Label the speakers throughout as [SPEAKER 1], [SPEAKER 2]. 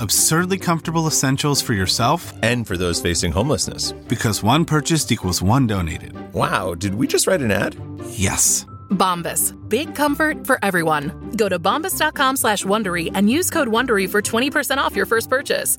[SPEAKER 1] Absurdly comfortable essentials for yourself
[SPEAKER 2] and for those facing homelessness.
[SPEAKER 1] Because one purchased equals one donated.
[SPEAKER 2] Wow, did we just write an ad?
[SPEAKER 1] Yes.
[SPEAKER 3] Bombas. Big comfort for everyone. Go to bombas.com slash Wondery and use code Wondery for 20% off your first purchase.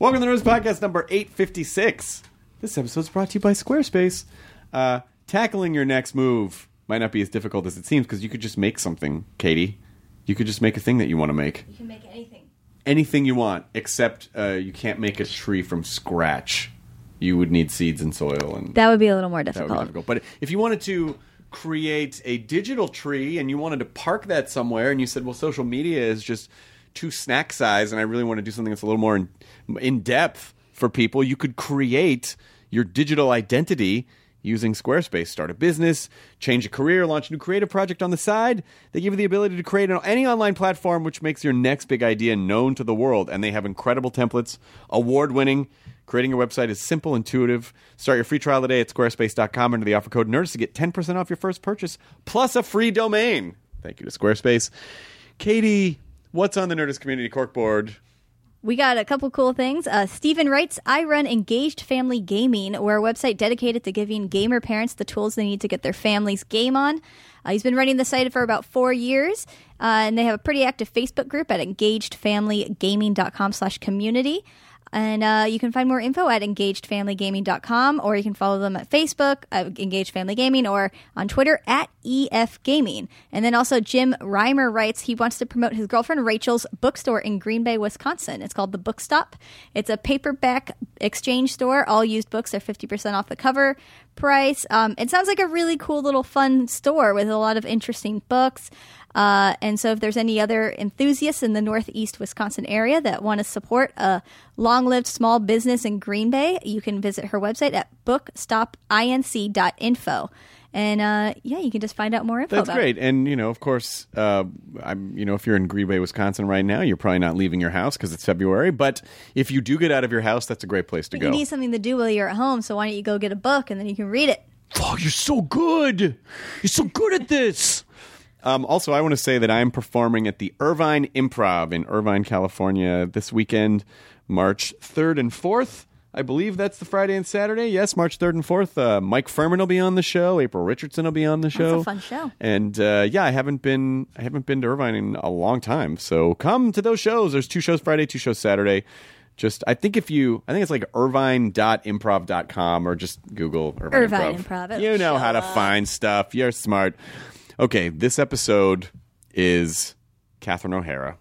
[SPEAKER 4] Welcome to the News Podcast number 856. This episode is brought to you by Squarespace. Uh, tackling your next move might not be as difficult as it seems because you could just make something, Katie. You could just make a thing that you want to make.
[SPEAKER 5] You can make anything.
[SPEAKER 4] Anything you want, except uh, you can't make a tree from scratch. You would need seeds and soil and
[SPEAKER 5] That would be a little more
[SPEAKER 4] that
[SPEAKER 5] difficult.
[SPEAKER 4] would be difficult. But if you wanted to create a digital tree and you wanted to park that somewhere, and you said, "Well, social media is just too snack size, and I really want to do something that's a little more in, in depth for people," you could create your digital identity using Squarespace. Start a business, change a career, launch a new creative project on the side. They give you the ability to create on any online platform, which makes your next big idea known to the world. And they have incredible templates, award-winning. Creating a website is simple, intuitive. Start your free trial today at squarespace.com under the offer code NERDS to get 10% off your first purchase plus a free domain. Thank you to Squarespace. Katie, what's on the Nerdist Community Corkboard?
[SPEAKER 5] We got a couple cool things. Uh, Steven writes, I run Engaged Family Gaming. We're a website dedicated to giving gamer parents the tools they need to get their family's game on. Uh, he's been running the site for about four years, uh, and they have a pretty active Facebook group at engagedfamilygaming.com slash community. And uh, you can find more info at engagedfamilygaming.com, or you can follow them at Facebook, uh, Engaged Family Gaming, or on Twitter at EF Gaming. And then also, Jim Reimer writes he wants to promote his girlfriend Rachel's bookstore in Green Bay, Wisconsin. It's called The Bookstop. It's a paperback exchange store. All used books are 50% off the cover price. Um, it sounds like a really cool little fun store with a lot of interesting books. Uh, and so, if there's any other enthusiasts in the Northeast Wisconsin area that want to support a long lived small business in Green Bay, you can visit her website at bookstopinc.info. And uh, yeah, you can just find out more info.
[SPEAKER 4] That's
[SPEAKER 5] about
[SPEAKER 4] great. And, you know, of course, uh, I'm, you know, if you're in Green Bay, Wisconsin right now, you're probably not leaving your house because it's February. But if you do get out of your house, that's a great place to
[SPEAKER 5] But
[SPEAKER 4] go.
[SPEAKER 5] You need something to do while you're at home, so why don't you go get a book and then you can read it?
[SPEAKER 4] Oh, you're so good. You're so good at this. Um, also, I want to say that I am performing at the Irvine Improv in Irvine, California this weekend, March 3rd and 4th. I believe that's the Friday and Saturday. Yes, March 3rd and 4th. Uh, Mike Furman will be on the show. April Richardson will be on the show.
[SPEAKER 5] fun show.
[SPEAKER 4] And uh, yeah, I haven't been I haven't been to Irvine in a long time. So come to those shows. There's two shows Friday, two shows Saturday. Just I think if you I think it's like irvine.improv.com or just Google Irvine,
[SPEAKER 5] Irvine Improv. It'll
[SPEAKER 4] You know
[SPEAKER 5] show
[SPEAKER 4] how to find stuff. You're smart. Okay, this episode is Catherine O'Hara.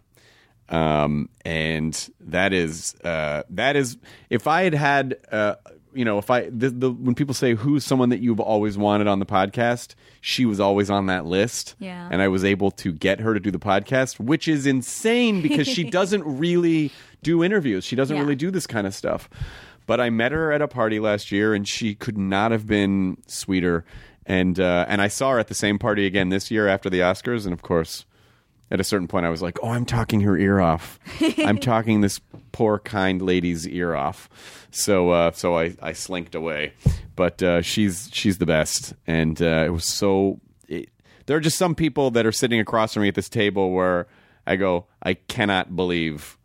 [SPEAKER 4] Um, and that is uh, that is if I had had uh, you know if I the, the when people say who's someone that you've always wanted on the podcast, she was always on that list.
[SPEAKER 5] Yeah.
[SPEAKER 4] and I was able to get her to do the podcast, which is insane because she doesn't really do interviews. She doesn't
[SPEAKER 5] Yeah.
[SPEAKER 4] really do this kind of stuff. But I met her at a party last year, and she could not have been sweeter. And uh, and I saw her at the same party again this year after the Oscars, and of course at a certain point, I was like, "Oh, I'm talking her ear off. I'm talking this poor, kind lady's ear off." So, uh, so I, I slinked away. But uh, she's she's the best, and uh, it was so. It, there are just some people that are sitting across from me at this table where I go, "I cannot believe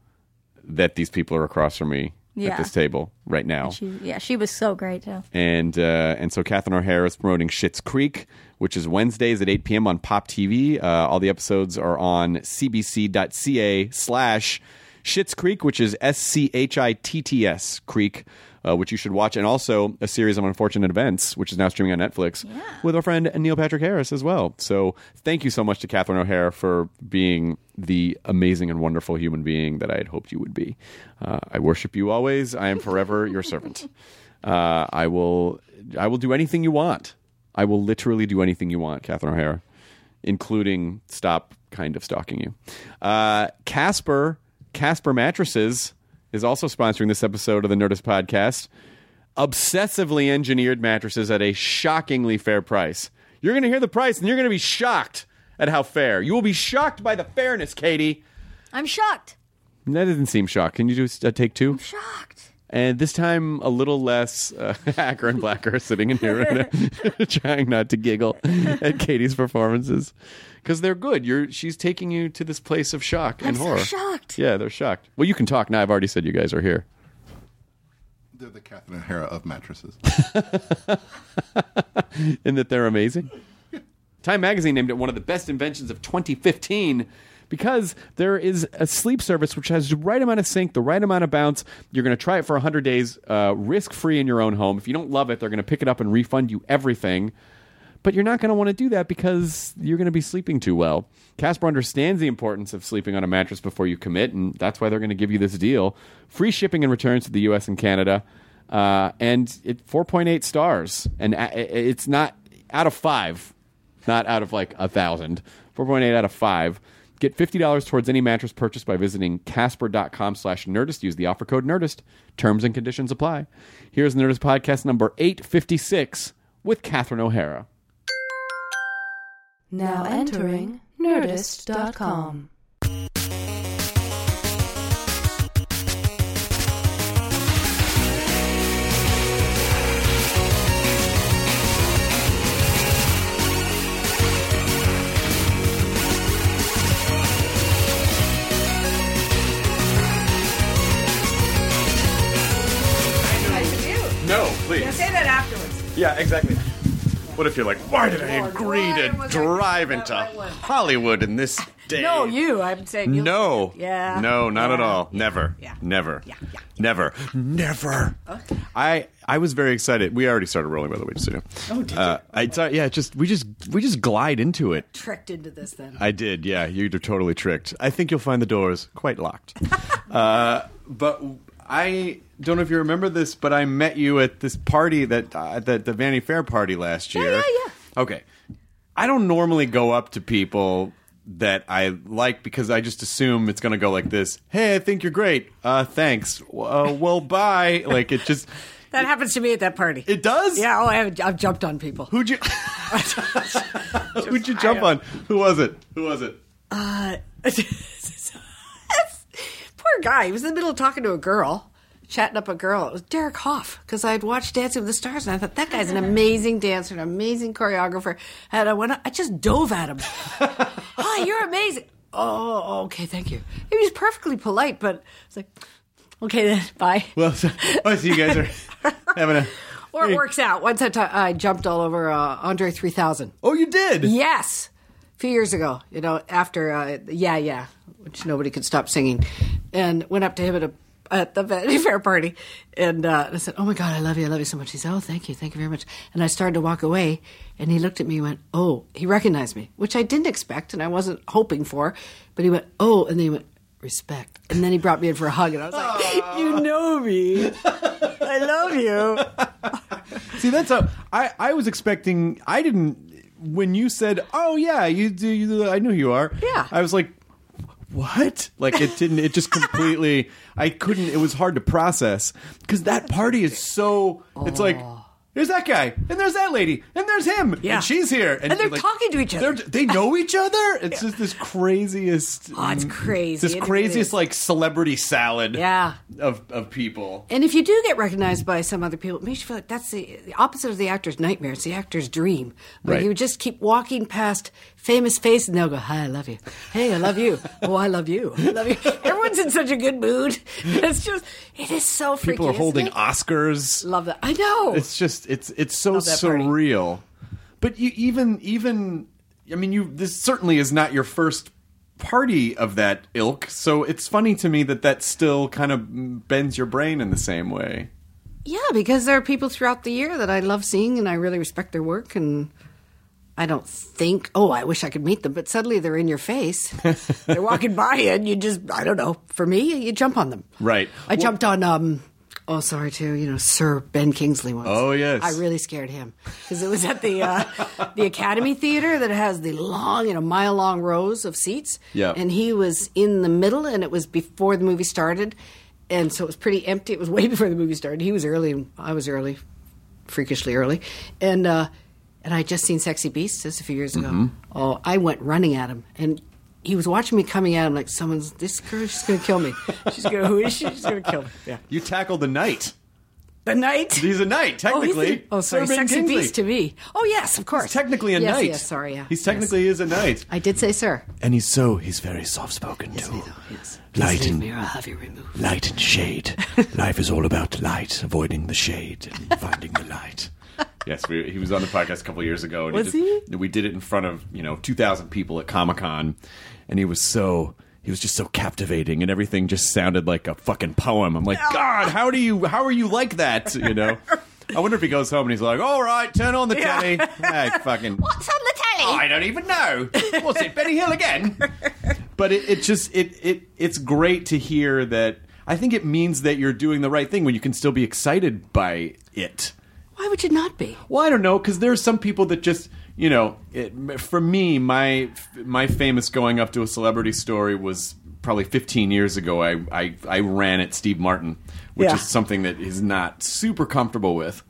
[SPEAKER 4] that these people are across from me
[SPEAKER 5] Yeah.
[SPEAKER 4] at this table right now."
[SPEAKER 5] She, yeah, she was so great too.
[SPEAKER 4] and uh, and so Catherine O'Hara is promoting Schitt's Creek, which is Wednesdays at 8 p.m. on Pop TV. Uh, all the episodes are on cbc.ca slash Schitt's Creek, which is S C H I T T S Creek. uh, which you should watch, and also a series of unfortunate events, which is now streaming on Netflix with our friend Neil Patrick Harris as well. So thank you so much to Catherine O'Hara for being the amazing and wonderful human being that I had hoped you would be. Uh, I worship you always. I am forever your servant. Uh, I will. I will do anything you want. I will literally do anything you want, Catherine O'Hara, including stop kind of stalking you. Uh, Casper, Casper Mattresses is also sponsoring this episode of the Nerdist Podcast. Obsessively engineered mattresses at a shockingly fair price. You're going to hear the price and you're going to be shocked at how fair. You will be shocked by the fairness, Katie.
[SPEAKER 5] I'm shocked.
[SPEAKER 4] That doesn't seem shocked. Can you do a take two?
[SPEAKER 5] Shocked.
[SPEAKER 4] And this time, a little less uh, hacker and blacker sitting in here and, trying not to giggle at Katie's performances because they're good. You're she's taking you to this place of shock and horror.
[SPEAKER 5] shocked.
[SPEAKER 4] Yeah, they're shocked. Well, you can talk now. I've already said you guys are here.
[SPEAKER 6] They're the Catherine O'Hara of mattresses.
[SPEAKER 4] and that they're amazing. Time magazine named it one of the best inventions of 2015 because there is a sleep service which has the right amount of sync, the right amount of bounce. You're going to try it for 100 days, uh, risk free in your own home. If you don't love it, they're going to pick it up and refund you everything. But you're not going to want to do that because you're going to be sleeping too well. Casper understands the importance of sleeping on a mattress before you commit, and that's why they're going to give you this deal free shipping and returns to the US and Canada uh, and it 4.8 stars, and a- a- it's not out of five, not out of like a thousand. 4.8 out of five. Get fifty dollars towards any mattress purchased by visiting Casper.com/nerdist. Use the offer code Nerdist. Terms and conditions apply. Here's Nerdist podcast number 856 with Catherine O'Hara.
[SPEAKER 7] Now entering Nerdist.com.
[SPEAKER 4] No, please.
[SPEAKER 8] Say that afterwards.
[SPEAKER 4] Yeah, exactly. What if you're like, why did I agree to drive into Hollywood in this day?
[SPEAKER 8] No, you. I'm saying you.
[SPEAKER 4] No.
[SPEAKER 8] Yeah.
[SPEAKER 4] No, not at
[SPEAKER 8] Yeah.
[SPEAKER 4] all. Never.
[SPEAKER 8] Yeah.
[SPEAKER 4] Never.
[SPEAKER 8] Yeah, yeah.
[SPEAKER 4] Never. Never. I I was very excited. We already started rolling, by the way. Just so you know. Oh, did uh, I, it's, uh, yeah, it's just we just we just glide into it.
[SPEAKER 8] Tricked into this then.
[SPEAKER 4] I did. Yeah, you're totally tricked. I think you'll find the doors quite locked. uh, but I don't know if you remember this, but I met you at this party that uh, the, the Vanity Fair party last year.
[SPEAKER 8] yeah, yeah.
[SPEAKER 4] Okay. I don't normally go up to people that I like because I just assume it's going to go like this. Hey, I think you're great. Uh, thanks. Uh, well, bye. Like it just
[SPEAKER 8] That happens to me at that party.
[SPEAKER 4] it does.
[SPEAKER 8] yeah, oh, I have, I've jumped on people.
[SPEAKER 4] Who'd you? Who'd you jump on? Who was it? Who was it?
[SPEAKER 8] Poor guy. He was in the middle of talking to a girl, chatting up a girl. It was Derek Hoff, because I had watched Dancing with the Stars, and I thought, that guy's an amazing dancer, an amazing choreographer. And I went up, I just dove at him. Hi, you're amazing. Oh, okay, thank you. He was perfectly polite, but it's like, okay then, bye.
[SPEAKER 4] Well, so, oh, so you guys are having a.
[SPEAKER 8] Or it works out. Once I, t- I jumped all over uh, Andre 3000.
[SPEAKER 4] Oh, you did.
[SPEAKER 8] Yes, a few years ago. You know, after uh, yeah, yeah, which nobody could stop singing, and went up to him at a at the Vanity Fair party, and uh, I said, "Oh my God, I love you, I love you so much." He said, "Oh, thank you, thank you very much." And I started to walk away, and he looked at me and went, "Oh," he recognized me, which I didn't expect and I wasn't hoping for, but he went, "Oh," and then he went. Respect, and then he brought me in for a hug, and I was like, "You know me, I love you."
[SPEAKER 4] See, that's how I I was expecting. I didn't when you said, "Oh yeah, you do." You, do- I knew you are.
[SPEAKER 8] Yeah.
[SPEAKER 4] I was like, what? Like it didn't. It just completely. I couldn't. It was hard to process because that party is so. It's like. There's that guy, and there's that lady, and there's him,
[SPEAKER 8] Yeah.
[SPEAKER 4] and she's here,
[SPEAKER 8] And they're
[SPEAKER 4] like,
[SPEAKER 8] talking to each other.
[SPEAKER 4] they're- They know each other. It's just this craziest.
[SPEAKER 8] Oh, it's
[SPEAKER 4] mm,
[SPEAKER 8] crazy. It
[SPEAKER 4] This
[SPEAKER 8] really
[SPEAKER 4] craziest
[SPEAKER 8] is.
[SPEAKER 4] like celebrity salad.
[SPEAKER 8] Yeah.
[SPEAKER 4] Of of people.
[SPEAKER 8] And if you do get recognized by some other people, it makes you feel like that's the, the opposite of the actor's nightmare. It's the actor's dream. Where
[SPEAKER 4] Right.
[SPEAKER 8] you just keep walking past famous face and they'll go, Hi, I love you. Hey, I love you. oh, I love you. I love you. Everyone's in such a good mood. It's just, it is so freaky.
[SPEAKER 4] People are
[SPEAKER 8] isn't
[SPEAKER 4] holding
[SPEAKER 8] it?
[SPEAKER 4] Oscars.
[SPEAKER 8] Love that. I know.
[SPEAKER 4] It's just it's it's so
[SPEAKER 8] Love that party.
[SPEAKER 4] surreal. But you even even I mean you this certainly is not your first party of that ilk. So it's funny to me that that still kind of bends your brain in the same way.
[SPEAKER 8] Yeah, because there are people throughout the year that I love seeing and I really respect their work and I don't think, oh, I wish I could meet them, but suddenly they're in your face. they're walking by and you just, I don't know. For me, you jump on them.
[SPEAKER 4] Right.
[SPEAKER 8] I jumped on, um, oh, sorry, too, you know, Sir Ben Kingsley once.
[SPEAKER 4] Oh, yes.
[SPEAKER 8] I really scared him because it was at the uh, the Academy Theater that has the long, you know, mile long rows of seats.
[SPEAKER 4] Yeah.
[SPEAKER 8] And he was in the middle and it was before the movie started. And so it was pretty empty. It was way before the movie started. He was early and I was early, freakishly early. And, uh, and I had just seen Sexy Beast just a few years ago.
[SPEAKER 4] Mm-hmm.
[SPEAKER 8] Oh, I went running at him, and he was watching me coming at him like someone's. This girl, she's gonna kill me. She's gonna. Who is she? She's gonna kill me. Yeah.
[SPEAKER 4] You tackled the knight.
[SPEAKER 8] The knight.
[SPEAKER 4] He's a knight,
[SPEAKER 8] oh, he's the-
[SPEAKER 4] technically.
[SPEAKER 8] oh, sorry,
[SPEAKER 4] Sir Ben
[SPEAKER 8] Sexy
[SPEAKER 4] Kingsley.
[SPEAKER 8] Beast to me. Oh yes, of course.
[SPEAKER 4] He's technically a
[SPEAKER 8] yes,
[SPEAKER 4] knight.
[SPEAKER 8] Yes, sorry, yeah.
[SPEAKER 4] He's technically is a knight.
[SPEAKER 8] Yes. I did say sir.
[SPEAKER 9] And he's so he's very soft spoken too.
[SPEAKER 4] Oh,
[SPEAKER 8] Yes.
[SPEAKER 9] Light
[SPEAKER 8] Leave
[SPEAKER 9] and-
[SPEAKER 8] me or I'll have you removed.
[SPEAKER 9] Light and shade. Life is all about light, avoiding the shade and finding the light.
[SPEAKER 4] Yes, we, he was on the podcast a couple years ago. And
[SPEAKER 8] Was
[SPEAKER 4] did- We did it in front of you know two thousand people at Comic Con, and he was so he was just so captivating, and everything just sounded like a fucking poem. I'm like, God, how do you how are you like that? You know. I wonder if he goes home and he's like, "All right, turn on the telly." Hey, fucking.
[SPEAKER 5] What's on the telly?
[SPEAKER 4] I don't even know. What's it, Benny Hill again? But it, it just it it it's great to hear that. I think it means that you're doing the right thing when you can still be excited by it.
[SPEAKER 8] Why would you not be?
[SPEAKER 4] Well, I don't know because there are some people that just you know. It, for me, my my famous going up to a celebrity story was probably 15 years ago. I I, I ran at Steve Martin, which
[SPEAKER 8] Yeah.
[SPEAKER 4] is something that he's not super comfortable with,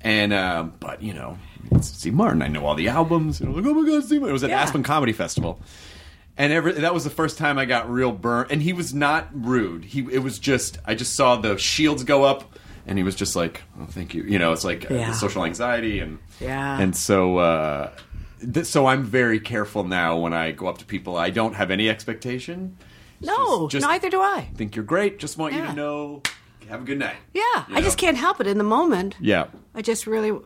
[SPEAKER 4] and um, but you know, it's Steve Martin. I know all the albums. And I'm like, oh my god, Steve! Martin. It was at
[SPEAKER 8] Yeah.
[SPEAKER 4] Aspen Comedy Festival. And every, that was the first time I got real burnt. And he was not rude. He it was just I just saw the shields go up, and he was just like, oh, "Thank you." You know, it's like uh,
[SPEAKER 8] Yeah.
[SPEAKER 4] social anxiety and
[SPEAKER 8] Yeah.
[SPEAKER 4] and so uh, th- so I'm very careful now when I go up to people. I don't have any expectation.
[SPEAKER 8] No,
[SPEAKER 4] Just- just-
[SPEAKER 8] neither do I.
[SPEAKER 4] Think you're great. Just want you
[SPEAKER 8] Yeah.
[SPEAKER 4] to know. Have a good night.
[SPEAKER 8] Yeah,
[SPEAKER 4] You
[SPEAKER 8] I just
[SPEAKER 4] know?
[SPEAKER 8] can't help it in the moment.
[SPEAKER 4] Yeah.
[SPEAKER 8] I just really.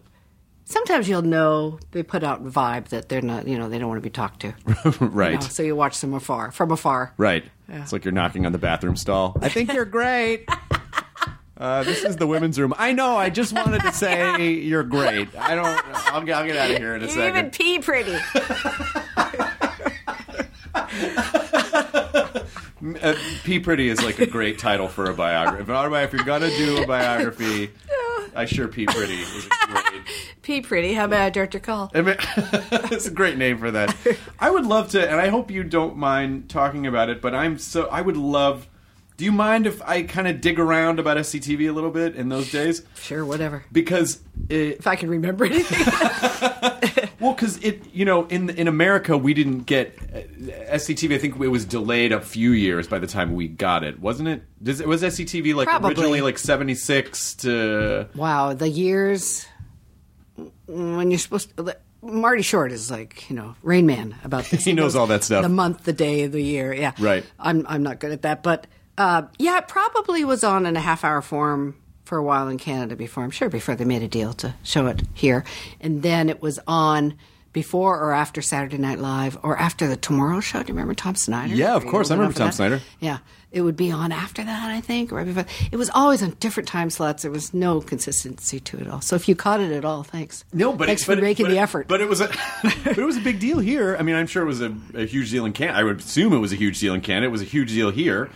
[SPEAKER 8] Sometimes you'll know they put out vibe that they're not, you know, they don't want to be talked to.
[SPEAKER 4] right.
[SPEAKER 8] Oh, so you watch them afar, from afar.
[SPEAKER 4] Right. It's like you're knocking on the bathroom stall. I think you're great. Uh, this is the women's room. I know. I just wanted to say you're great. I don't. I'll, get- I'll get out of here in a
[SPEAKER 8] You
[SPEAKER 4] second.
[SPEAKER 8] even pee pretty.
[SPEAKER 4] Uh, Pee Pretty is like a great title for a biography. If, if you're gonna do a biography, I sure Pee Pretty is a great.
[SPEAKER 8] pee pretty. How about I direct your call?
[SPEAKER 4] I mean, it's a great name for that. I would love to, and I hope you don't mind talking about it. But I'm so I would love. Do you mind if I kind of dig around about SCTV a little bit in those days?
[SPEAKER 8] Sure, whatever.
[SPEAKER 4] Because it,
[SPEAKER 8] If I can remember anything.
[SPEAKER 4] Well, because it, you know, in in America, we didn't get uh, SCTV. I think it was delayed a few years by the time we got it, wasn't it? Does, was SCTV like
[SPEAKER 8] Probably.
[SPEAKER 4] originally like seventy six to?
[SPEAKER 8] wow, the years when you're supposed to. Marty Short is like you know Rain Man about this.
[SPEAKER 4] He knows all that stuff.
[SPEAKER 8] The month, the day, the year. Yeah,
[SPEAKER 4] Right.
[SPEAKER 8] I'm I'm not good at that, but uh, yeah, it probably was on in a half hour form for a while in Canada before I'm sure before they made a deal to show it here, and then it was on before or after Saturday Night Live or after the Tomorrow Show. Do you remember Tom Snyder?
[SPEAKER 4] Yeah, of
[SPEAKER 8] Were you
[SPEAKER 4] course, I
[SPEAKER 8] old
[SPEAKER 4] remember
[SPEAKER 8] enough for
[SPEAKER 4] Tom
[SPEAKER 8] that?
[SPEAKER 4] Snyder.
[SPEAKER 8] Yeah, it would be on after that, I think, right before. It was always on different time slots. There was no consistency to it all. So if you caught it at all, thanks.
[SPEAKER 4] No, but
[SPEAKER 8] thanks
[SPEAKER 4] it,
[SPEAKER 8] for
[SPEAKER 4] but it-
[SPEAKER 8] making
[SPEAKER 4] but
[SPEAKER 8] the
[SPEAKER 4] it-
[SPEAKER 8] effort.
[SPEAKER 4] But it was a, but it was a big deal here. I mean, I'm sure it was a, a huge deal in Canada. I would assume it was a huge deal in Canada. It was a huge deal here,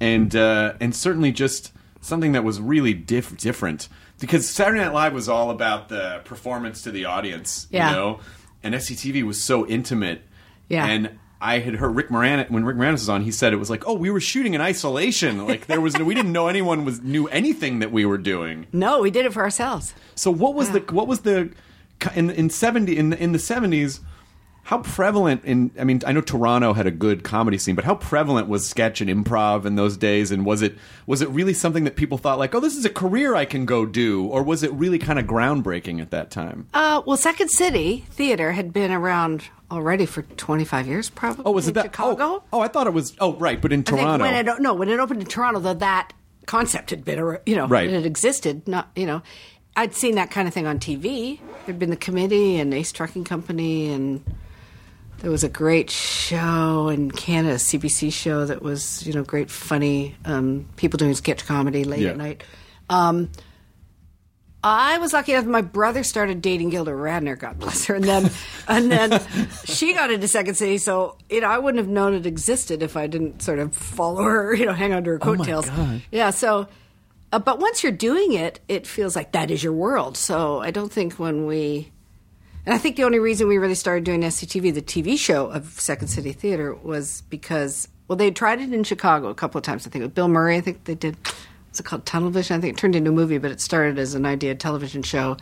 [SPEAKER 4] and uh, and certainly just something that was really diff- different because Saturday Night Live was all about the performance to the audience,
[SPEAKER 8] Yeah.
[SPEAKER 4] you know, and SCTV was so intimate,
[SPEAKER 8] Yeah.
[SPEAKER 4] and. I had heard Rick Moranis when Rick Moranis was on. He said it was like, "Oh, we were shooting in isolation. Like there was, no, we didn't know anyone was knew anything that we were doing."
[SPEAKER 8] no, we did it for ourselves.
[SPEAKER 4] So what was
[SPEAKER 8] Mm.
[SPEAKER 4] the what was the in in seventy in in the seventies? How prevalent in I mean I know Toronto had a good comedy scene, but how prevalent was sketch and improv in those days? And was it was it really something that people thought like, oh, this is a career I can go do, or was it really kind of groundbreaking at that time?
[SPEAKER 8] Uh, well, Second City Theater had been around already for 25 years, probably.
[SPEAKER 4] oh, was
[SPEAKER 8] in
[SPEAKER 4] it that Oh,
[SPEAKER 8] Chicago?
[SPEAKER 4] oh, I thought it was. Oh, right, but in
[SPEAKER 8] I think
[SPEAKER 4] Toronto,
[SPEAKER 8] when it o- no, when it opened in Toronto, though that concept had been, ar- you know,
[SPEAKER 4] Right.
[SPEAKER 8] it had existed. Not, you know, I'd seen that kind of thing on TV. There'd been the committee and Ace Trucking Company, and there was a great show in Canada, CBC show that was, you know, great funny um, people doing sketch comedy late
[SPEAKER 4] Yeah.
[SPEAKER 8] at night. Um, I was lucky enough. My brother started dating Gilda Radner, God bless her, and then and then she got into Second City. So you know, I wouldn't have known it existed if I didn't sort of follow her, you know, hang on to her
[SPEAKER 9] Oh my
[SPEAKER 8] coattails.
[SPEAKER 9] God.
[SPEAKER 8] Yeah. So, uh, but once you're doing it, it feels like that is your world. So I don't think when we, and I think the only reason we really started doing SCTV, the TV show of Second City Theater, was because well, they tried it in Chicago a couple of times. I think with Bill Murray, I think they did. Was it called Tunnel Vision? I think it turned into a movie, but it started as an idea television show,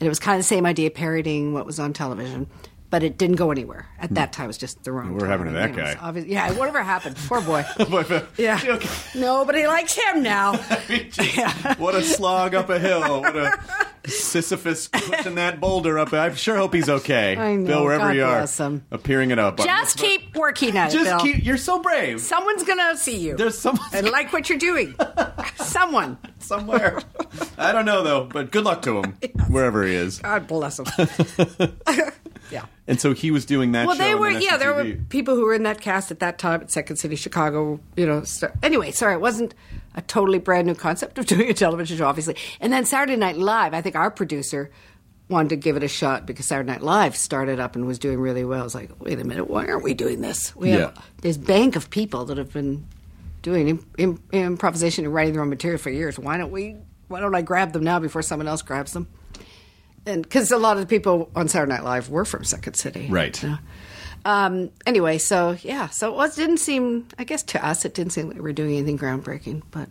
[SPEAKER 8] and it was kind of the same idea, parodying what was on television. But it didn't go anywhere. At that time, it was just the wrong.
[SPEAKER 10] Whatever happened to
[SPEAKER 8] timing,
[SPEAKER 10] that
[SPEAKER 8] you know, it was
[SPEAKER 10] guy?
[SPEAKER 8] obvious- yeah, whatever happened. Poor boy. Yeah. Nobody likes him now.
[SPEAKER 4] What a slog up a hill. What a Sisyphus pushing that boulder up. I sure hope he's okay.
[SPEAKER 8] I know.
[SPEAKER 4] Bill, wherever
[SPEAKER 8] God
[SPEAKER 4] you are,
[SPEAKER 8] bless him.
[SPEAKER 4] appearing it up.
[SPEAKER 8] Just keep working at it.
[SPEAKER 4] Just
[SPEAKER 8] Bill.
[SPEAKER 4] keep- You're so brave.
[SPEAKER 8] Someone's gonna see you.
[SPEAKER 4] There's someone
[SPEAKER 8] and like what you're doing. Someone
[SPEAKER 4] somewhere. I don't know though, but good luck to him wherever he is.
[SPEAKER 8] God bless them. yeah.
[SPEAKER 4] And so he was doing that.
[SPEAKER 8] Well,
[SPEAKER 4] show
[SPEAKER 8] they
[SPEAKER 4] and
[SPEAKER 8] were.
[SPEAKER 4] then
[SPEAKER 8] Yeah, there were
[SPEAKER 4] SCTV.
[SPEAKER 8] people who were in that cast at that time at Second City Chicago. You know. So, anyway, sorry, it wasn't a totally brand new concept of doing a television show, obviously. And then Saturday Night Live. I think our producer wanted to give it a shot because Saturday Night Live started up and was doing really well. I was like, wait a minute, why aren't we doing this? We have
[SPEAKER 4] Yeah.
[SPEAKER 8] this bank of people that have been doing im- im- improvisation and writing their own material for years. Why don't we? Why don't I grab them now before someone else grabs them? And because a lot of the people on Saturday Night Live were from Second City,
[SPEAKER 4] Right.
[SPEAKER 8] you know? Um, anyway, so yeah, so it was didn't seem. I guess to us, it didn't seem like we were doing anything groundbreaking, but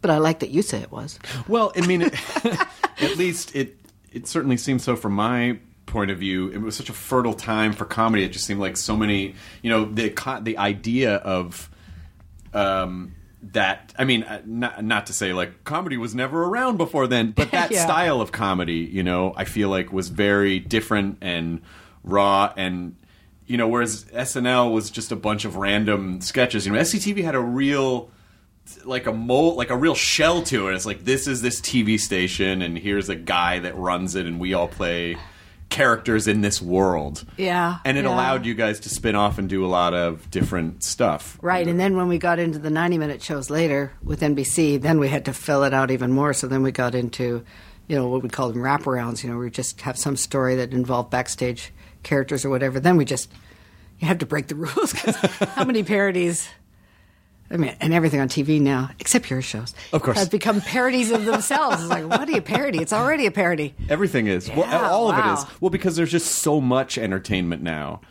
[SPEAKER 8] but I like that you say it was.
[SPEAKER 4] Well, I mean, it, at least it it certainly seems so from my point of view. It was such a fertile time for comedy. It just seemed like so many, you know, the co- the idea of um that I mean, uh, not not to say like comedy was never around before then, but that
[SPEAKER 8] Yeah.
[SPEAKER 4] style of comedy, you know, I feel like was very different and raw and you know, whereas SNL was just a bunch of random sketches. You know, SCTV had a real like a mold, like a real shell to it. It's like this is this TV station, and here's a guy that runs it, and we all play characters in this world.
[SPEAKER 8] Yeah,
[SPEAKER 4] and it
[SPEAKER 8] yeah.
[SPEAKER 4] allowed you guys to spin off and do a lot of different stuff.
[SPEAKER 8] Right, and then when we got into the 90 minute shows later with NBC, then we had to fill it out even more. So then we got into, you know, what we call them wraparounds. You know, we just have some story that involved backstage characters or whatever. Then we just, you have to break the rules 'cause how many parodies? I mean, and everything on TV now, except your shows,
[SPEAKER 4] Of course.
[SPEAKER 8] have become parodies of themselves. It's like, what do you parody? It's already a parody.
[SPEAKER 4] Everything is.
[SPEAKER 8] Yeah,
[SPEAKER 4] well, all of
[SPEAKER 8] wow.
[SPEAKER 4] it is. Well, because there's just so much entertainment now.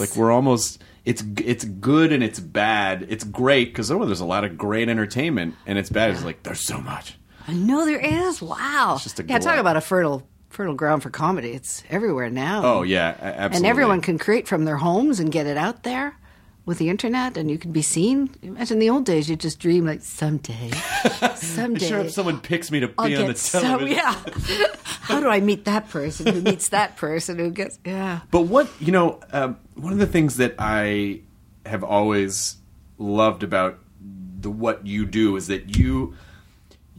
[SPEAKER 4] It's like we're almost it's g- it's good and it's bad. It's great because oh, there's a lot of great entertainment, and it's bad. It's like there's so much.
[SPEAKER 8] I know there is. Wow,
[SPEAKER 4] It's just a
[SPEAKER 8] yeah. Talk
[SPEAKER 4] glut.
[SPEAKER 8] about a fertile, fertile ground for comedy. It's everywhere now.
[SPEAKER 4] Oh yeah, a- absolutely.
[SPEAKER 8] And everyone can create from their homes and get it out there with the internet, and you can be seen. Imagine the old days; you just dream like someday, someday.
[SPEAKER 4] Sure, if someone picks me to be
[SPEAKER 8] I'll
[SPEAKER 4] on the
[SPEAKER 8] get some.
[SPEAKER 4] television.
[SPEAKER 8] Yeah. How do I meet that person? Who meets that person? Who gets? Yeah.
[SPEAKER 4] But what you know, um, one of the things that I have always loved about the what you do is that you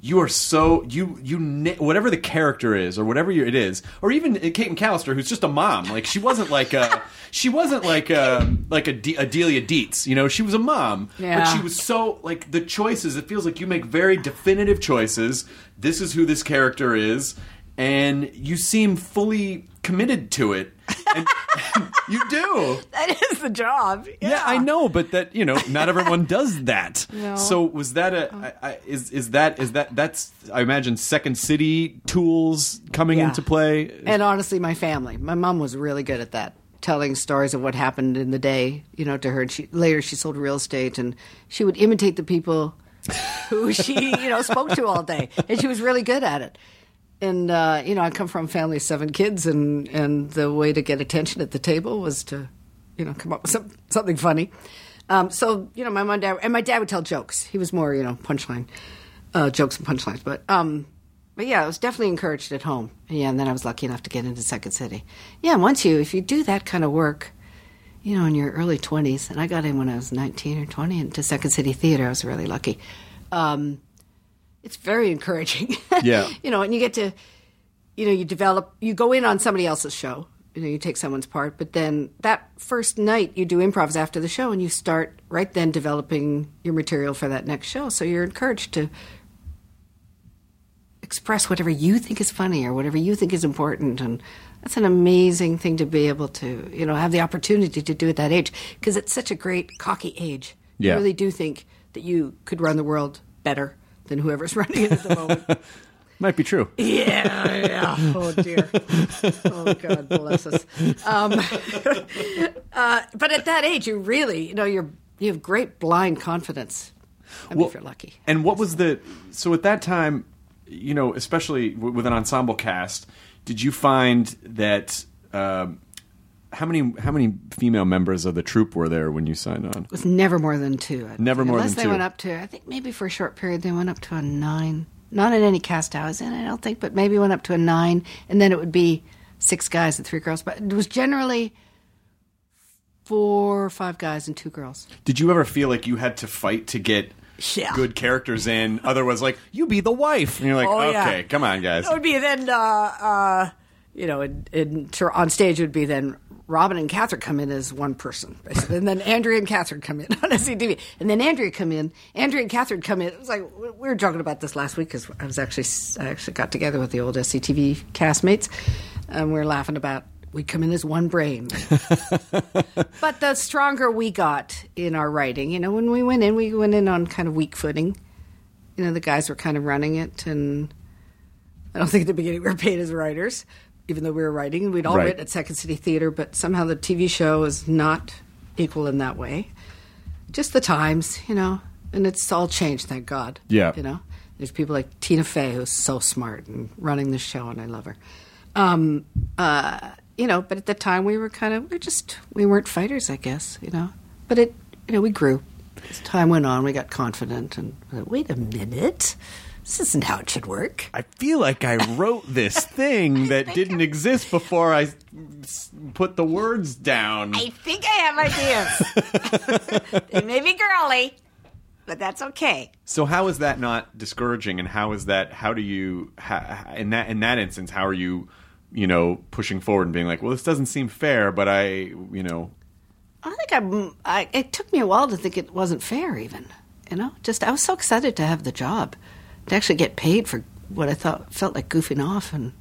[SPEAKER 4] you are so you you na- whatever the character is or whatever you, it is or even uh, Kate McAllister who's just a mom like she wasn't like a she wasn't like a like a, De- a Delia Dietz you know she was a mom but
[SPEAKER 8] Yeah.
[SPEAKER 4] she was so like the choices it feels like you make very definitive choices this is who this character is and you seem fully committed to it and, you do
[SPEAKER 8] That is the job.
[SPEAKER 4] yeah. I know, but that you know, not everyone does that.
[SPEAKER 8] No.
[SPEAKER 4] So was that a I, I, is is that is that that's I imagine Second City tools coming
[SPEAKER 8] Yeah.
[SPEAKER 4] into play.
[SPEAKER 8] And honestly, my family. My mom was really good at that, telling stories of what happened in the day, you know, to her. And she later she sold real estate, and she would imitate the people who she, you know, spoke to all day, and she was really good at it. And uh, you know, I come from a family of seven kids, and and the way to get attention at the table was to, you know, come up with some, something funny. Um, so you know, my mom and dad, and my dad would tell jokes. He was more, you know, punchline uh, jokes and punchlines, but. um but yeah, I was definitely encouraged at home. Yeah, and then I was lucky enough to get into Second City. Yeah, and once you, if you do that kind of work, you know, in your early 20s, and I got in when I was 19 or 20 into Second City Theater, I was really lucky. Um, it's very encouraging.
[SPEAKER 4] Yeah.
[SPEAKER 8] you know, and you get to, you know, you develop, you go in on somebody else's show, you know, you take someone's part, but then that first night you do improvs after the show and you start right then developing your material for that next show. So you're encouraged to express whatever you think is funny or whatever you think is important. And that's an amazing thing to be able to, you know, have the opportunity to do at that age because it's such a great cocky age.
[SPEAKER 4] Yeah.
[SPEAKER 8] You really do think that you could run the world better than whoever's running it at the moment.
[SPEAKER 4] Might be true.
[SPEAKER 8] Yeah, yeah. Oh dear. Oh God, bless us. Um, uh, but at that age, you really, you know, you're you have great blind confidence. I mean, if you're lucky.
[SPEAKER 4] And what was the so at that time, you know, especially w- with an ensemble cast, did you find that um, how many how many female members of the troupe were there when you signed on?
[SPEAKER 8] It was never more than two. I don't
[SPEAKER 4] Never
[SPEAKER 8] think.
[SPEAKER 4] more
[SPEAKER 8] Unless
[SPEAKER 4] than
[SPEAKER 8] they
[SPEAKER 4] two.
[SPEAKER 8] went up to, I think maybe for a short period they went up to a nine. Not in any cast I was in, I don't think, but maybe went up to a nine, and then it would be six guys and three girls. But it was generally four or five guys and two girls.
[SPEAKER 4] Did you ever feel like you had to fight to get
[SPEAKER 8] Yeah.
[SPEAKER 4] good characters in? Otherwise, like you be the wife, and you're like,
[SPEAKER 8] Oh,
[SPEAKER 4] okay,
[SPEAKER 8] yeah.
[SPEAKER 4] come on, guys.
[SPEAKER 8] It would be then, uh, uh, you know, in, in, to, on stage it would be then Robin and Catherine come in as one person, basically. and then Andrea and Catherine come in on SCTV, and then Andrea come in, Andrea and Catherine come in. It was like we we were joking about this last week because I was actually I actually got together with the old SCTV castmates, and we were laughing about. We come in as one brain, but the stronger we got in our writing, you know, when we went in, we went in on kind of weak footing. You know, the guys were kind of running it, and I don't think at the beginning we were paid as writers, even though we were writing. and We'd all
[SPEAKER 4] Right.
[SPEAKER 8] written at Second City Theater, but somehow the TV show is not equal in that way. Just the times, you know, and it's all changed, thank God.
[SPEAKER 4] Yeah.
[SPEAKER 8] You know, there's people like Tina Fey, who's so smart and running the show, and I love her. Um, uh, you know, but at the time we were kind of, we just, we weren't fighters, I guess, you know. But it, you know, we grew. As time went on, we got confident and uh, wait a minute, this isn't how it should work.
[SPEAKER 4] I feel like I wrote this thing that didn't exist before I s- put the words down.
[SPEAKER 10] I think I have ideas. they may be girly, but that's okay.
[SPEAKER 4] So how is that not discouraging, and how is that? How do you ha, in that in that instance? How are you, you know, pushing forward and being like, well, this doesn't seem fair, but I, you know,
[SPEAKER 8] I think I'm, I. It took me a while to think it wasn't fair, even. You know, just I was so excited to have the job, to actually get paid for what I thought felt like goofing off, and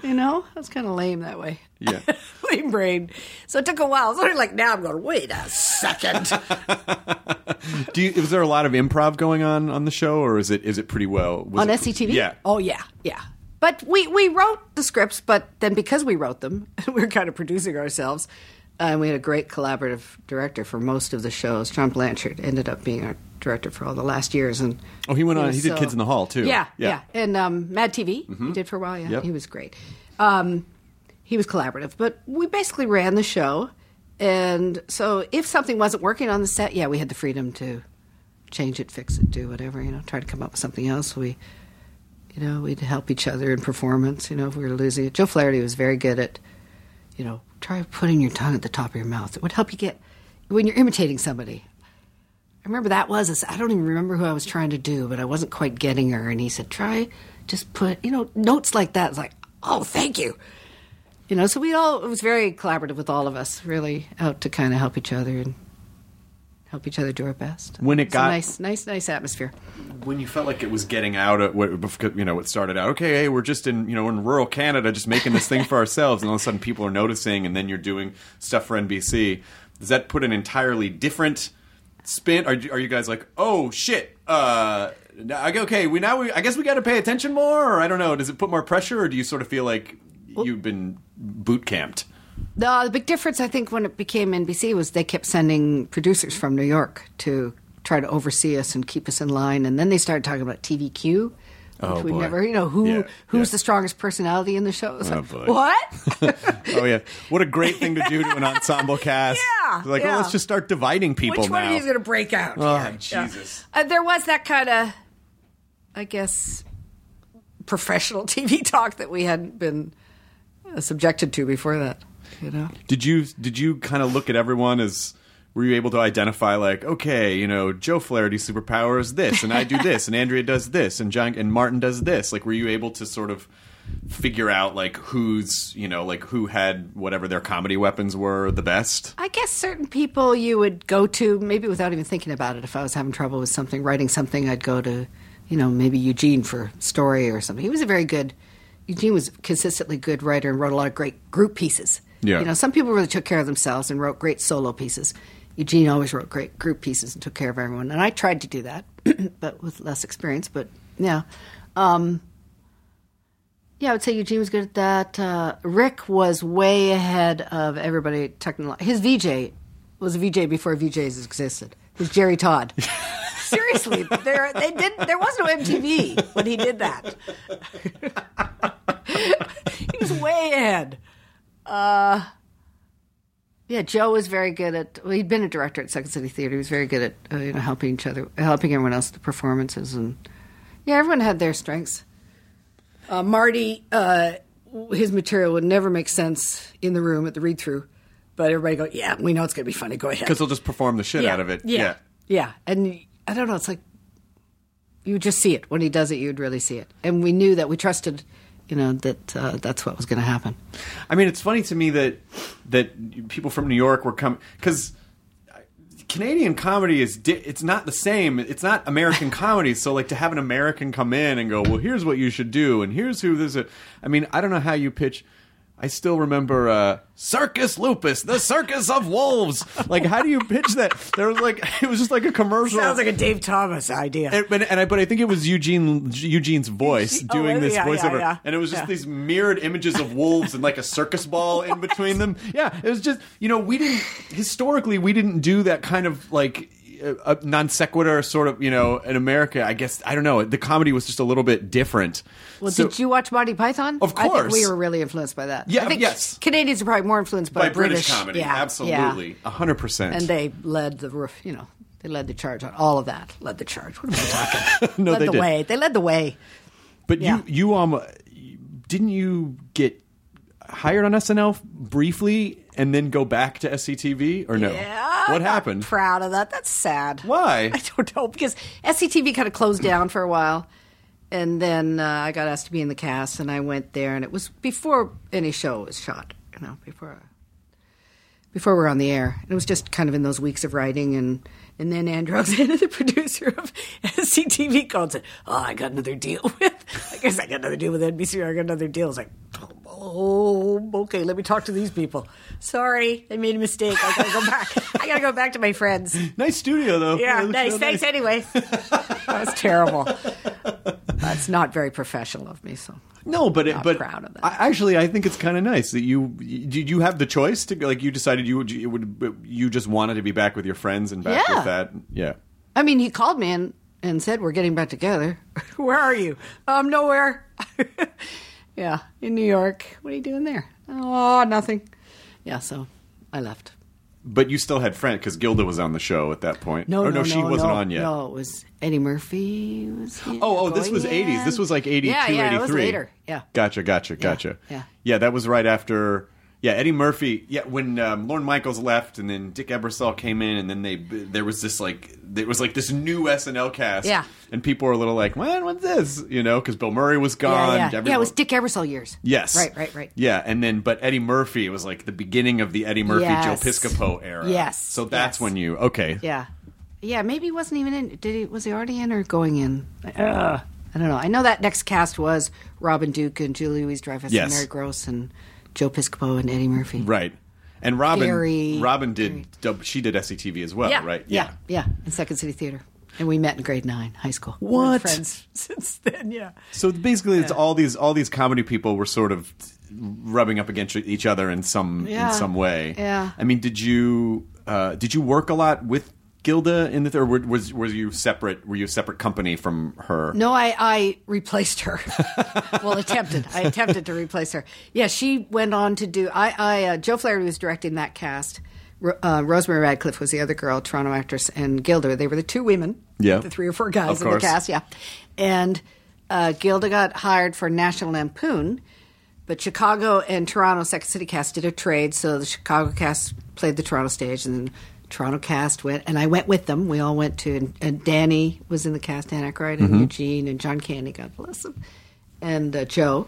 [SPEAKER 8] you know, I was kind of lame that way.
[SPEAKER 4] yeah,
[SPEAKER 8] Lame brain. So it took a while. It's only like now I'm going. Wait a second.
[SPEAKER 4] Do you, is there a lot of improv going on on the show, or is it is it pretty well was
[SPEAKER 8] on
[SPEAKER 4] it-
[SPEAKER 8] SCTV?
[SPEAKER 4] Yeah.
[SPEAKER 8] Oh yeah, yeah. But we we wrote the scripts, but then because we wrote them, we were kind of producing ourselves, uh, and we had a great collaborative director for most of the shows. John Blanchard ended up being our director for all the last years, and
[SPEAKER 4] Oh, he went on-
[SPEAKER 8] was
[SPEAKER 4] he did Kids in the Hall, too.
[SPEAKER 8] Yeah,
[SPEAKER 4] Yeah. Mm-hmm.
[SPEAKER 8] yeah, and um, Mad TV he did for a while. Yeah,
[SPEAKER 4] Yep.
[SPEAKER 8] he was great. Um, he was collaborative, but we basically ran the show, and so if something wasn't working on the set, yeah, we had the freedom to change it, fix it, do whatever, you know, try to come up with something else. We, you know, we'd help each other in performance, you know, if we were losing it. Joe Flaherty was very good at, you know, try putting your tongue at the top of your mouth. It would help you get, when you're imitating somebody. I remember that was, this- I don't even remember who I was trying to do, but I wasn't quite getting her. And he said, try, just put, you know, notes like that. It's like, oh, thank you. You know, so we all, it was very collaborative with all of us, really out to kind of help each other and help each other do our best.
[SPEAKER 4] When it
[SPEAKER 8] was a
[SPEAKER 4] got-
[SPEAKER 8] nice, nice, nice atmosphere.
[SPEAKER 4] When you felt like it was getting out, of what because, you know, it started out okay. Hey, we're just in you know in rural Canada, just making this thing for ourselves, and all of a sudden people are noticing, and then you're doing stuff for NBC. Does that put an entirely different spin? Are, you- are you guys like, oh shit? Uh, I go, okay, we now we, I guess we got to pay attention more, or I don't know. Does it put more pressure, or do you sort of feel like you've been boot camped?
[SPEAKER 8] No, the big difference I think when it became NBC was they kept sending producers from New York to try to oversee us and keep us in line, and then they started talking about TVQ, which
[SPEAKER 4] Oh,
[SPEAKER 8] we
[SPEAKER 4] boy.
[SPEAKER 8] never, you know, who
[SPEAKER 4] Yeah,
[SPEAKER 8] who's
[SPEAKER 4] yeah.
[SPEAKER 8] the strongest personality in the show. It's
[SPEAKER 4] Oh,
[SPEAKER 8] like,
[SPEAKER 4] boy.
[SPEAKER 8] what?
[SPEAKER 4] oh yeah, what a great thing to do to an ensemble cast.
[SPEAKER 8] Yeah,
[SPEAKER 4] It's like
[SPEAKER 8] yeah.
[SPEAKER 4] oh, let's just start dividing people
[SPEAKER 8] Which
[SPEAKER 4] now.
[SPEAKER 8] one of you is going to break out?
[SPEAKER 4] Oh,
[SPEAKER 8] Yeah, yeah.
[SPEAKER 4] Jesus.
[SPEAKER 8] Uh, there was that kind of, I guess, professional TV talk that we hadn't been uh, subjected to before that. You know.
[SPEAKER 4] Did you did you kind of look at everyone as were you able to identify like okay you know Joe Flaherty's superpower is this and I do this and Andrea does this and John and Martin does this like were you able to sort of figure out like who's you know like who had whatever their comedy weapons were the best
[SPEAKER 8] I guess certain people you would go to maybe without even thinking about it. If I was having trouble with something, writing something, I'd go to you know, maybe Eugene for story or something. He was a very good. Eugene was a consistently good writer and wrote a lot of great group pieces.
[SPEAKER 11] Yeah.
[SPEAKER 8] You know, some people really took care of themselves and wrote great solo pieces. Eugene always wrote great group pieces and took care of everyone. And I tried to do that, but with less experience. But yeah. Um, yeah, I would say Eugene was good at that. Uh, Rick was way ahead of everybody technology. His VJ was a VJ before VJs existed. It was Jerry Todd. Seriously, there they did. There was no MTV when he did that. he was way ahead. Uh, yeah, Joe was very good at. Well, he'd been a director at Second City Theater. He was very good at uh, you know helping each other, helping everyone else with the performances, and yeah, everyone had their strengths. Uh, Marty, uh, his material would never make sense in the room at the read through, but everybody go, yeah, we know it's going to be funny. Go ahead.
[SPEAKER 4] Because they'll just perform the shit
[SPEAKER 8] Yeah.
[SPEAKER 4] out of it.
[SPEAKER 8] Yeah. Yeah, and I don't know. It's like you just see it when he does it. You'd really see it, and we knew that. We trusted, you know, that uh, that's what was going to happen.
[SPEAKER 4] I mean, it's funny to me that that people from New York were coming because Canadian comedy is di- it's not the same. It's not American comedy. So like to have an American come in and go, well, here's what you should do, and here's who this. Is. I mean, I don't know how you pitch. I still remember uh, Circus Lupus, the Circus of Wolves. Like, how do you pitch that? There was like, it was just like a commercial.
[SPEAKER 8] Sounds like a Dave Thomas idea.
[SPEAKER 4] And, but, and I, but I think it was Eugene Eugene's voice
[SPEAKER 8] Oh,
[SPEAKER 4] doing this
[SPEAKER 8] yeah, yeah,
[SPEAKER 4] voiceover,
[SPEAKER 8] yeah.
[SPEAKER 4] and it was just
[SPEAKER 8] Yeah.
[SPEAKER 4] these mirrored images of wolves and like a circus ball in between them. Yeah, it was just you know we didn't historically we didn't do that kind of like uh, uh, non sequitur sort of you know in America. I guess I don't know. The comedy was just a little bit different.
[SPEAKER 8] Well,
[SPEAKER 4] So-
[SPEAKER 8] did you watch Monty Python?
[SPEAKER 4] Of
[SPEAKER 8] I think we
[SPEAKER 4] course.
[SPEAKER 8] were really influenced by that.
[SPEAKER 4] Yeah,
[SPEAKER 8] I think
[SPEAKER 4] yes.
[SPEAKER 8] Canadians are probably more influenced
[SPEAKER 4] by
[SPEAKER 8] by,
[SPEAKER 4] British, comedy?
[SPEAKER 8] yeah, yeah.
[SPEAKER 4] absolutely, a hundred percent.
[SPEAKER 8] And they led the roof. You know, they led the charge on all of that. Led the charge. What am I talking?
[SPEAKER 4] No,
[SPEAKER 8] led
[SPEAKER 4] they
[SPEAKER 8] the
[SPEAKER 4] did.
[SPEAKER 8] way. They led the way.
[SPEAKER 4] But
[SPEAKER 8] Yeah.
[SPEAKER 4] you, you um, didn't you get hired on SNL briefly and then go back to SCTV or no?
[SPEAKER 8] Yeah,
[SPEAKER 4] What
[SPEAKER 8] I'm not
[SPEAKER 4] happened?
[SPEAKER 8] proud of that. That's sad.
[SPEAKER 4] Why?
[SPEAKER 8] I don't know because SCTV kind of closed down for a while, and then uh, I got asked to be in the cast, and I went there, and it was before any show was shot. You know, before before we were on the air, it was just kind of in those weeks of writing, and and then Andrew Alexander, the producer of SCTV, called and said, "Oh, I got another deal with. I guess I got another deal with NBC. Or I got another deal." I was like. Oh, okay. Let me talk to these people. Sorry, I made a mistake. I gotta go back. I gotta go back to my friends.
[SPEAKER 4] Nice studio though.
[SPEAKER 8] Yeah,
[SPEAKER 4] It looks
[SPEAKER 8] nice.
[SPEAKER 4] real
[SPEAKER 8] Thanks anyway. that was terrible. That's not very professional of me. So
[SPEAKER 4] No, but it,
[SPEAKER 8] Not
[SPEAKER 4] but
[SPEAKER 8] proud of that.
[SPEAKER 4] I, actually, I think it's kind of nice that you did. You have the choice to like. You decided you would. You, would, you just wanted to be back with your friends and back
[SPEAKER 8] Yeah.
[SPEAKER 4] with that. Yeah.
[SPEAKER 8] I mean, he called me and, and said we're getting back together. Where are you? Um, nowhere. yeah, in New York. What are you doing there? Oh, nothing. Yeah, so I left.
[SPEAKER 4] But you still had friends because Gilda was on the show at that point.
[SPEAKER 8] No,
[SPEAKER 4] or
[SPEAKER 8] no,
[SPEAKER 4] no, she wasn't
[SPEAKER 8] no,
[SPEAKER 4] on yet.
[SPEAKER 8] No, Oh, it was Eddie Murphy. Was oh,
[SPEAKER 4] Oh, this was 80s. This was like 82,
[SPEAKER 8] yeah, yeah,
[SPEAKER 4] 83.
[SPEAKER 8] It was later. Yeah.
[SPEAKER 4] Gotcha, gotcha, gotcha.
[SPEAKER 8] yeah.
[SPEAKER 4] that was right after. Yeah, Eddie Murphy. Yeah, when um, Lorne Michaels left, and then Dick Ebersol came in, and then they there was this like there was like this new SNL cast.
[SPEAKER 8] Yeah.
[SPEAKER 4] and people were a little like, "What? What's this?" You know, because Bill Murray was
[SPEAKER 8] Yeah,
[SPEAKER 4] gone.
[SPEAKER 8] yeah.
[SPEAKER 4] everyone-
[SPEAKER 8] yeah, it was Dick Ebersol years.
[SPEAKER 4] Yes.
[SPEAKER 8] Right, right, right.
[SPEAKER 4] Yeah, and then but Eddie Murphy was like the beginning of the Eddie Murphy
[SPEAKER 8] Yes.
[SPEAKER 4] Joe Piscopo era.
[SPEAKER 8] Yes,
[SPEAKER 4] So that's when you okay.
[SPEAKER 8] Yeah, yeah. Maybe he wasn't even in. Did he? Was he already in or going in? Uh, I don't know. I know that next cast was Robin Duke and Julie Louise Dreyfus and
[SPEAKER 4] Yes.
[SPEAKER 8] Mary Gross and Joe Piscopo and Eddie Murphy.
[SPEAKER 4] Right. And Robin
[SPEAKER 8] Gary-
[SPEAKER 4] Robin did dub she did SCTV as well,
[SPEAKER 8] yeah,
[SPEAKER 4] right?
[SPEAKER 8] Yeah, yeah, In Second City Theater, and we met in grade nine, high school. We've been
[SPEAKER 4] What?
[SPEAKER 8] friends since then? Yeah.
[SPEAKER 4] So basically, it's all these all these comedy people were sort of rubbing up against each other in some
[SPEAKER 8] Yeah.
[SPEAKER 4] in some way.
[SPEAKER 8] Yeah.
[SPEAKER 4] I mean, did you uh, did you work a lot with Gilda in the or were- was was you separate? Were you a separate company from her?
[SPEAKER 8] No, I, I replaced her. well, attempted. I attempted to replace her. Yeah, she went on to do. I, I uh, Joe Flaherty was directing that cast. Ro- uh, Rosemary Radcliffe was the other girl, Toronto actress, and Gilda. They were the two women.
[SPEAKER 4] Yeah.
[SPEAKER 8] the three or four
[SPEAKER 4] Of
[SPEAKER 8] guys in the
[SPEAKER 4] course.
[SPEAKER 8] cast. Yeah, and uh, Gilda got hired for National Lampoon, but Chicago and Toronto Second City cast did a trade, so the Chicago cast played the Toronto stage, and then Toronto cast went, and I went with them. We all went to, and, and Danny was in the cast, Dan Aykroyd, and
[SPEAKER 12] Mhm.
[SPEAKER 8] Eugene, and John Candy, God bless him, and uh, Joe,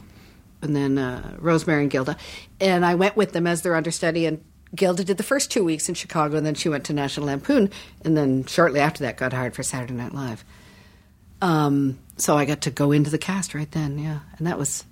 [SPEAKER 8] and then uh, Rosemary and Gilda, and I went with them as their understudy, and Gilda did the first two weeks in Chicago, and then she went to National Lampoon, and then shortly after that got hired for Saturday Night Live. Um, so I got to go into the cast right then. Yeah, and that was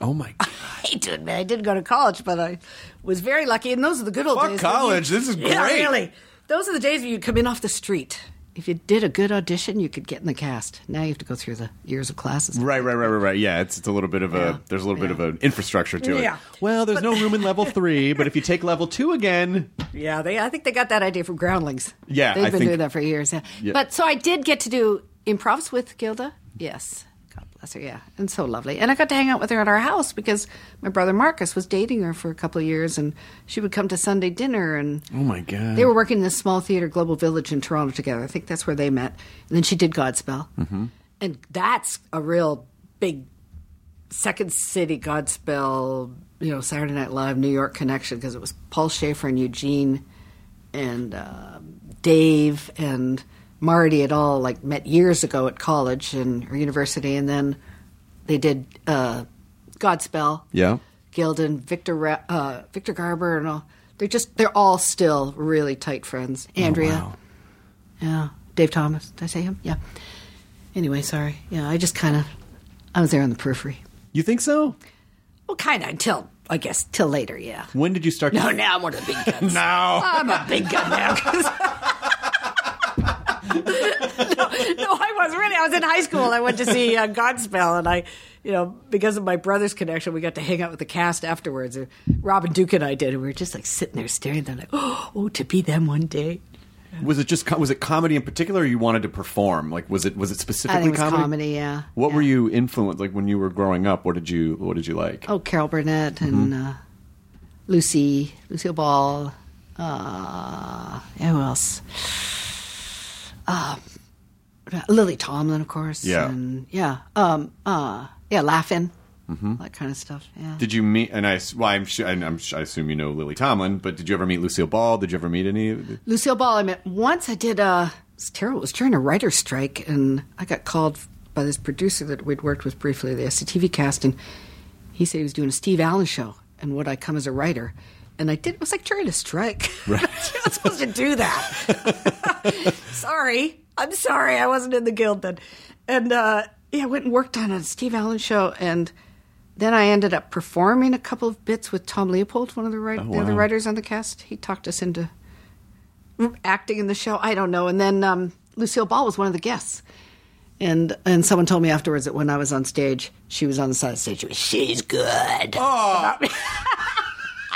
[SPEAKER 9] Oh my!
[SPEAKER 8] I hate to admit I did go to college, but I was very lucky. And those are the good old
[SPEAKER 9] Fuck
[SPEAKER 8] days.
[SPEAKER 9] college, this is
[SPEAKER 8] Yeah,
[SPEAKER 9] great.
[SPEAKER 8] really. Those are the days when you'd come in off the street. If you did a good audition, you could get in the cast. Now you have to go through the years of classes.
[SPEAKER 4] Right, right, right, right, right. Yeah, it's it's a little bit of a there's a little bit of an infrastructure to it.
[SPEAKER 8] Yeah.
[SPEAKER 4] Well, there's no room in level three, but if you take level two again,
[SPEAKER 8] Yeah, they. I think they got that idea from Groundlings.
[SPEAKER 4] Yeah,
[SPEAKER 8] they've
[SPEAKER 4] I
[SPEAKER 8] been
[SPEAKER 4] think-
[SPEAKER 8] doing that for years. Yeah.
[SPEAKER 4] Yeah.
[SPEAKER 8] But so I did get to do improvs with Gilda. Yes, God bless her. Yeah, and so lovely. And I got to hang out with her at our house because my brother Marcus was dating her for a couple of years, and she would come to Sunday dinner and.
[SPEAKER 9] Oh my god!
[SPEAKER 8] They were working in this small theater, Global Village in Toronto, together. I think that's where they met. And then she did Godspell.
[SPEAKER 4] Mm-hmm.
[SPEAKER 9] hmm
[SPEAKER 8] And that's a real big Second City Godspell, you know, Saturday Night Live, New York connection because it was Paul Schaefer and Eugene and um Dave and Marty had all like met years ago at college and or university. And then they did uh, Godspell.
[SPEAKER 4] yeah.
[SPEAKER 8] Gilden, Victor Ra- uh, Victor Garber, and all. They're just they're all still really tight friends. Andrea, yeah, Dave Thomas. Did I say him? Yeah. Anyway, sorry. Yeah, I just kind of I was there on the periphery.
[SPEAKER 4] You think so?
[SPEAKER 8] Well, kind of until I guess till later. Yeah.
[SPEAKER 4] When did you start?
[SPEAKER 8] No,
[SPEAKER 4] to...
[SPEAKER 8] now I'm one of the big guns.
[SPEAKER 4] Now.
[SPEAKER 8] I'm a big gun now. 'cause- no, I was really. I was in high school. I went to see uh, Godspell, and I, you know, because of my brother's connection, we got to hang out with the cast afterwards. And Robin Duke and I did, and we were just like sitting there staring at them, like, oh, to be them one day.
[SPEAKER 4] Was it just co- was it comedy in particular? or You wanted to perform? Like was it was it
[SPEAKER 8] I
[SPEAKER 4] specifically
[SPEAKER 8] think it was
[SPEAKER 4] comedy?
[SPEAKER 8] comedy, yeah.
[SPEAKER 4] What were you influenced like when you were growing up? What did you what did you like?
[SPEAKER 8] Oh, Carol Burnett and uh, Lucy, Lucille Ball. Uh, who else? Uh, Lily Tomlin, of course.
[SPEAKER 4] Yeah.
[SPEAKER 8] and, yeah, um, uh, yeah, laughing,
[SPEAKER 4] Mhm.
[SPEAKER 8] that kind of stuff. Yeah.
[SPEAKER 4] Did you meet? And I s- well, I'm sure, and I'm su- I assume you know Lily Tomlin, but did you ever meet Lucille Ball? Did you ever meet any? of the-
[SPEAKER 8] Lucille Ball, I met once. I did a. It's terrible. It was during a writer's strike, and I got called by this producer that we'd worked with briefly, the SCTV cast, and he said he was doing a Steve Allen show, and would I come as a writer? And I did. It was like during a strike. Right. You're not supposed to do that. sorry. I'm sorry. I wasn't in the guild then. And uh, yeah, I went and worked on a Steve Allen show, and then I ended up performing a couple of bits with Tom Leopold, one of the, writ-
[SPEAKER 11] Oh,
[SPEAKER 8] the other
[SPEAKER 11] wow.
[SPEAKER 8] writers on the cast. He talked us into acting in the show. I don't know. And then um, Lucille Ball was one of the guests. And and someone told me afterwards that when I was on stage, she was on the side of the stage. She was, she's good.
[SPEAKER 11] Oh.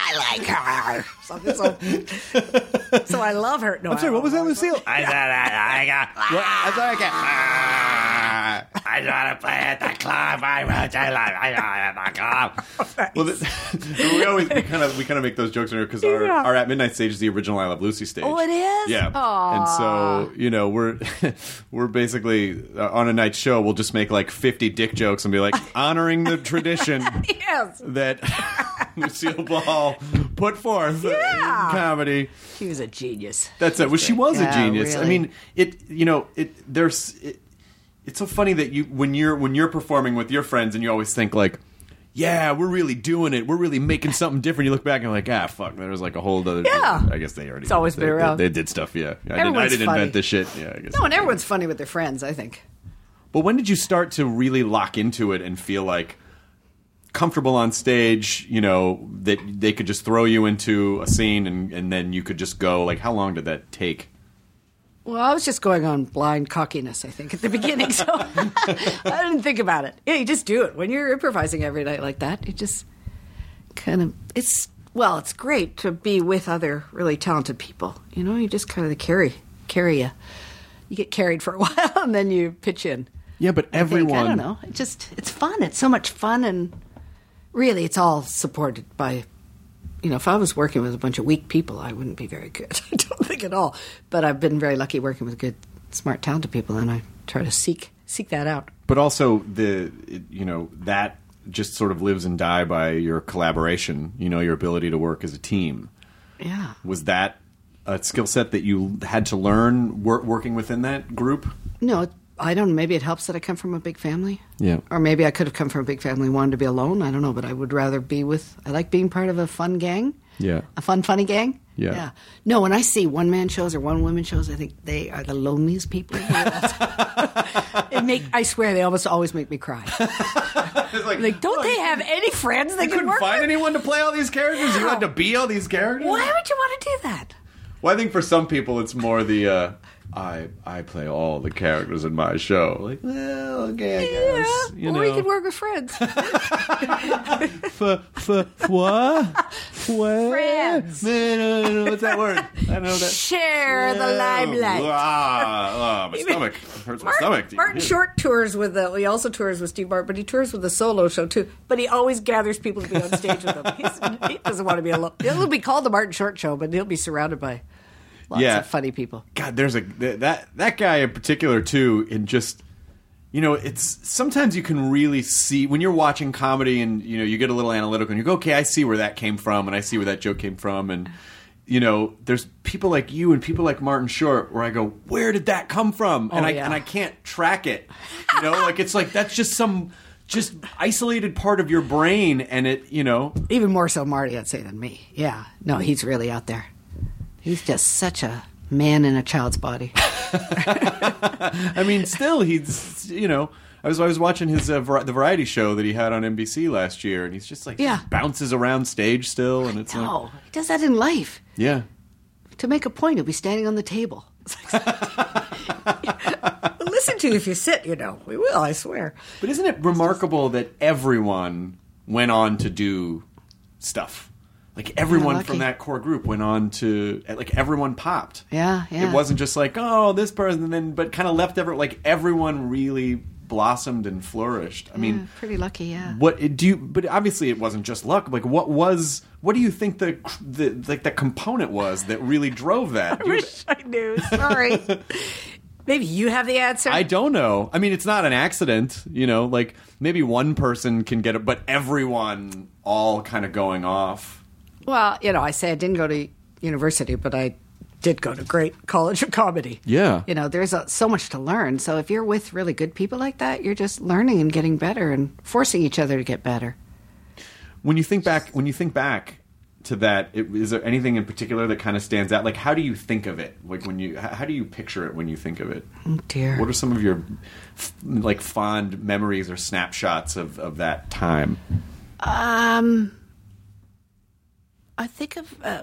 [SPEAKER 8] I like her. Something, so, so I love her. No,
[SPEAKER 4] I'm sorry. What was that, Lucille?
[SPEAKER 9] I thought I, I got.
[SPEAKER 4] What? I'm sorry, I can't.
[SPEAKER 9] I want to play at the club. I want to
[SPEAKER 4] Well, th- we always we kind of we kind of make those jokes on here because our,
[SPEAKER 8] Yeah.
[SPEAKER 4] our at midnight stage is the original I Love Lucy stage.
[SPEAKER 8] Oh, it is?
[SPEAKER 4] Yeah.
[SPEAKER 8] Aw.
[SPEAKER 4] And so you know we're we're basically uh, on a night show we'll just make like 50 dick jokes and be like honoring the tradition
[SPEAKER 8] yes.
[SPEAKER 4] that Lucille Ball put forth
[SPEAKER 8] Yeah.
[SPEAKER 4] in comedy.
[SPEAKER 8] She was a genius.
[SPEAKER 4] That's it. Well, she was a
[SPEAKER 8] Yeah,
[SPEAKER 4] genius. I
[SPEAKER 8] really.
[SPEAKER 4] mean, it. You know, it. There's. It, it's so funny that you when you're when you're performing with your friends and you always think like, yeah, we're really doing it. We're really making something different. You look back and you're like, ah, fuck. There was like a whole other.
[SPEAKER 8] Yeah.
[SPEAKER 4] I guess they already.
[SPEAKER 8] It's always
[SPEAKER 4] they,
[SPEAKER 8] been around.
[SPEAKER 4] They, they did stuff. Yeah. I didn't, I
[SPEAKER 8] Everyone's
[SPEAKER 4] didn't
[SPEAKER 8] funny.
[SPEAKER 4] invent this shit. Yeah. I guess.
[SPEAKER 8] No, and everyone's funny with their friends, I think.
[SPEAKER 4] But when did you start to really lock into it and feel like comfortable on stage? You know that they could just throw you into a scene and and then you could just go. Like, how long did that take?
[SPEAKER 8] Well, I was just going on blind cockiness, I think, at the beginning, so I didn't think about it. Yeah, you just do it. When you're improvising every night like that, it just kind of it's well, it's great to be with other really talented people. You know, you just kind of carry carry you. You get carried for a while and then you pitch in.
[SPEAKER 4] Yeah, but
[SPEAKER 8] I think.
[SPEAKER 4] everyone.
[SPEAKER 8] I don't know. It just it's fun. It's so much fun and really it's all supported by you know, if I was working with a bunch of weak people, I wouldn't be very good. I don't think at all. But I've been very lucky working with good, smart, talented people and I try to seek seek that out.
[SPEAKER 4] But also the it- you know that just sort of lives and die by your collaboration. You know your ability to work as a team.
[SPEAKER 8] Yeah.
[SPEAKER 4] Was that a skill set that you had to learn wor- working within that group?
[SPEAKER 8] No, I don't know. Maybe it helps that I come from a big family.
[SPEAKER 4] Yeah.
[SPEAKER 8] Or maybe I could have come from a big family and wanted to be alone. I don't know, but I would rather be with I like being part of a fun gang.
[SPEAKER 4] Yeah.
[SPEAKER 8] A fun funny gang.
[SPEAKER 4] Yeah.
[SPEAKER 8] No, when I see one man shows or one woman shows, I think they are the loneliest people. in the world. it make I swear they almost always make me cry. like, don't they have any friends they
[SPEAKER 4] you
[SPEAKER 8] can
[SPEAKER 4] couldn't
[SPEAKER 8] work
[SPEAKER 4] find
[SPEAKER 8] with?
[SPEAKER 4] anyone to play all these characters. You had to be all these characters.
[SPEAKER 8] Why would you want to do that?
[SPEAKER 4] Well, I think for some people it's more the uh, I I play all the characters in my show. Like, well, okay, I guess. You
[SPEAKER 8] or we
[SPEAKER 4] know.
[SPEAKER 8] could work with friends.
[SPEAKER 4] F- f- what? eh, What?
[SPEAKER 8] Friends.
[SPEAKER 4] Man, I don't know what's that word. I don't know that.
[SPEAKER 8] Share the limelight.
[SPEAKER 4] Ah, ah, my stomach it hurts. My stomach.
[SPEAKER 8] Martin Short tours with the. He also tours with Steve Martin, but he tours with a solo show too. But he always gathers people to be on stage with him. He's, he doesn't want to be alone. It'll be called the Martin Short Show, but he'll be surrounded by lots
[SPEAKER 4] Yeah.
[SPEAKER 8] of funny people.
[SPEAKER 4] God, there's a th- that that guy in particular too. In just you know, it's sometimes you can really see when you're watching comedy and you know you get a little analytical and you go, okay, I see where that came from and I see where that joke came from and you know, there's people like you and people like Martin Short where I go, where did that come from? and
[SPEAKER 8] Oh,
[SPEAKER 4] I
[SPEAKER 8] yeah.
[SPEAKER 4] and I can't track it. You know, like it's like that's just some just isolated part of your brain and it you know
[SPEAKER 8] Even more so, Marty, I'd say than me. Yeah, no, he's really out there. He's just such a man in a child's body.
[SPEAKER 4] I mean, still, he's you know. I was I was watching his uh, var- the variety show that he had on NBC last year, and he's just like
[SPEAKER 8] Yeah.
[SPEAKER 4] bounces around stage still, and it's like
[SPEAKER 8] No, he does that in life.
[SPEAKER 4] yeah.
[SPEAKER 8] To make a point, he'll be standing on the table. We'll Listen to you if you sit, you know. We will, I swear.
[SPEAKER 4] But isn't it remarkable that everyone went on to do stuff? Like everyone
[SPEAKER 8] lucky.
[SPEAKER 4] from that core group went on to eh, like everyone popped.
[SPEAKER 8] Yeah, yeah.
[SPEAKER 4] It wasn't just like oh this person, and then but kind of left ever like everyone really blossomed and flourished. I mean.
[SPEAKER 8] Pretty lucky, yeah.
[SPEAKER 4] What eh, do you? But obviously, it wasn't just luck. Like, what was? What do you think the the like the component was that really drove that?
[SPEAKER 8] I wish I knew. Sorry. Maybe you have the answer.
[SPEAKER 4] I don't know. I mean, it's not an accident, you know. Like maybe one person can get it, but everyone all kind of going off.
[SPEAKER 8] well, you know, I say I didn't go to university, but I did go to great college of comedy.
[SPEAKER 4] Yeah.
[SPEAKER 8] You know, there's a, so much to learn. So if you're with really good people like that, you're just learning and getting better and forcing each other to get better.
[SPEAKER 4] When you think back, when you think back to that, it, is there anything in particular that kind of stands out? Like, how do you think of it? Like when you, how how do you picture it when you think of it?
[SPEAKER 8] Oh, dear.
[SPEAKER 4] What are some of your f- like fond memories or snapshots of of that time?
[SPEAKER 8] Um, I think of uh,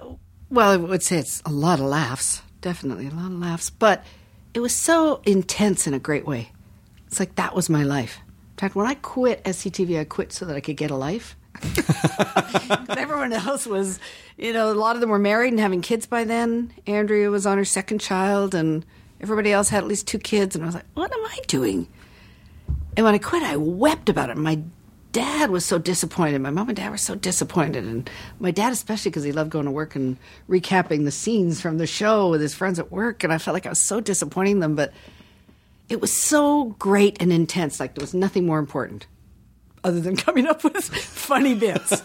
[SPEAKER 8] well, I would say it's a lot of laughs, definitely a lot of laughs, but it was so intense in a great way. It's like that was my life. In fact, when I quit SCTV, I quit so that I could get a life. 'Cause everyone else was, you know, a lot of them were married and having kids by then. Andrea was on her second child, and everybody else had at least two kids. And I was like, what am I doing? And when I quit, I wept about it. My dad was so disappointed. My mom and dad were so disappointed. And my dad, especially because he loved going to work and recapping the scenes from the show with his friends at work. And I felt like I was so disappointing them. But it was so great and intense. Like there was nothing more important other than coming up with funny bits.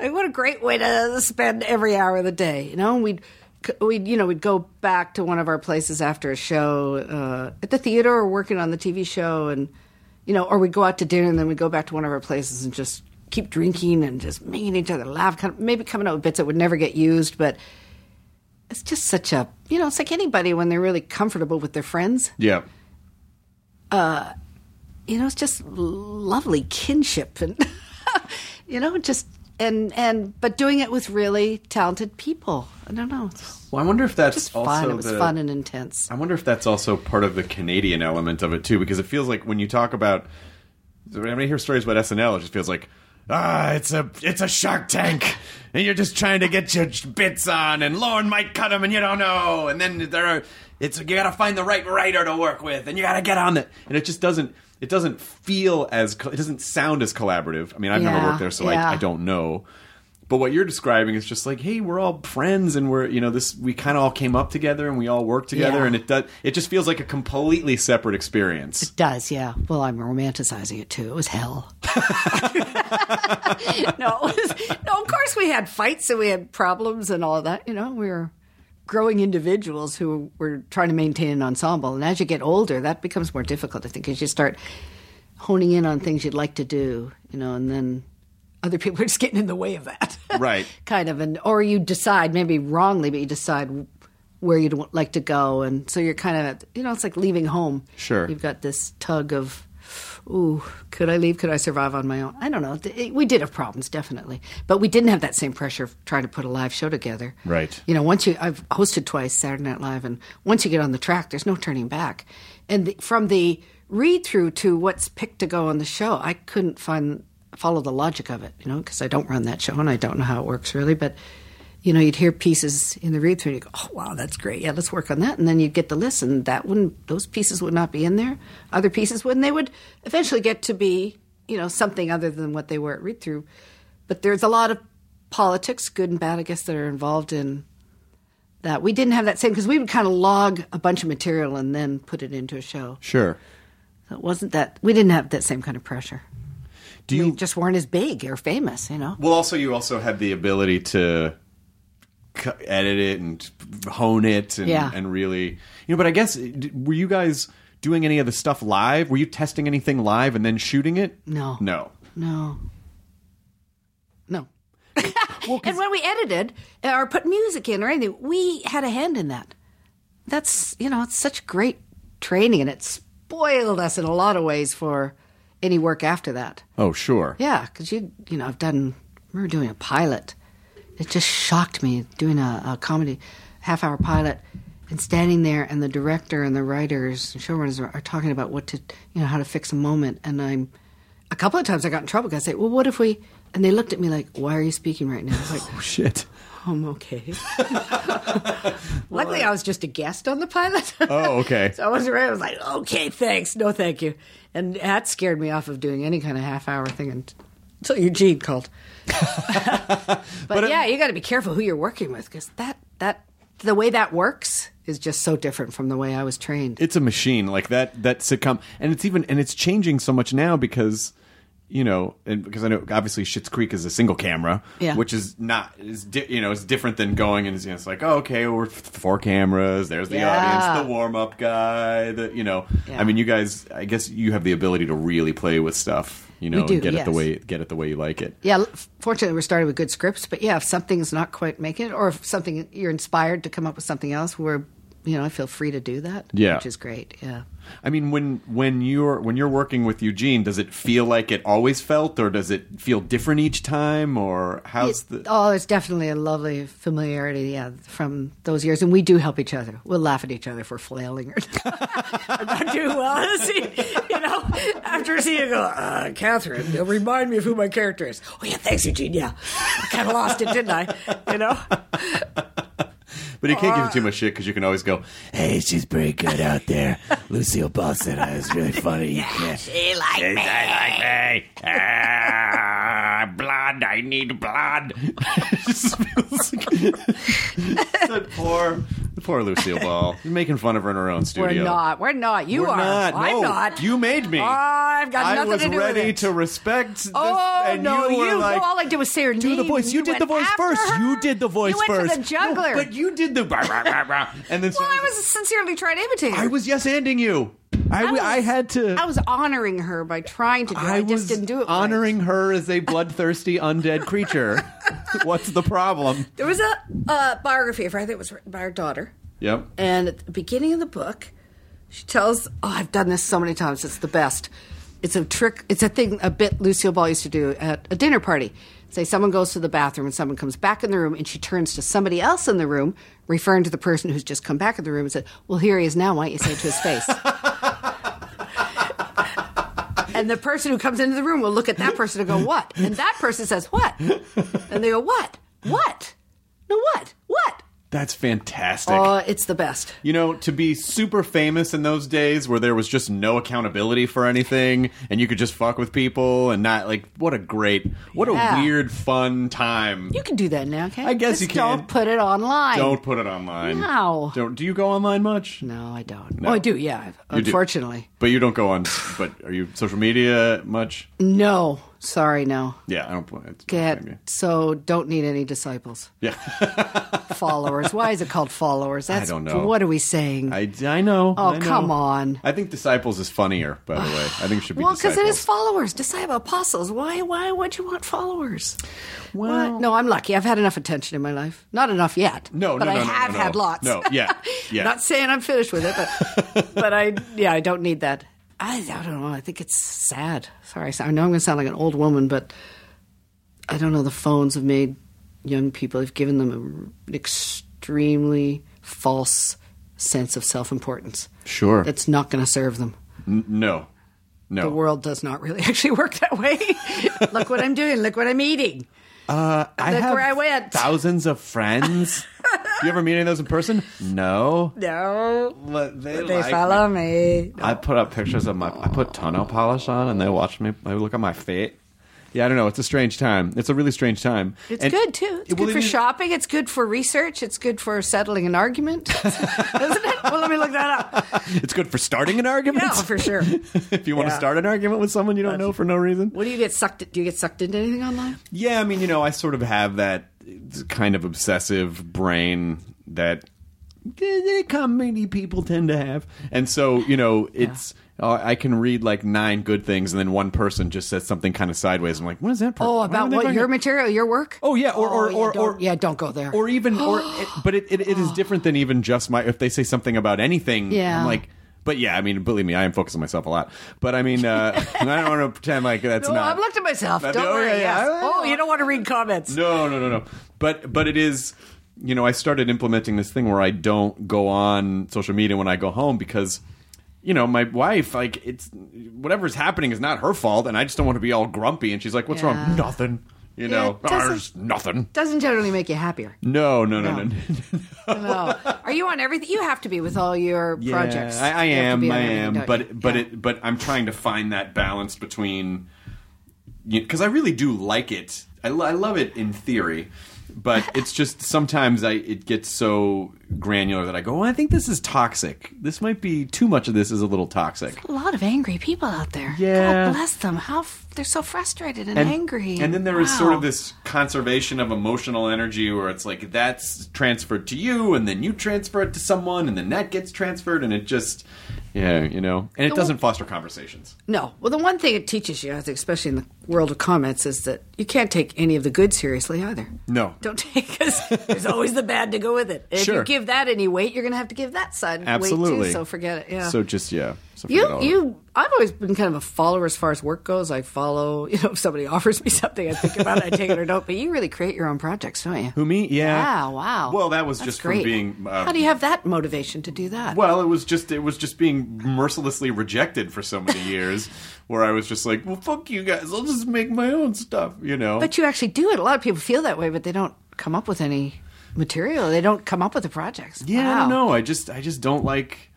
[SPEAKER 8] I mean, what a great way to spend every hour of the day, you know. And we'd we'd you know we'd go back to one of our places after a show uh, at the theater or working on the TV show, and you know, or we'd go out to dinner and then we'd go back to one of our places and just keep drinking and just making each other laugh, kind of, maybe coming up with bits that would never get used, but. It's just such a, you know, it's like anybody when they're really comfortable with their friends
[SPEAKER 4] Yeah.
[SPEAKER 8] you know, it's just lovely kinship and you know, just and and but doing it with really talented people. I don't know. It's
[SPEAKER 4] Well, I wonder if that's
[SPEAKER 8] just
[SPEAKER 4] also
[SPEAKER 8] fun. It was
[SPEAKER 4] the-
[SPEAKER 8] fun and intense.
[SPEAKER 4] I wonder if that's also part of the Canadian element of it too, because it feels like when you talk about, when I hear stories about SNL, it just feels like ah, it's a it's a Shark Tank, and you're just trying to get your bits on, and Lauren might cut them, and you don't know, and then there are it's you got to find the right writer to work with, and you got to get on it, and it just doesn't it doesn't feel as co- it doesn't sound as collaborative. I mean, I've
[SPEAKER 8] Yeah,
[SPEAKER 4] never worked there, so
[SPEAKER 8] yeah.
[SPEAKER 4] I, I don't know. But what you're describing is just like, hey, we're all friends, and we're you know this we kind of all came up together, and we all work together,
[SPEAKER 8] Yeah.
[SPEAKER 4] and it does it just feels like a completely separate experience.
[SPEAKER 8] Does yeah. Well, I'm romanticizing it too. It was hell. no, it was, no. Of course, we had fights and we had problems and all that. You know, we were growing individuals who were trying to maintain an ensemble. And as you get older, that becomes more difficult. I think as you start honing in on things you'd like to do, you know, and then other people are just getting in the way of that,
[SPEAKER 4] right?
[SPEAKER 8] kind of. And or you decide maybe wrongly, but you decide where you'd want- like to go, and so you're kind of you know it's like leaving home.
[SPEAKER 4] Sure.
[SPEAKER 8] you've got this tug of. Ooh, could I leave? Could I survive on my own? I don't know. Th- it- We did have problems, definitely, but we didn't have that same pressure of trying to put a live show together.
[SPEAKER 11] Right.
[SPEAKER 8] You know, once you I've hosted twice Saturday Night Live, and once you get on the track, there's no turning back. And the, from the read through to what's picked to go on the show, I couldn't find follow the logic of it. You know, because I don't run that show and I don't know how it works really, but. You know, you'd hear pieces in the read through, and you go, "Oh, wow, that's great! Yeah, let's work on that." And then you'd get the list, and that wouldn't; those pieces would not be in there. Other pieces would, and they would eventually get to be, you know, something other than what they were at read through. But there's a lot of politics, good and bad, I guess, that are involved in that. We didn't have that same because we would kind of log a bunch of material and then put it into a show.
[SPEAKER 4] Sure.
[SPEAKER 8] So it wasn't that we didn't have that same kind of pressure. Do you just weren't as big or famous, you know?
[SPEAKER 4] Well, also you also had the ability to cu- edit it and hone it and
[SPEAKER 8] Yeah.
[SPEAKER 4] and really you know. But I guess d- were you guys doing any of the stuff live? Were you testing anything live and then shooting it?
[SPEAKER 8] No.
[SPEAKER 4] no.
[SPEAKER 8] No. No. and when we edited uh, or put music in or anything, we had a hand in that. That's, you know, it's such great training and it spoiled us in a lot of ways for any work after that.
[SPEAKER 4] Oh, sure.
[SPEAKER 8] Yeah, because you, you know, I've done, I remember doing a pilot. It just shocked me doing a, a comedy half hour pilot and standing there and the director and the writers and showrunners are, are talking about what to, you know, how to fix a moment. And I'm, a couple of times I got in trouble because I say, well, what if we, and they looked at me like, why are you speaking right now? I was like, oh,
[SPEAKER 4] shit.
[SPEAKER 8] I'm okay. Luckily, I was just a guest on the pilot.
[SPEAKER 4] Oh, okay.
[SPEAKER 8] so I was right. I was like, okay, thanks. No, thank you. And that scared me off of doing any kind of half hour thing and- until Eugene called. but,
[SPEAKER 4] um,
[SPEAKER 8] yeah, you got to be careful who you're working with because that, that, the way that works is just so different from the way I was trained.
[SPEAKER 4] It's a machine like that. That sitcom, and it's even and it's changing so much now because you know, and because I know obviously Schitt's Creek is a single camera,
[SPEAKER 12] Yeah.
[SPEAKER 4] which is not is di- you know is different than going and you know, it's like oh, okay we're f- four cameras. There's the
[SPEAKER 12] Yeah.
[SPEAKER 4] audience, the warm up guy, the you know.
[SPEAKER 12] Yeah.
[SPEAKER 4] I mean, you guys, I guess you have the ability to really play with stuff. You
[SPEAKER 8] We
[SPEAKER 4] know,
[SPEAKER 8] do,
[SPEAKER 4] and get it the
[SPEAKER 8] yes.
[SPEAKER 4] way get it the way you like it.
[SPEAKER 8] Yeah, l- fortunately, we're starting with good scripts. But yeah, if something's not quite making it, or if something you're inspired to come up with something else, we're, you know, I feel free to do that.
[SPEAKER 4] Yeah.
[SPEAKER 8] Which is great. Yeah.
[SPEAKER 4] I mean, when when you're when you're working with Eugene, does it feel like it always felt, or does it feel different each time, or how's the
[SPEAKER 8] Oh, it's definitely a lovely familiarity, yeah, from those years. And we do help each other. We'll laugh at each other if we're flailing or I'm not doing well. See, you know, after a scene, you go, uh, Catherine, you'll remind me of who my character is. Oh, yeah, thanks, Eugene. Yeah. I kind of lost it, didn't I? You know?
[SPEAKER 4] But you can't give it
[SPEAKER 8] Uh-uh.
[SPEAKER 4] too much shit because you can always go,
[SPEAKER 9] Hey, she's pretty good out there. Lucille Ball said I was really funny. You can't-
[SPEAKER 10] She liked me.
[SPEAKER 12] Hey, ah, blood, I need blood.
[SPEAKER 4] That poor, poor Lucille Ball. You're making fun of her in her own studio.
[SPEAKER 8] We're not. We're not. You
[SPEAKER 4] We're
[SPEAKER 8] are.
[SPEAKER 4] not.
[SPEAKER 8] I'm
[SPEAKER 4] No,
[SPEAKER 8] not. Oh,
[SPEAKER 4] You made me.
[SPEAKER 8] I've got
[SPEAKER 4] I
[SPEAKER 8] nothing
[SPEAKER 4] was
[SPEAKER 8] to do with
[SPEAKER 4] ready
[SPEAKER 8] it.
[SPEAKER 4] to respect. This,
[SPEAKER 8] Oh
[SPEAKER 4] and
[SPEAKER 8] no!
[SPEAKER 4] You,
[SPEAKER 8] You,
[SPEAKER 4] were like,
[SPEAKER 8] no, all I did was say her name.
[SPEAKER 9] Do the voice.
[SPEAKER 8] and
[SPEAKER 9] You did the
[SPEAKER 8] went
[SPEAKER 9] voice
[SPEAKER 8] after
[SPEAKER 9] first.
[SPEAKER 8] her.
[SPEAKER 9] You did the voice
[SPEAKER 8] went for
[SPEAKER 9] first.
[SPEAKER 8] the juggler.
[SPEAKER 9] but
[SPEAKER 4] you did the. Bah, bah, bah, bah. And then
[SPEAKER 8] well, I was sincerely trying to imitate her.
[SPEAKER 4] I was yes anding you. I,
[SPEAKER 8] was-
[SPEAKER 4] I had to.
[SPEAKER 8] I was honoring her by trying to do. it. I,
[SPEAKER 4] I
[SPEAKER 8] just didn't do it. right.
[SPEAKER 4] honoring her as a bloodthirsty undead creature. What's the problem?
[SPEAKER 8] There was a uh, biography of her. I think it was written by her daughter.
[SPEAKER 4] Yep.
[SPEAKER 8] And at the beginning of the book, she tells, "Oh, I've done this so many times. It's the best. It's a trick. It's a thing. A bit Lucille Ball used to do at a dinner party. Say someone goes to the bathroom and someone comes back in the room, and she turns to somebody else in the room, referring to the person who's just come back in the room, and said, "Well, here he is now. Why don't you say it to his face?" and the person who comes into the room will look at that person and go, "What?" And that person says, "What?" And they go, "What? What? No, what? What?"
[SPEAKER 4] That's fantastic.
[SPEAKER 8] Oh, it's the best.
[SPEAKER 4] You know, to be super famous in those days where there was just no accountability for anything and you could just fuck with people and not like what a great what
[SPEAKER 8] Yeah.
[SPEAKER 4] a weird fun time.
[SPEAKER 8] You can do that now, okay?
[SPEAKER 4] I guess
[SPEAKER 8] Just
[SPEAKER 4] you can.
[SPEAKER 8] Don't put it online.
[SPEAKER 4] Don't put it online.
[SPEAKER 8] No.
[SPEAKER 4] Don't do you go online much?
[SPEAKER 8] No, I don't.
[SPEAKER 4] No.
[SPEAKER 8] Oh, I do. Yeah,
[SPEAKER 4] You do.
[SPEAKER 8] unfortunately.
[SPEAKER 4] But you don't go on but are you social media much?
[SPEAKER 8] No, sorry, no.
[SPEAKER 4] Yeah, I don't play it.
[SPEAKER 8] Get so don't need any disciples.
[SPEAKER 4] Yeah.
[SPEAKER 8] followers? Why is it called followers?
[SPEAKER 4] I
[SPEAKER 8] That's
[SPEAKER 4] don't know.
[SPEAKER 8] What are we saying?
[SPEAKER 4] I, I know.
[SPEAKER 8] Oh,
[SPEAKER 4] I know.
[SPEAKER 8] come on.
[SPEAKER 4] I think disciples is funnier, by the way. I think it should be
[SPEAKER 8] Well, because
[SPEAKER 4] disciples.
[SPEAKER 8] it is followers, disciple apostles. Why? Why would you want followers? what? No, I'm lucky. I've had enough attention in my life. Not enough yet.
[SPEAKER 4] No,
[SPEAKER 8] but
[SPEAKER 4] no, no,
[SPEAKER 8] I
[SPEAKER 4] no,
[SPEAKER 8] have
[SPEAKER 4] no, no.
[SPEAKER 8] had lots.
[SPEAKER 4] No, yeah, yeah.
[SPEAKER 8] Not saying I'm finished with it, but but I yeah I don't need that. I, I don't know. I think it's sad. Sorry, I know I'm going to sound like an old woman, but I don't know. The phones have made young people. They've given them an extremely false sense of self-importance.
[SPEAKER 4] Sure.
[SPEAKER 8] that's not going to serve them.
[SPEAKER 4] N- no, no.
[SPEAKER 8] The world does not really actually work that way. look what I'm doing. Look what I'm eating.
[SPEAKER 4] Uh, I
[SPEAKER 8] Look
[SPEAKER 4] have
[SPEAKER 8] where I went.
[SPEAKER 4] thousands of friends. you ever meet any of those in person? No.
[SPEAKER 8] No.
[SPEAKER 4] But they, like
[SPEAKER 8] follow me.
[SPEAKER 4] I put up pictures of my. I put tonneau polish on, and they watch me. They look at my feet. Yeah, I don't know. It's a strange time. It's a really strange time.
[SPEAKER 8] It's
[SPEAKER 4] And-
[SPEAKER 8] good too. It's
[SPEAKER 4] Well,
[SPEAKER 8] good for
[SPEAKER 4] it is-
[SPEAKER 8] shopping. It's good for research. It's good for settling an argument, isn't it? Well, let me look that up.
[SPEAKER 4] It's good for starting an argument.
[SPEAKER 8] Yeah, for sure.
[SPEAKER 4] if you want to
[SPEAKER 8] Yeah.
[SPEAKER 4] start an argument with someone you don't know for no reason.
[SPEAKER 8] What do you get sucked? Do you get sucked into anything online?
[SPEAKER 4] Yeah, I mean, you know, I sort of have that kind of obsessive brain that eh, comedy people tend to have, and so you know, it's uh, I can read like nine good things, and then one person just says something kind of sideways. I'm like, what is that? Per-
[SPEAKER 8] Oh,
[SPEAKER 4] why
[SPEAKER 8] about
[SPEAKER 4] would they
[SPEAKER 8] what
[SPEAKER 4] bring
[SPEAKER 8] your
[SPEAKER 4] it?"
[SPEAKER 8] material, your work.
[SPEAKER 4] Oh yeah, or or
[SPEAKER 8] yeah,
[SPEAKER 4] or,
[SPEAKER 8] don't-
[SPEAKER 4] or
[SPEAKER 8] yeah, don't go there.
[SPEAKER 4] or even or it, but it, it, it is different than even just my if they say something about anything
[SPEAKER 8] Yeah.
[SPEAKER 4] I'm like but yeah i mean believe me i am focusing myself a lot but i mean uh, i don't want to pretend like that's
[SPEAKER 8] no,
[SPEAKER 4] not
[SPEAKER 8] I've looked at myself.
[SPEAKER 4] That'd
[SPEAKER 8] Don't
[SPEAKER 4] be- oh,
[SPEAKER 8] worry.
[SPEAKER 4] yeah, yeah.
[SPEAKER 8] yes. Oh, you don't want to read comments.
[SPEAKER 4] no no no no but but it is you know i started implementing this thing where i don't go on social media when i go home because you know my wife like it's whatever's happening is not her fault and i just don't want to be all grumpy and she's like what's
[SPEAKER 8] Yeah.
[SPEAKER 4] wrong nothing you
[SPEAKER 8] Yeah,
[SPEAKER 4] know
[SPEAKER 8] it doesn't-
[SPEAKER 4] there's nothing
[SPEAKER 8] Doesn't generally make you happier.
[SPEAKER 4] no no no no, no.
[SPEAKER 8] No. Oh, Are you on everything? You have to be with all your projects.
[SPEAKER 4] I, I
[SPEAKER 8] You have to
[SPEAKER 4] am,
[SPEAKER 8] be on
[SPEAKER 4] I
[SPEAKER 8] everything,
[SPEAKER 4] am,
[SPEAKER 8] don't you?
[SPEAKER 4] but but it but I'm trying to find that balance between because I really do like it. I, lo- I love it in theory, but it's just sometimes I it gets so granular that I go, well, I think this is toxic. This might be too much of this is a little toxic.
[SPEAKER 8] a lot of angry people out there.
[SPEAKER 4] Yeah.
[SPEAKER 8] God bless them. How f- they're so frustrated and, angry.
[SPEAKER 4] And then there is sort
[SPEAKER 8] Wow.
[SPEAKER 4] of this conservation of emotional energy where it's like that's transferred to you, and then you transfer it to someone, and then that gets transferred, and it just, yeah, you know, and it doesn't foster conversations.
[SPEAKER 8] No. Well, the one thing it teaches you, I think, especially in the world of comments, is that you can't take any of the good seriously either.
[SPEAKER 4] No,
[SPEAKER 8] Don't take because there's always the bad to go with it. If
[SPEAKER 4] Sure.
[SPEAKER 8] you give that any weight, you're going to have to give that side weight
[SPEAKER 4] absolutely.
[SPEAKER 8] too. So forget it. Yeah.
[SPEAKER 4] So just yeah. So forget all
[SPEAKER 8] you
[SPEAKER 4] of it.
[SPEAKER 8] you I've always been kind of a follower as far as work goes. I follow. You know, if somebody offers me something, I think about it, I take it or don't. But you really create your own projects, don't you?
[SPEAKER 4] who me? Yeah.
[SPEAKER 8] Wow. Wow.
[SPEAKER 4] Well, that was
[SPEAKER 8] That's
[SPEAKER 4] just
[SPEAKER 8] great.
[SPEAKER 4] from being. Uh,
[SPEAKER 8] How do you have that motivation to do that?
[SPEAKER 4] Well, it was just it was just being mercilessly rejected for so many years, where I was just like, well, fuck you guys, I'll just make my own stuff, you know.
[SPEAKER 8] But you actually do it. A lot of people feel that way, but they don't come up with any material. They don't come up with the projects.
[SPEAKER 4] Yeah, I don't
[SPEAKER 8] Wow.
[SPEAKER 4] know. I just I just don't like.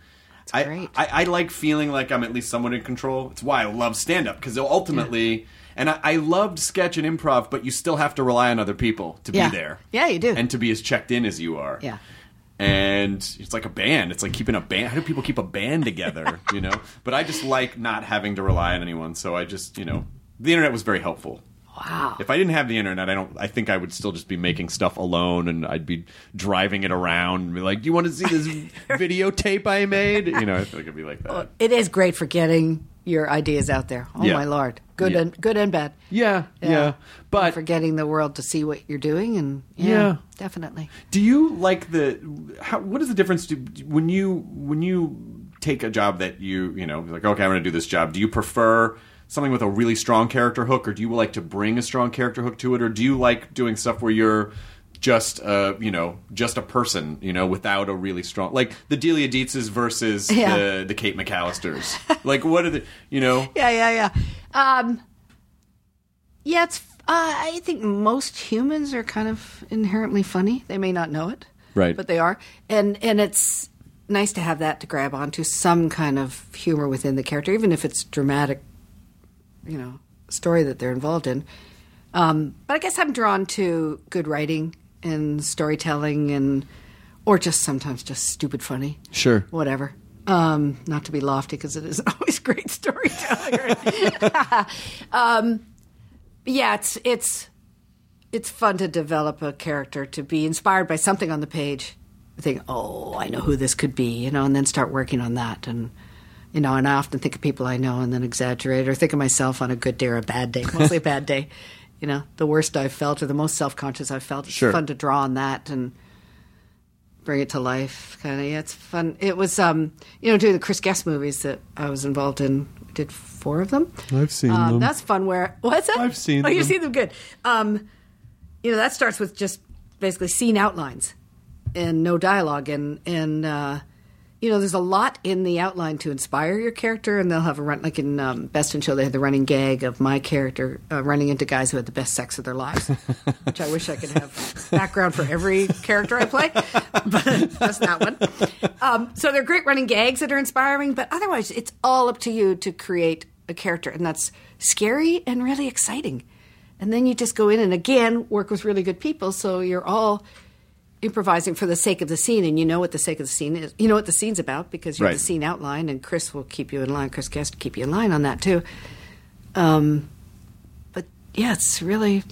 [SPEAKER 4] I,
[SPEAKER 8] great.
[SPEAKER 4] I I like feeling like I'm at least somewhat in control. It's why I love stand up because ultimately, and I, I loved sketch and improv, but you still have to rely on other people to
[SPEAKER 8] Yeah.
[SPEAKER 4] be there.
[SPEAKER 8] Yeah, you do.
[SPEAKER 4] and to be as checked in as you are.
[SPEAKER 8] Yeah.
[SPEAKER 4] And it's like a band. It's like keeping a band. How do people keep a band together? You know. But I just like not having to rely on anyone. So I just you know the internet was very helpful.
[SPEAKER 8] Wow.
[SPEAKER 4] If I didn't have the internet, I don't. I think I would still just be making stuff alone, and I'd be driving it around and be like, "Do you want to see this videotape I made?" You know, I think it'd be like that.
[SPEAKER 8] It is great for getting your ideas out there. Oh
[SPEAKER 4] Yeah.
[SPEAKER 8] my lord, good
[SPEAKER 4] Yeah.
[SPEAKER 8] and good and bad.
[SPEAKER 4] Yeah, yeah.
[SPEAKER 8] But for getting the world to see what you're doing, and yeah,
[SPEAKER 4] Yeah.
[SPEAKER 8] definitely.
[SPEAKER 4] Do you like the? How, what is the difference do, when you when you take a job that you you know like okay I'm going to do this job? Do you prefer something with a really strong character hook, or do you like to bring a strong character hook to it, or do you like doing stuff where you're just uh you know just a person you know without a really strong like the Delia Dietzes versus
[SPEAKER 8] Yeah.
[SPEAKER 4] the the Kate McAllisters? like what are the you know?
[SPEAKER 8] Yeah, yeah, yeah. Um, yeah, it's. Uh, I think most humans are kind of inherently funny. They may not know it,
[SPEAKER 4] Right.
[SPEAKER 8] But they are, and and it's nice to have that to grab onto some kind of humor within the character, even if it's dramatic, you know, story that they're involved in. Um, but I guess I'm drawn to good writing and storytelling, and or just sometimes just stupid funny.
[SPEAKER 4] Sure.
[SPEAKER 8] Whatever. Um, not to be lofty because it isn't always great storytelling. um, but yeah, it's it's it's fun to develop a character to be inspired by something on the page. Think, oh, I know who this could be, you know, and then start working on that. And you know, and I often think of people I know and then exaggerate, or think of myself on a good day or a bad day, mostly a bad day. You know, the worst I've felt or the most self conscious I've felt. It's
[SPEAKER 11] Sure.
[SPEAKER 8] fun to draw on that and bring it to life. Kind of, yeah, it's fun. It was, um, you know, doing the Chris Guest movies that I was involved in. We did four of them.
[SPEAKER 13] I've seen
[SPEAKER 8] um,
[SPEAKER 13] them.
[SPEAKER 8] That's fun. Where what's that? I've
[SPEAKER 13] seen
[SPEAKER 8] Oh, you've
[SPEAKER 13] them.
[SPEAKER 8] seen them. Good. Um, you know, that starts with just basically scene outlines and no dialogue, and and uh, you know, there's a lot in the outline to inspire your character, and they'll have a run like in um, Best in Show they had the running gag of my character uh, running into guys who had the best sex of their lives, which I wish I could have background for every character I play, but that's not one. Um, so they're great running gags that are inspiring, but otherwise, it's all up to you to create a character, and that's scary and really exciting. And then you just go in and again work with really good people, so you're all improvising for the sake of the scene, and you know what the sake of the scene is. You know what the scene's about because you have
[SPEAKER 11] Right.
[SPEAKER 8] the scene outline, and Chris will keep you in line. Chris Guest will keep you in line on that too. Um, but yeah, it's really,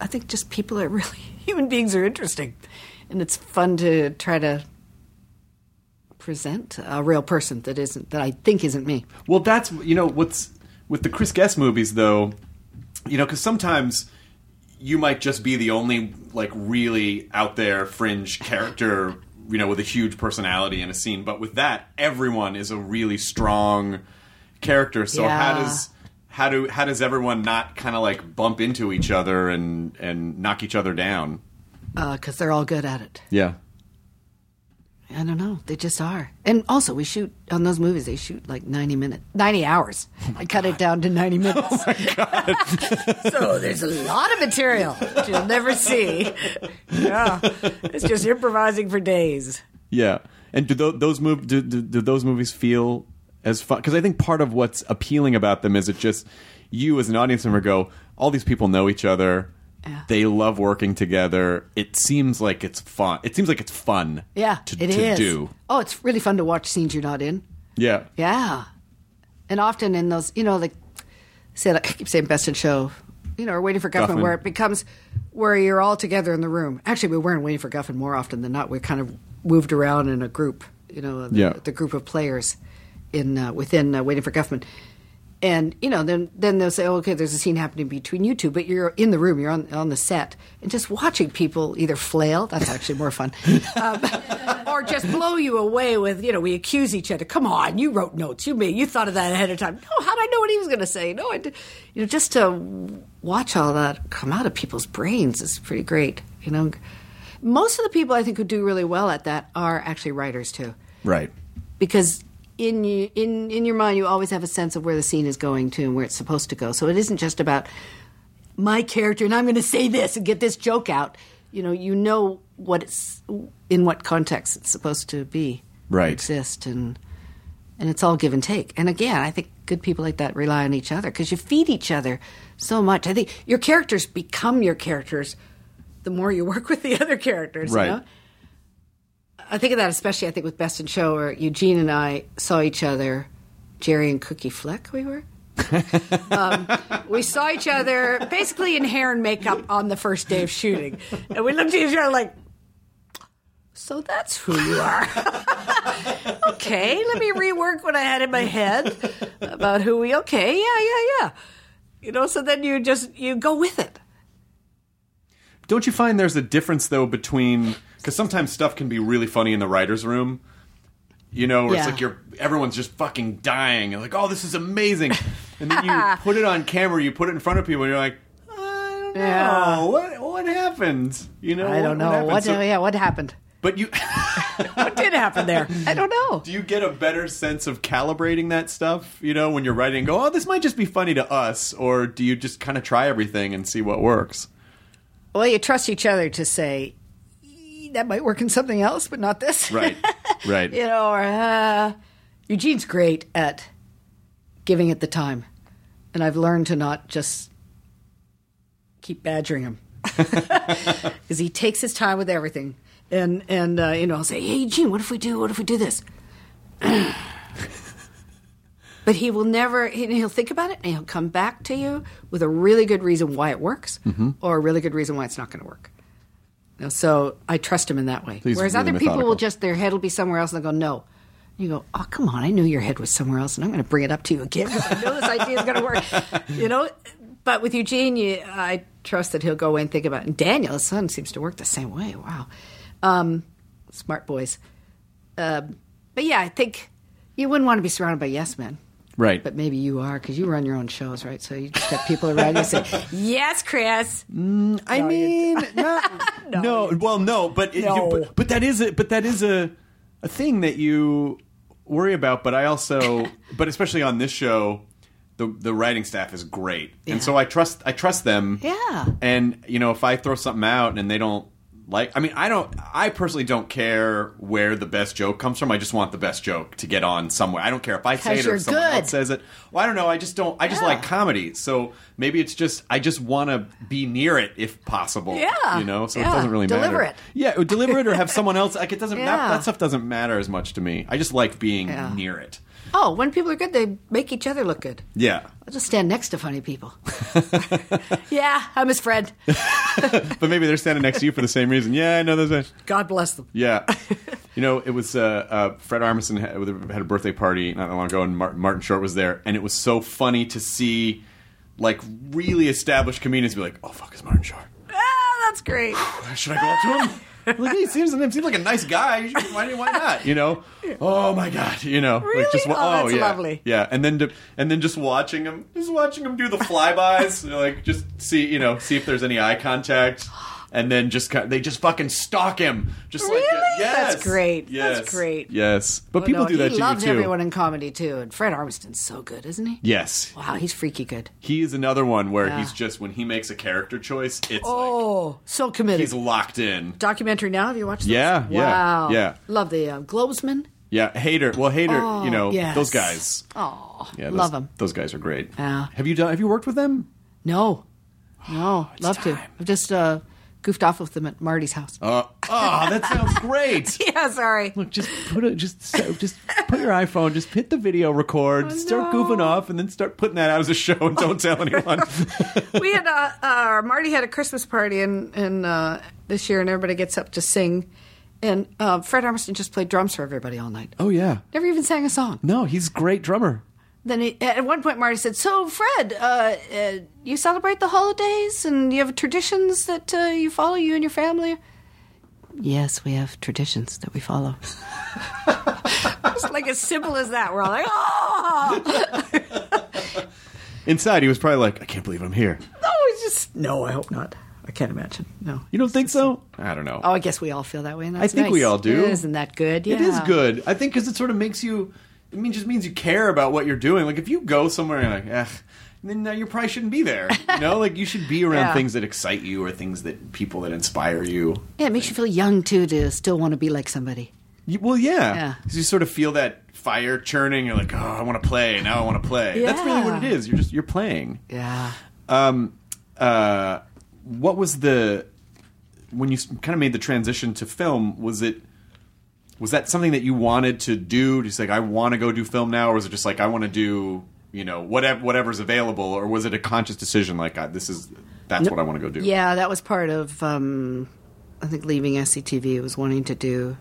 [SPEAKER 8] I think just people are really human beings are interesting, and it's fun to try to present a real person that isn't that I think isn't me.
[SPEAKER 4] Well, that's you know what's with the Chris Guest movies though, you know, because sometimes you might just be the only like really out there fringe character, you know, with a huge personality in a scene. But with that, everyone is a really strong character. So how
[SPEAKER 14] Yeah.
[SPEAKER 4] does how do how does everyone not kind of like bump into each other and and knock each other down?
[SPEAKER 8] because uh, they're all good at it.
[SPEAKER 4] Yeah.
[SPEAKER 8] I don't know. They just are. And also, we shoot on those movies. They shoot like ninety minutes, ninety hours.
[SPEAKER 4] Oh
[SPEAKER 8] I cut it down to ninety minutes. so there's a lot of material that you'll never see. Yeah, it's just improvising for days.
[SPEAKER 4] Yeah, and do tho- those mov- do, do, do those movies feel as fun? Because I think part of what's appealing about them is it just you as an audience member go, all these people know each other, they love working together. It seems like it's fun. It seems like it's fun.
[SPEAKER 8] Yeah,
[SPEAKER 4] to,
[SPEAKER 8] it
[SPEAKER 4] to
[SPEAKER 8] is.
[SPEAKER 4] do.
[SPEAKER 8] Oh, it's really fun to watch scenes you're not in.
[SPEAKER 4] Yeah,
[SPEAKER 8] Yeah. And often in those, you know, like say like I keep saying best in show, you know, or waiting for Guffman,
[SPEAKER 11] Guffman.
[SPEAKER 8] where it becomes where you're all together in the room. Actually, we weren't waiting for Guffman more often than not. We kind of moved around in a group, you know, the,
[SPEAKER 11] Yeah.
[SPEAKER 8] the group of players in uh, within uh, waiting for Guffman. And you know, then then they'll say, oh, "Okay, there's a scene happening between you two, but you're in the room, you're on on the set, and just watching people either flail. That's actually more fun. uh, or just blow you away with, you know, we accuse each other. Come on, you wrote notes. You made, you thought of that ahead of time. No, how'd I know what he was going to say? No, I did. You know, just to watch all that come out of people's brains is pretty great. You know, most of the people I think who do really well at that are actually writers too,
[SPEAKER 4] right.
[SPEAKER 8] because in you, in in your mind you always have a sense of where the scene is going to and where it's supposed to go. So it isn't just about my character and I'm going to say this and get this joke out. You know, you know what it's in what context it's supposed to be
[SPEAKER 4] Right.
[SPEAKER 8] exist and and it's all give and take. And again, I think good people like that rely on each other because you feed each other so much. I think your characters become your characters the more you work with the other characters.
[SPEAKER 11] Right.
[SPEAKER 8] You know? I think of that especially. I think with Best in Show, where Eugene and I saw each other, Jerry and Cookie Fleck. We were. um, we saw each other basically in hair and makeup on the first day of shooting, and we looked at each other like, "So that's who you are." okay, let me rework what I had in my head about who we. Okay, yeah, yeah, yeah. You know, so then you just you go with it.
[SPEAKER 4] Don't you find there's a difference though between because sometimes stuff can be really funny in the writers' room, you know, where it's
[SPEAKER 11] Yeah.
[SPEAKER 4] like you're everyone's just fucking dying and like, oh, this is amazing, and then you put it on camera, you put it in front of people, and you're like,
[SPEAKER 8] Yeah.
[SPEAKER 4] Oh, what what happened? You know,
[SPEAKER 8] I don't know
[SPEAKER 4] happened?
[SPEAKER 8] what.
[SPEAKER 4] So-
[SPEAKER 8] yeah, what happened?
[SPEAKER 4] But you,
[SPEAKER 8] what did happen there? I don't know.
[SPEAKER 4] Do you get a better sense of calibrating that stuff? You know, when you're writing, and go, oh, this might just be funny to us, or do you just kind of try everything and see what works?
[SPEAKER 8] Well, you trust each other to say "Ee, that might work in something else, but not this.
[SPEAKER 4] Right, right.
[SPEAKER 8] you know, or uh, Eugene's great at giving it the time, and I've learned to not just keep badgering him because he takes his time with everything. And and uh, you know, I'll say, hey, Eugene, what if we do? What if we do this? But he will never, he, he'll think about it and he'll come back to you with a really good reason why it works
[SPEAKER 4] Mhm.
[SPEAKER 8] or a really good reason why it's not going to work. You know, So I trust him in that way.
[SPEAKER 4] He's
[SPEAKER 8] Whereas
[SPEAKER 4] really
[SPEAKER 8] other people will
[SPEAKER 4] methodical.
[SPEAKER 8] just, their head will be somewhere else and they'll go, no. You go, oh, come on, I knew your head was somewhere else and I'm going to bring it up to you again. I know this idea is going to work. You know, but with Eugene, you, I trust that he'll go away and think about it. And Daniel, his son, seems to work the same way. Wow. Um, smart boys. Um, but yeah, I think you wouldn't want to be surrounded by yes men.
[SPEAKER 4] Right.
[SPEAKER 8] But maybe you are because you run your own shows, right? So you just got people around you say, yes, Chris.
[SPEAKER 4] I mean, no, well, no, but, it,
[SPEAKER 8] No.
[SPEAKER 4] but but that is a but that is a a thing that you worry about. But I also, but especially on this show, the the writing staff is great,
[SPEAKER 8] Yeah.
[SPEAKER 4] and so I trust I trust them.
[SPEAKER 8] yeah.
[SPEAKER 4] And you know, if I throw something out and they don't like, I mean, I don't. I personally don't care where the best joke comes from. I just want the best joke to get on somewhere. I don't care if I say
[SPEAKER 8] 'Cause
[SPEAKER 4] it or
[SPEAKER 8] you're
[SPEAKER 4] if someone
[SPEAKER 8] good.
[SPEAKER 4] else says it. Well, I don't know. I just don't. I just like comedy, so maybe it's just I just want to be near it if possible.
[SPEAKER 8] Yeah.
[SPEAKER 4] you know, so
[SPEAKER 8] Yeah.
[SPEAKER 4] it doesn't really
[SPEAKER 8] Deliver
[SPEAKER 4] matter.
[SPEAKER 8] it.
[SPEAKER 4] Yeah, or deliver it or have someone else. Like it doesn't.
[SPEAKER 8] Yeah.
[SPEAKER 4] That, that stuff doesn't matter as much to me. I just like being
[SPEAKER 8] Yeah.
[SPEAKER 4] near it.
[SPEAKER 8] Oh, when people are good, they make each other look good.
[SPEAKER 4] Yeah,
[SPEAKER 8] I'll just stand next to funny people. yeah, I'm his friend.
[SPEAKER 4] but maybe they're standing next to you for the same reason. Yeah, I know those. guys.
[SPEAKER 8] God bless them.
[SPEAKER 4] Yeah. You know, it was uh, uh, Fred Armisen had, had a birthday party not that long ago, and Martin, Martin Short was there, and it was so funny to see like really established comedians be like, "Oh fuck, is Martin Short?
[SPEAKER 8] Ah, that's great.
[SPEAKER 4] Should I go up to him? like he seems, he seems like a nice guy. You should- Why, why not? You know? Oh my god! You know?
[SPEAKER 8] Really?
[SPEAKER 4] Like just, wa-
[SPEAKER 8] Oh, that's
[SPEAKER 4] yeah,
[SPEAKER 8] lovely.
[SPEAKER 4] Yeah, and then to, and then just watching him, just watching him do the flybys, you know, like just see you know see if there's any eye contact, and then just kind they just fucking stalk him, just like uh,
[SPEAKER 8] Really?
[SPEAKER 4] yes,
[SPEAKER 8] That's great.
[SPEAKER 4] yes,
[SPEAKER 8] That's great.
[SPEAKER 4] yes. But
[SPEAKER 8] Oh,
[SPEAKER 4] people
[SPEAKER 8] no,
[SPEAKER 4] do that
[SPEAKER 8] He
[SPEAKER 4] to
[SPEAKER 8] loves
[SPEAKER 4] you too.
[SPEAKER 8] everyone in comedy too, and Fred Armisten's so good, isn't he?
[SPEAKER 4] Yes,
[SPEAKER 8] Wow, he's freaky good.
[SPEAKER 4] he is another one where
[SPEAKER 8] Yeah.
[SPEAKER 4] he's just when he makes a character choice, it's
[SPEAKER 8] oh, so
[SPEAKER 4] like
[SPEAKER 8] committed.
[SPEAKER 4] he's locked in.
[SPEAKER 8] Documentary now? Have you watched?
[SPEAKER 4] Yeah,
[SPEAKER 8] those?
[SPEAKER 4] yeah,
[SPEAKER 8] wow.
[SPEAKER 4] yeah.
[SPEAKER 8] Love the uh, Globesman.
[SPEAKER 4] Yeah, hater. Well, hater.
[SPEAKER 8] Oh,
[SPEAKER 4] you know
[SPEAKER 8] yes.
[SPEAKER 4] those guys.
[SPEAKER 8] Oh,
[SPEAKER 4] Yeah, those,
[SPEAKER 8] love him.
[SPEAKER 4] Those guys are great.
[SPEAKER 8] Yeah.
[SPEAKER 4] Have you done? Have you Oh, worked with them?
[SPEAKER 8] No, no, love to. I've just uh, goofed off with them at Marty's house.
[SPEAKER 4] Uh, oh, that sounds great.
[SPEAKER 8] yeah, sorry.
[SPEAKER 4] Look, just put a, just so- just put your iPhone, just hit the video
[SPEAKER 8] Oh,
[SPEAKER 4] record, start goofing off, and then start putting that out as a show, and don't tell anyone.
[SPEAKER 8] we had uh, uh, Marty had a Christmas party and and uh, this year, and everybody gets up to sing, and uh, Fred Armiston just played drums for everybody all night.
[SPEAKER 4] oh yeah,
[SPEAKER 8] Never even sang a song.
[SPEAKER 4] no, he's a great drummer.
[SPEAKER 8] Then he, at one point, Marty said, "So, Fred, uh, uh, you celebrate the holidays, and you have traditions that uh, you follow, you and your family." Yes, we have traditions that we follow. It's like as simple as that. We're all like, "Oh,
[SPEAKER 4] Inside, he was probably like, I can't believe I'm here.
[SPEAKER 8] no, it's just no." I hope not. I can't imagine. No.
[SPEAKER 4] You don't think so? I don't know.
[SPEAKER 8] Oh, I guess we all feel that way. And
[SPEAKER 4] I
[SPEAKER 8] that's
[SPEAKER 4] think we
[SPEAKER 8] nice.
[SPEAKER 4] all do.
[SPEAKER 8] Isn't that good?
[SPEAKER 4] It is
[SPEAKER 8] Yeah.
[SPEAKER 4] good. I think because it sort of makes you. I mean, just means you care about what you're doing. Like if you go somewhere and you're like, Ugh, then uh, you probably shouldn't be there. You know, like you should be around
[SPEAKER 8] Yeah.
[SPEAKER 4] things that excite you or things that people that inspire you.
[SPEAKER 8] Yeah, it makes you feel young too to still want to be like somebody.
[SPEAKER 4] You- well, yeah,
[SPEAKER 8] Yeah.
[SPEAKER 4] 'Cause you sort of feel that fire churning. You're like, oh, I want to play. Now I want to play. That's really what
[SPEAKER 8] Yeah.
[SPEAKER 4] it is. You're just you're playing.
[SPEAKER 8] Yeah.
[SPEAKER 4] Um, uh, what was the when you kind of made the transition to film? Was it was that something that you wanted to do? Just like I want to go do film now, or was it just like I want to do you know whatever whatever's available, or was it a conscious decision like I, this is that's what I want to go do?
[SPEAKER 8] Yeah, that was part of. Um, I think leaving SCTV was wanting to do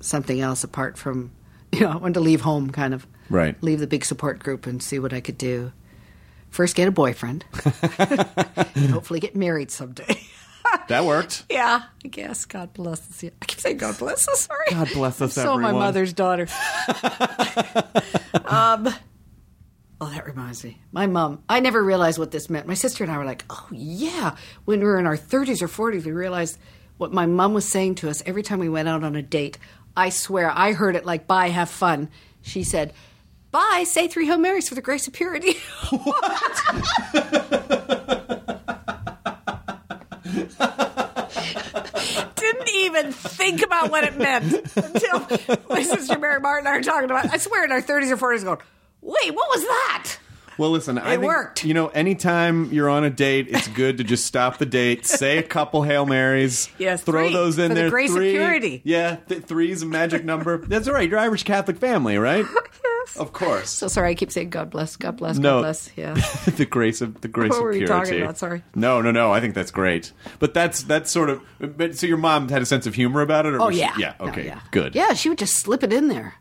[SPEAKER 8] something else apart from, you know, I wanted to leave home, kind of.
[SPEAKER 4] Right.
[SPEAKER 8] Leave the big support group and see what I could do. First, get a boyfriend. and hopefully, get married someday.
[SPEAKER 4] that worked.
[SPEAKER 8] Yeah, I guess. God bless us. Yeah. I keep saying God bless us. Sorry.
[SPEAKER 4] God bless us,
[SPEAKER 8] so my
[SPEAKER 4] everyone.
[SPEAKER 8] mother's daughter. um, oh, that reminds me. My mom. I never realized what this meant. My sister and I were like, "Oh yeah." When we were in our thirties or forties, we realized what my mom was saying to us every time we went out on a date. I swear, I heard it like, "Bye, have fun." She said, "Bye, say three Hail Marys for the grace of purity."
[SPEAKER 10] Didn't even think about what it meant until my sister Mary Martin and I were talking about. it.
[SPEAKER 8] I swear, in our thirties or forties, going, "Wait, what was that?"
[SPEAKER 4] Well, listen, I
[SPEAKER 8] It
[SPEAKER 4] think,
[SPEAKER 8] worked.
[SPEAKER 4] You know, anytime you're on a date, it's good to just stop the date, say a couple hail marys,
[SPEAKER 8] Yes,
[SPEAKER 4] throw
[SPEAKER 8] three,
[SPEAKER 4] those in
[SPEAKER 8] for the
[SPEAKER 4] there.
[SPEAKER 8] grace of
[SPEAKER 4] three,
[SPEAKER 8] purity.
[SPEAKER 4] yeah, th- three's a magic number. That's all right. You're Irish Catholic family, right?
[SPEAKER 8] bless.
[SPEAKER 4] Of course.
[SPEAKER 8] So sorry, I keep saying God bless, God bless,
[SPEAKER 4] No.
[SPEAKER 8] God bless. Yeah.
[SPEAKER 4] the grace of the grace
[SPEAKER 8] What
[SPEAKER 4] of
[SPEAKER 8] were we
[SPEAKER 4] purity.
[SPEAKER 8] talking about? Sorry.
[SPEAKER 4] No, no, no. I think that's great. But that's that's sort of. But so your mom had a sense of humor about it, or
[SPEAKER 8] Oh,
[SPEAKER 4] was she-
[SPEAKER 8] yeah.
[SPEAKER 4] yeah,
[SPEAKER 8] No,
[SPEAKER 4] okay,
[SPEAKER 8] yeah.
[SPEAKER 4] good.
[SPEAKER 8] Yeah, she would just slip it in there.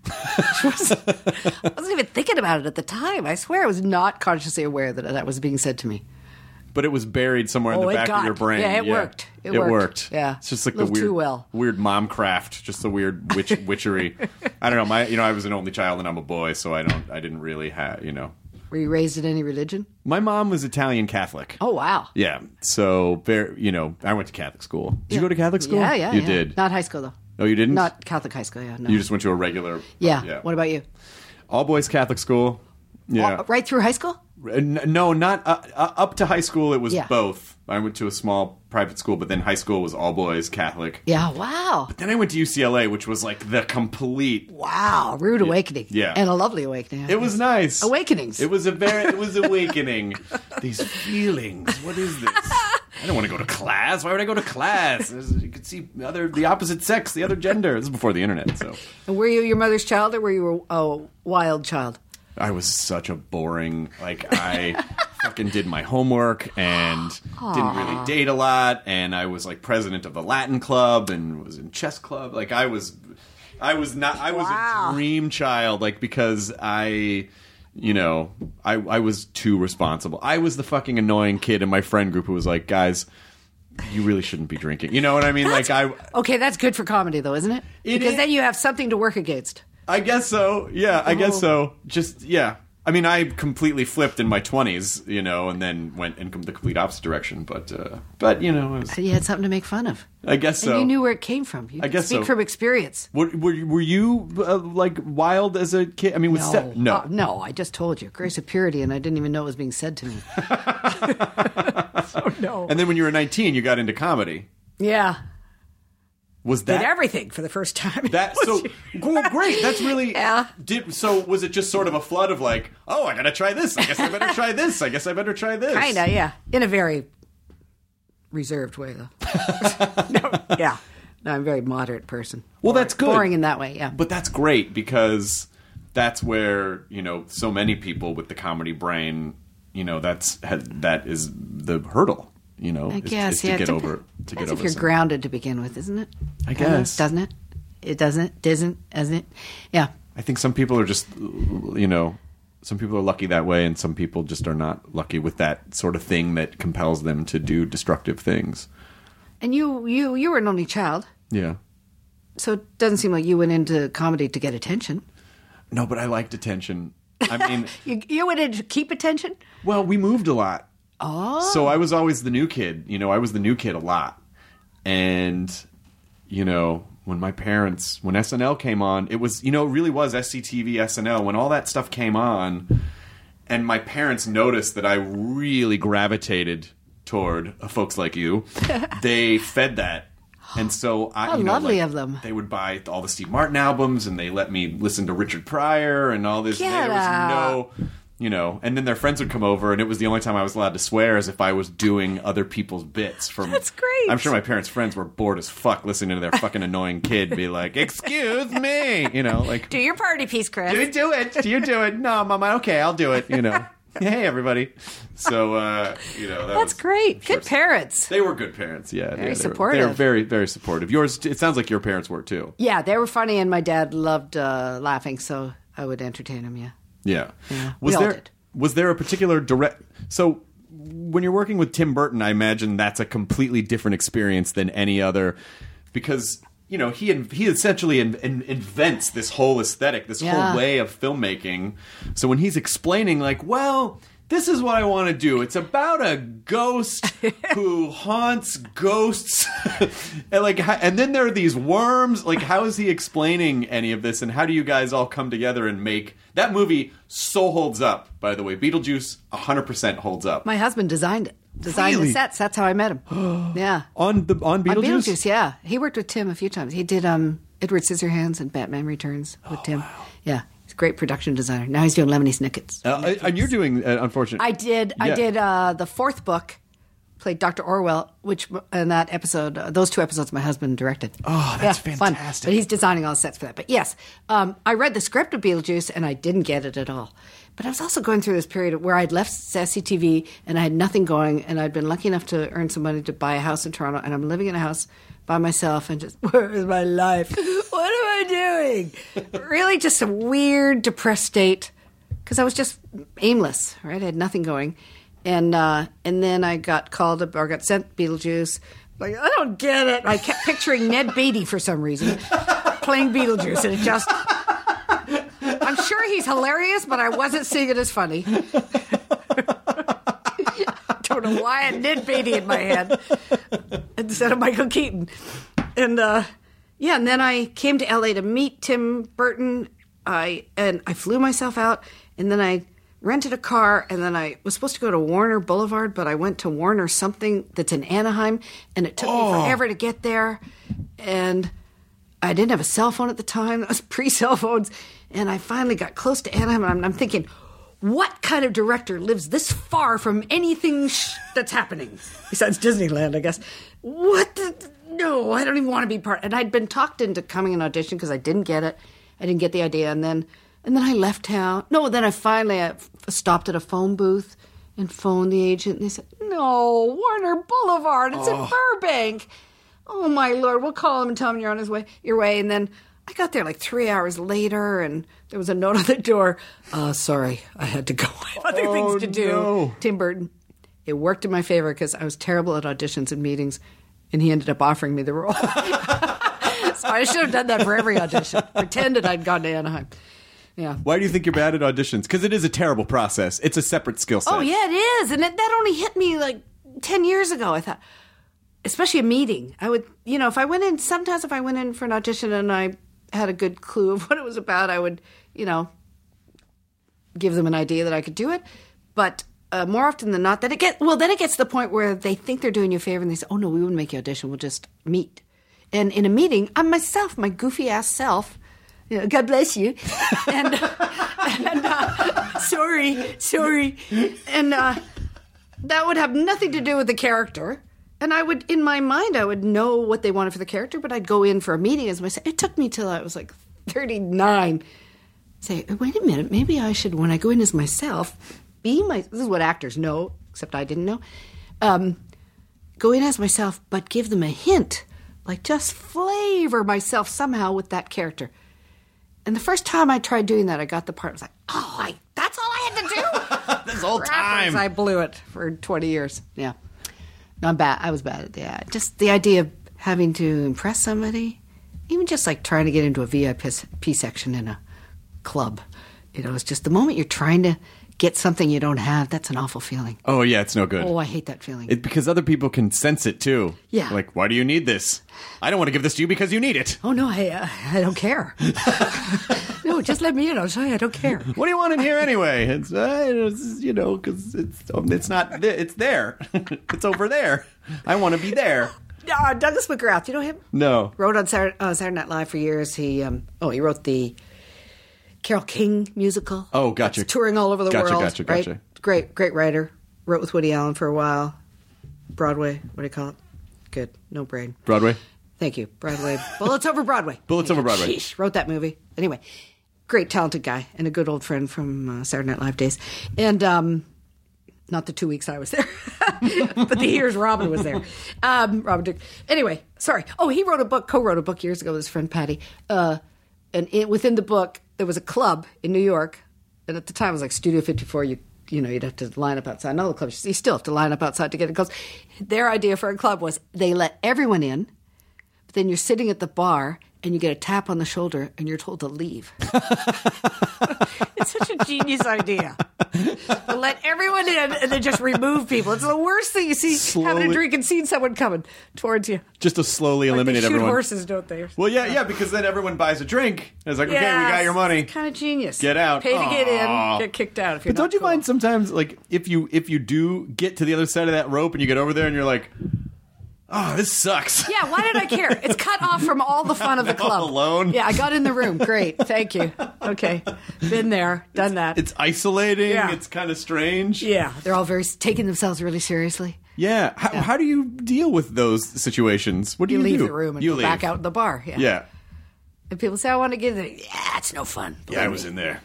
[SPEAKER 8] She was- I wasn't even thinking about it at the time. I swear I was not consciously aware that that was being said to me.
[SPEAKER 4] But it was buried somewhere in
[SPEAKER 8] Oh,
[SPEAKER 4] the
[SPEAKER 8] it
[SPEAKER 4] back
[SPEAKER 8] got-
[SPEAKER 4] of your brain.
[SPEAKER 8] yeah, it worked. It
[SPEAKER 4] worked.
[SPEAKER 8] worked. Yeah.
[SPEAKER 4] It's just like
[SPEAKER 8] A
[SPEAKER 4] the
[SPEAKER 8] little
[SPEAKER 4] weird,
[SPEAKER 8] too well.
[SPEAKER 4] weird mom craft, just the weird witch witchery. I don't know. My, you know, I was an only child and I'm a boy, so I don't, I didn't really have, you know.
[SPEAKER 8] Were you raised in any religion?
[SPEAKER 4] My mom was Italian Catholic.
[SPEAKER 8] Oh wow.
[SPEAKER 4] Yeah. So, very, you know, I went to Catholic school. Did you go to Catholic school?
[SPEAKER 8] Yeah, yeah.
[SPEAKER 4] You
[SPEAKER 8] yeah.
[SPEAKER 4] did.
[SPEAKER 8] Not high school though.
[SPEAKER 4] No, you didn't.
[SPEAKER 8] Not Catholic high school. Yeah. No.
[SPEAKER 4] You just went to a regular.
[SPEAKER 8] yeah.
[SPEAKER 4] yeah.
[SPEAKER 8] What about you?
[SPEAKER 4] All boys Catholic school. Yeah.
[SPEAKER 8] Right through high school?
[SPEAKER 4] N- No, not uh, uh, up to high school. It was
[SPEAKER 8] Yeah.
[SPEAKER 4] both. I went to a small private school, but then high school was all boys Catholic.
[SPEAKER 8] Yeah. Wow.
[SPEAKER 4] Then I went to UCLA, which was like the complete.
[SPEAKER 8] Wow. Rude awakening.
[SPEAKER 4] Yeah.
[SPEAKER 8] And a lovely awakening.
[SPEAKER 4] It was nice.
[SPEAKER 8] Awakenings.
[SPEAKER 4] It was a very. It was awakening. These feelings. What is this? I don't want to go to class. Why would I go to class? There's- You could see the other, the opposite sex, the other gender. This is before the internet, so
[SPEAKER 8] And were you your mother's child or were you a a wild child?
[SPEAKER 4] I was such a boring. Like I fucking did my homework and didn't really
[SPEAKER 8] Aw.
[SPEAKER 4] date a lot, and I was like president of the Latin club and was in chess club. Like I was, I was not. I was a dream child. Like because I. You know, I, I was too responsible. I was the fucking annoying kid in my friend group who was like, guys, you really shouldn't be drinking. You know what I mean? Like, I,
[SPEAKER 8] Okay, that's good for comedy though, isn't it? because then you have something to work against. Oh.
[SPEAKER 4] I guess so. Yeah, I guess so. Just yeah. I mean, I completely flipped in my twenties, you know, and then went in com- the complete opposite direction. But uh, but you know, I, was,
[SPEAKER 8] So you had something to make fun of.
[SPEAKER 4] I guess
[SPEAKER 8] And
[SPEAKER 4] so.
[SPEAKER 8] you knew where it came from. You
[SPEAKER 4] I
[SPEAKER 8] could
[SPEAKER 4] guess
[SPEAKER 8] speak
[SPEAKER 4] so.
[SPEAKER 8] from experience.
[SPEAKER 4] were, were you- were you uh, like wild as a kid? I mean, with
[SPEAKER 8] no.
[SPEAKER 4] step- no.
[SPEAKER 8] Uh, no, I just told you. Grace of purity, and I didn't even know it was being said to me.
[SPEAKER 4] And then when you were nineteen, you got into comedy.
[SPEAKER 8] Yeah.
[SPEAKER 4] Was that
[SPEAKER 8] Did everything for the first time.
[SPEAKER 4] that so well, great? That's really yeah. Did so? Was it just sort of a flood of like, oh, I gotta try this. I guess I better try this. I guess I better try this.
[SPEAKER 8] Kinda, yeah. In a very reserved way, though. no, yeah. No, I'm a very moderate person.
[SPEAKER 4] Well, that's good.
[SPEAKER 8] Boring in that way, yeah.
[SPEAKER 4] But that's great because that's where you know so many people with the comedy brain, you know, that's that is the hurdle. You know,
[SPEAKER 8] I
[SPEAKER 4] is-
[SPEAKER 8] guess,
[SPEAKER 4] is to
[SPEAKER 8] yeah. it
[SPEAKER 4] get
[SPEAKER 8] depends-
[SPEAKER 4] over to get
[SPEAKER 8] depends
[SPEAKER 4] over.
[SPEAKER 8] if you're
[SPEAKER 4] some-
[SPEAKER 8] grounded to begin with, isn't it?
[SPEAKER 4] I
[SPEAKER 8] Kind of,
[SPEAKER 4] guess.
[SPEAKER 8] doesn't it? It doesn't, doesn't, doesn't it? Yeah.
[SPEAKER 4] I think some people are just, you know, some people are lucky that way, and some people just are not lucky with that sort of thing that compels them to do destructive things.
[SPEAKER 8] And you, you, you were an only child,
[SPEAKER 4] Yeah.
[SPEAKER 8] so it doesn't seem like you went into comedy to get attention.
[SPEAKER 4] No, but I liked attention. I mean,
[SPEAKER 8] You, you went in to keep attention.
[SPEAKER 4] well, we moved a lot.
[SPEAKER 8] Oh,
[SPEAKER 4] So I was always the new kid. You know, I was the new kid a lot. And, you know, when my parents, when SNL came on, it was, you know, it really was SCTV, SNL. When all that stuff came on, and my parents noticed that I really gravitated toward folks like you, they fed that. And so I,
[SPEAKER 8] How
[SPEAKER 4] you know,
[SPEAKER 8] lovely
[SPEAKER 4] like,
[SPEAKER 8] of them.
[SPEAKER 4] They would buy all the Steve Martin albums, and they let me listen to Richard Pryor and all this.
[SPEAKER 8] Get
[SPEAKER 4] there was
[SPEAKER 8] out.
[SPEAKER 4] no, you know. And then their friends would come over, and it was the only time I was allowed to swear, as if I was doing other people's bits. From
[SPEAKER 8] That's great.
[SPEAKER 4] I'm sure my parents' friends were bored as fuck listening to their fucking annoying kid be like, "Excuse me," you know, like,
[SPEAKER 10] Do your party piece, Chris.
[SPEAKER 4] "You do it, you do it." No, mama, okay, I'll do it. You know, hey everybody. So uh, you know, that was-
[SPEAKER 8] that's great. Good parents.
[SPEAKER 4] They were good parents. Yeah,
[SPEAKER 8] Very
[SPEAKER 4] yeah, they were-
[SPEAKER 8] supportive.
[SPEAKER 4] They were very, very supportive. Yours. It sounds like your parents were too.
[SPEAKER 8] Yeah, they were funny, and my dad loved uh, laughing, so I would entertain him. Yeah.
[SPEAKER 4] Yeah.
[SPEAKER 8] Yeah, we
[SPEAKER 4] Was
[SPEAKER 8] all
[SPEAKER 4] there
[SPEAKER 8] did.
[SPEAKER 4] was there a particular direct so when you're working with Tim Burton, I imagine that's a completely different experience than any other because you know, he in- he essentially in- in- invents this whole aesthetic, this
[SPEAKER 8] Yeah.
[SPEAKER 4] whole way of filmmaking. So when he's explaining like, well, this is what I want to do. It's about a ghost who haunts ghosts, and like, ho- and then there are these worms. Like, how is he explaining any of this? And how do you guys all come together and make that movie so holds up? By the way, Beetlejuice 100% holds up
[SPEAKER 8] My husband designed it. Designed
[SPEAKER 4] Really?
[SPEAKER 8] the sets. That's how I met him. yeah.
[SPEAKER 4] on the on Beetlejuice.
[SPEAKER 8] On Beetlejuice, yeah. He worked with Tim a few times. He did um, Edward Scissorhands and Batman Returns
[SPEAKER 4] Oh,
[SPEAKER 8] with Tim. Yeah. He's a great production designer. Now he's doing Lemony Snickets.
[SPEAKER 4] Uh, and you're doing uh, unfortunate.
[SPEAKER 8] I did. I
[SPEAKER 4] Yeah.
[SPEAKER 8] did uh, the fourth book played Dr. Orwell, which in that episode, uh, those two episodes, my husband directed.
[SPEAKER 11] Oh, that's
[SPEAKER 8] fantastic! But he's designing all the sets for that. But yes, um, I read the script of Beetlejuice and I didn't get it at all. But I was also going through this period where I'd left Sassy TV and I had nothing going, and I'd been lucky enough to earn some money to buy a house in Toronto, and I'm living in a house by myself and just where is my life? What am I doing? really, just a weird, depressed state because I was just aimless, right? I had nothing going, and uh, and then I got called up or got sent Beetlejuice. Like I don't get it. I kept picturing Ned Beatty for some reason playing Beetlejuice, and it just. I'm sure he's hilarious, but I wasn't seeing it as funny. don't know why I had Ned Beatty in my head instead of Michael Keaton, and uh, yeah, and then I came to LA to meet Tim Burton. I and I flew myself out, and then I rented a car, and then I was supposed to go to Warner Boulevard, but I went to Warner something that's in Anaheim, and it took
[SPEAKER 11] Oh.
[SPEAKER 8] me forever to get there, and I didn't have a cell phone at the time. That was pre-cell phones, and I finally got close to Anaheim, and I'm, I'm thinking. What kind of director lives this far from anything sh- that's happening? Besides Disneyland, I guess. What the? No, I don't even want to be part. And I'd been talked into coming and audition because I didn't get it. I didn't get the idea, and then and then I left town. No, then I finally I f- stopped at a phone booth and phoned the agent. And they said, "No, Warner Boulevard. It's
[SPEAKER 11] Oh.
[SPEAKER 8] in Burbank." Oh my lord! We'll call him and tell him you're on his way. Your way, and then I got there like three hours later, and there was a note on the door. Uh, sorry, I had to go. I have other things to do. Tim Burton. It worked in my favor because I was terrible at auditions and meetings, and he ended up offering me the role. so I should have done that for every audition. Pretended I'd gone to Anaheim. Yeah.
[SPEAKER 4] Why do you think you're bad at auditions? Because it is a terrible process. It's a separate skill set.
[SPEAKER 8] Oh yeah, it is, and it, that only hit me like ten years ago. I thought, especially a meeting, I would, you know, if I went in. Sometimes if I went in for an audition and I had a good clue of what it was about, I would, you know, give them an idea that I could do it. But uh, more often than not, then it get well, then it gets to the point where they think they're doing you a favor and they say, "Oh no, we wouldn't make you audition. We'll just meet." And in a meeting, I'm myself, my goofy ass self. You know, God bless you. sorry, sorry. And uh, that would have nothing to do with the character. And I would, in my mind, I would know what they wanted for the character, but I'd go in for a meeting as myself. It took me till I was like 39. Say, wait a minute, maybe I should, when I go in as myself, be my. This is what actors know, except I didn't know. Um, go in as myself, but give them a hint. Like, just flavor myself somehow with that character. And the first time I tried doing that, I got the part. I was like, oh, I, that's all I had to do.
[SPEAKER 4] this whole
[SPEAKER 8] Rappers, I blew it for 20 years. Yeah. No, I'm bad. I was bad at that. Just the idea of having to impress somebody, even just like trying to get into a VIP s- P section in a club. You know, it's just the moment you're trying to get something you don't have, that's an awful feeling.
[SPEAKER 4] Oh yeah, it's no good.
[SPEAKER 8] Oh, I hate that feeling.
[SPEAKER 4] It, because other people can sense it too.
[SPEAKER 8] Yeah.
[SPEAKER 4] Like, why do you need this? I don't want to give this to you because you need it.
[SPEAKER 8] Oh, no, I, uh, I don't care. no, just let me in. I'll show you. I don't care.
[SPEAKER 4] What do you want in here anyway? It's, uh, it's you know, because it's um, it's not th- it's there. it's over there. I want to be there.
[SPEAKER 8] Uh, Douglas McGrath, you know him?
[SPEAKER 4] No.
[SPEAKER 8] wrote on Saturday, uh, Saturday Night Live for years. He um, oh he wrote the Carol King musical.
[SPEAKER 4] Oh, gotcha.
[SPEAKER 8] It's touring all over the
[SPEAKER 4] Gotcha,
[SPEAKER 8] world.
[SPEAKER 4] gotcha,
[SPEAKER 8] right?
[SPEAKER 4] gotcha.
[SPEAKER 8] Great, great writer. Wrote with Woody Allen for a while. Broadway. What do you call it? Good. No brain.
[SPEAKER 4] Broadway.
[SPEAKER 8] Thank you. Broadway. Bullets over Broadway.
[SPEAKER 4] Bullets over Broadway.
[SPEAKER 8] Sheesh, wrote that movie. Anyway, great talented guy and a good old friend from uh, Saturday Night Live days. And um, not the two weeks I was there, but the years Robin was there. Um, Robin Duke. Anyway, sorry. Oh, he wrote a book, co-wrote a book years ago with his friend Patty. Uh, and it, within the book, there was a club in New York, and at the time it was like Studio 54. You you know you'd have to line up outside. And all the clubs you still have to line up outside to get in clubs. Their idea for a club was they let everyone in, but then you're sitting at the bar and you get a tap on the shoulder and you're told to leave. it's such a genius idea. To let everyone in and then just remove people. It's the worst thing you see having
[SPEAKER 4] Slowly-
[SPEAKER 8] a drink and seeing someone coming towards you.
[SPEAKER 4] Just to slowly eliminate
[SPEAKER 8] They shoot
[SPEAKER 4] everyone.
[SPEAKER 8] horses, don't they?
[SPEAKER 4] Well, yeah, yeah, because then everyone buys a drink. And it's like, okay, we got your money.
[SPEAKER 8] Kind of genius.
[SPEAKER 4] Get out.
[SPEAKER 8] Pay to get
[SPEAKER 4] Aw.
[SPEAKER 8] in. Get kicked out if you're
[SPEAKER 4] But don't you mind sometimes, like, if you if you do get to the other side of that rope and you get over there and you're like, oh, this sucks.
[SPEAKER 8] Yeah, why did I care? It's cut off from all the fun of the
[SPEAKER 4] Now
[SPEAKER 8] club.
[SPEAKER 4] alone.
[SPEAKER 8] Yeah, I got in the room. Great. Thank you. Okay. Been there, done that.
[SPEAKER 4] It's isolating.
[SPEAKER 8] Yeah.
[SPEAKER 4] It's kind of strange.
[SPEAKER 8] Yeah. They're all very taking themselves really seriously.
[SPEAKER 4] Yeah. How, how do you deal with those situations? What do you,
[SPEAKER 8] leave
[SPEAKER 4] do?
[SPEAKER 8] the room and
[SPEAKER 4] you
[SPEAKER 8] go
[SPEAKER 4] leave.
[SPEAKER 8] back out in the bar. Yeah.
[SPEAKER 4] Yeah.
[SPEAKER 8] And people say, I want to get it. Yeah, it's no fun.
[SPEAKER 4] Yeah, I was in there.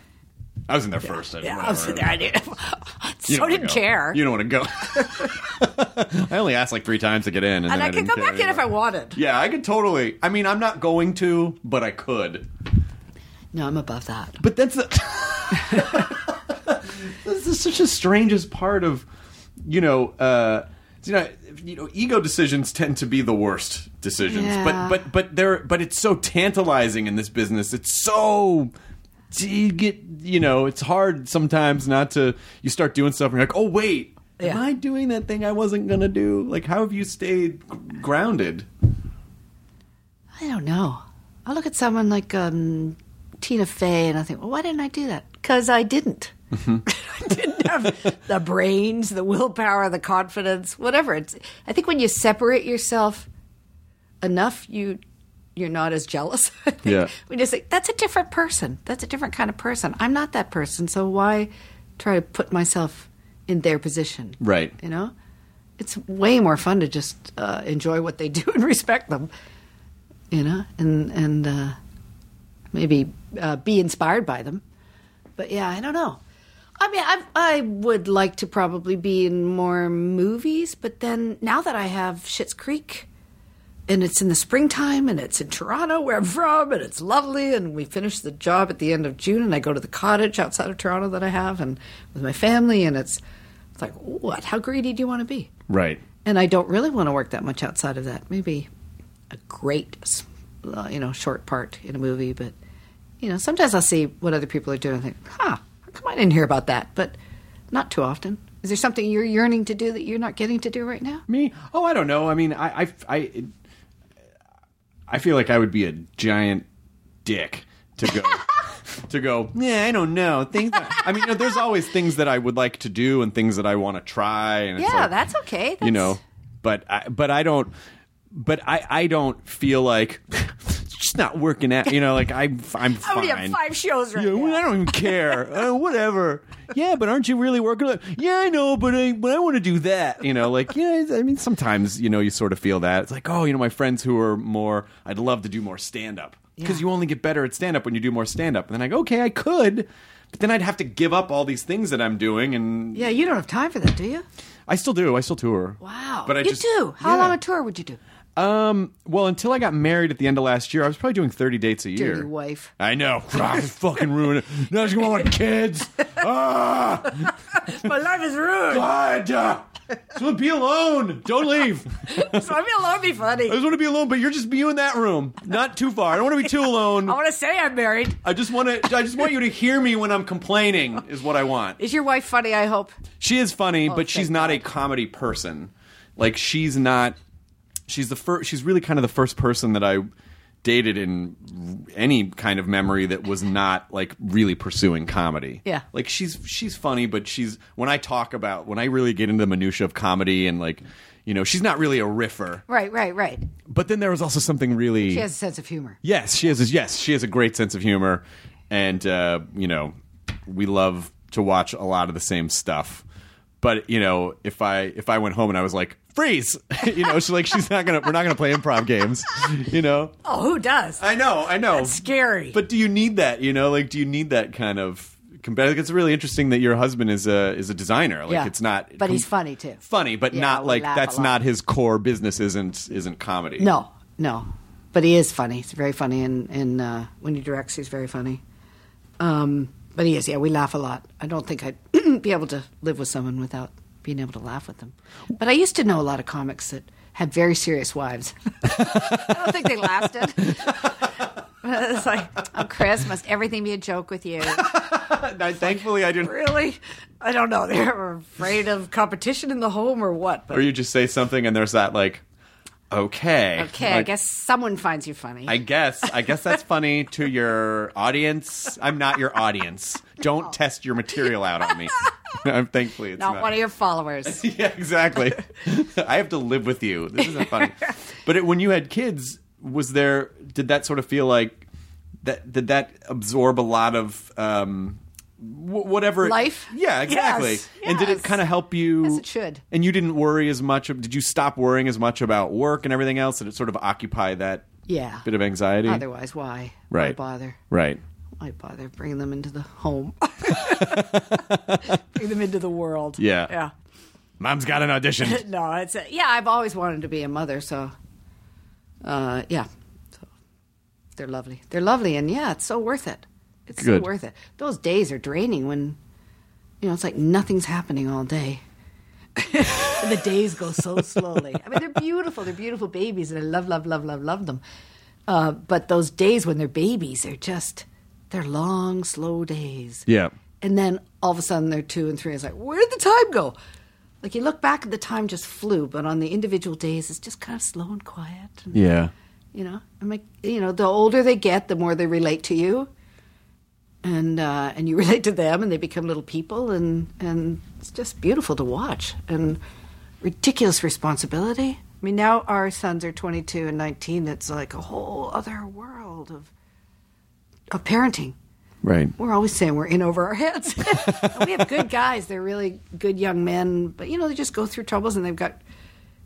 [SPEAKER 4] I was in there first.
[SPEAKER 8] Yeah,
[SPEAKER 4] didn't
[SPEAKER 8] I was in
[SPEAKER 4] remember.
[SPEAKER 8] there. I did.
[SPEAKER 4] You
[SPEAKER 8] so
[SPEAKER 4] don't wanna
[SPEAKER 8] didn't
[SPEAKER 4] go.
[SPEAKER 8] care.
[SPEAKER 4] You don't want to go. I only asked like three times to get in, and, then
[SPEAKER 8] and I, could
[SPEAKER 4] didn't
[SPEAKER 8] go
[SPEAKER 4] care
[SPEAKER 8] back in if
[SPEAKER 4] anymore.
[SPEAKER 8] I wanted.
[SPEAKER 4] Yeah, I could totally. I mean, I'm not going to, but I could.
[SPEAKER 8] No, I'm above that.
[SPEAKER 4] But that's the. this is such a strangest part of, you know, uh, you know, you know, ego decisions tend to be the worst decisions.
[SPEAKER 8] Yeah.
[SPEAKER 4] But but but they're but it's so tantalizing in this business. It's so. You get, you know, it's hard sometimes not to. You start doing stuff, and you're like, "Oh wait, am I doing that thing I wasn't gonna do?" Like, how have you stayed g- grounded?
[SPEAKER 8] I don't know. I look at someone like um, Tina Fey and I think, well, why didn't I do that? Because I didn't.
[SPEAKER 4] Mm-hmm.
[SPEAKER 8] the brains, the willpower, the confidence, whatever. It's. I think when you separate yourself enough, you you're not as jealous. I think.
[SPEAKER 4] Yeah.
[SPEAKER 8] We just say that's a different person. That's a different kind of person. I'm not that person, so why try to put myself in their position?
[SPEAKER 4] Right.
[SPEAKER 8] You know, it's way more fun to just uh, enjoy what they do and respect them. You know, and and uh, maybe uh, be inspired by them. But yeah, I don't know. I mean, I I would like to probably be in more movies, but then now that I have Schitt's Creek, and it's in the springtime, and it's in Toronto where I'm from, and it's lovely, and we finish the job at the end of June, and I go to the cottage outside of Toronto that I have, and with my family, and it's it's like what? How greedy do you want to be?
[SPEAKER 4] Right.
[SPEAKER 8] And I don't really want to work that much outside of that. Maybe a great, s- uh, you know, short part in a movie, but you know, sometimes I'll see what other people are doing and think, huh, how come I didn't hear about that? But not too often. Is there something you're yearning to do that you're not getting to do right now?
[SPEAKER 4] Me? Oh, I don't know. I mean, I, I, I, I feel like I would be a giant dick to go. To go, yeah, I don't know. Things, I mean, you know, there's always things that I would like to do and things that I want to try. And it's
[SPEAKER 8] yeah,
[SPEAKER 4] like,
[SPEAKER 8] that's okay. That's,
[SPEAKER 4] you know, but I, but I don't, but I, I don't feel like it's just not working out. You know, like I'm, I'm
[SPEAKER 8] I only have
[SPEAKER 4] fine.
[SPEAKER 8] five shows right
[SPEAKER 4] Yeah, well, I don't even care. uh, whatever. Yeah, but aren't you really working? on it? Yeah, I know, but I, but I want to do that. You know, like yeah. I mean, sometimes you know you sort of feel that it's like oh, you know, my friends who are more, I'd love to do more stand up because you only get better at stand up when you do more stand up. And then I go, okay, I could, but then I'd have to give up all these things that I'm doing, and
[SPEAKER 8] Yeah, you don't have time for that, do you?
[SPEAKER 4] I still do. I still tour.
[SPEAKER 8] Wow.
[SPEAKER 4] But I
[SPEAKER 8] you
[SPEAKER 4] just-
[SPEAKER 8] do. How
[SPEAKER 4] yeah.
[SPEAKER 8] long a tour would you do?
[SPEAKER 4] Um. Well, until I got married at the end of last year, I was probably doing thirty dates a year.
[SPEAKER 8] Dirty wife.
[SPEAKER 4] I know. I fucking ruined it. Now she's gonna want kids. Ah,
[SPEAKER 8] My life is ruined.
[SPEAKER 4] God. ah. So be alone. Don't leave.
[SPEAKER 8] so I'm alone be funny.
[SPEAKER 4] I just want to be alone, but you're just you in that room, not too far. I don't want to be too alone.
[SPEAKER 8] I want to say I'm married.
[SPEAKER 4] I just want to. I just want you to hear me when I'm complaining. Is what I want.
[SPEAKER 8] Is your wife funny? I hope.
[SPEAKER 4] She is funny,
[SPEAKER 8] Oh,
[SPEAKER 4] but she's
[SPEAKER 8] thank
[SPEAKER 4] not a comedy person. Like she's not. She's the first. She's really kind of the first person that I dated in any kind of memory that was not like really pursuing comedy.
[SPEAKER 8] Yeah.
[SPEAKER 4] Like she's she's funny, but she's when I talk about when I really get into the minutia of comedy and like you know she's not really a riffer.
[SPEAKER 8] Right, right, right.
[SPEAKER 4] But then there was also something really
[SPEAKER 8] She has a sense of humor.
[SPEAKER 4] Yes, she has. A, yes, she has a great sense of humor, and uh, you know, we love to watch a lot of the same stuff. But you know, if I if I went home and I was like freeze, you know, she's like she's not gonna we're not gonna play improv games, you know.
[SPEAKER 8] Oh, who does?
[SPEAKER 4] I know, I know.
[SPEAKER 8] That's scary.
[SPEAKER 4] But do you need that? You know, like do you need that kind of? competitive? It's really interesting that your husband is a is a designer. Like
[SPEAKER 8] Yeah.
[SPEAKER 4] it's not,
[SPEAKER 8] But he's funny, too.
[SPEAKER 4] Funny, but
[SPEAKER 8] Yeah,
[SPEAKER 4] not
[SPEAKER 8] we
[SPEAKER 4] like
[SPEAKER 8] laugh
[SPEAKER 4] that's
[SPEAKER 8] a lot.
[SPEAKER 4] not his core business. Isn't isn't comedy?
[SPEAKER 8] No, no. But he is funny. He's very funny, and, and uh, when he directs, he's very funny. Um, but he is, yeah, we laugh a lot. I don't think I'd be able to live with someone without being able to laugh with them. But I used to know a lot of comics that had very serious wives. I don't think they lasted. it's like, oh, Chris, must everything be a joke with you?
[SPEAKER 4] I, thankfully, I didn't.
[SPEAKER 8] really? I don't know. They were afraid of competition in the home or what. But
[SPEAKER 4] or you just say something and there's that like okay
[SPEAKER 8] okay, I
[SPEAKER 4] Like,
[SPEAKER 8] guess someone finds you funny.
[SPEAKER 4] i guess i guess that's funny to your audience i'm not your audience don't test your material out on me i'm thankfully it's
[SPEAKER 8] not
[SPEAKER 4] not,
[SPEAKER 8] one of your followers.
[SPEAKER 4] yeah exactly i have to live with you this isn't funny but it, when you had kids was there did that sort of feel like that did that absorb a lot of um wh- whatever it-
[SPEAKER 11] Life?
[SPEAKER 4] yeah, exactly.
[SPEAKER 11] Yes,
[SPEAKER 4] And did it kind of help you?
[SPEAKER 11] Yes, it should.
[SPEAKER 4] And you didn't worry as much. of- Did you stop worrying as much about work and everything else? Did it sort of occupy that
[SPEAKER 8] Yeah.
[SPEAKER 4] bit of anxiety?
[SPEAKER 8] Otherwise, why? Why
[SPEAKER 4] Right.
[SPEAKER 8] bother?
[SPEAKER 4] Right.
[SPEAKER 8] Why bother bringing them into the home? Bring them into the world.
[SPEAKER 4] Yeah.
[SPEAKER 8] Yeah.
[SPEAKER 4] Mom's got an audition.
[SPEAKER 8] no, it's a, yeah. I've always wanted to be a mother, so uh, yeah. So they're lovely. They're lovely, and yeah, it's so worth it. It's
[SPEAKER 4] Good.
[SPEAKER 8] so worth it. Those days are draining when you know it's like nothing's happening all day. the days go so slowly. I mean, they're beautiful. They're beautiful babies, and I love, love, love, love, love them. Uh, but those days when they're babies are just they're long, slow days.
[SPEAKER 4] Yeah.
[SPEAKER 8] And then all of a sudden they're two and three. It's like, where did the time go? Like you look back, the time just flew. But on the individual days, it's just kind of slow and quiet. And,
[SPEAKER 4] Yeah.
[SPEAKER 8] You know, I'm like, you know, the older they get, the more they relate to you, and uh, and you relate to them, and they become little people, and and it's just beautiful to watch. And ridiculous responsibility. I mean, now our sons are 22 and 19. It's like a whole other world of of parenting.
[SPEAKER 4] Right.
[SPEAKER 8] We're always saying we're in over our heads. And we have good guys. They're really good young men, but you know, they just go through troubles and they've got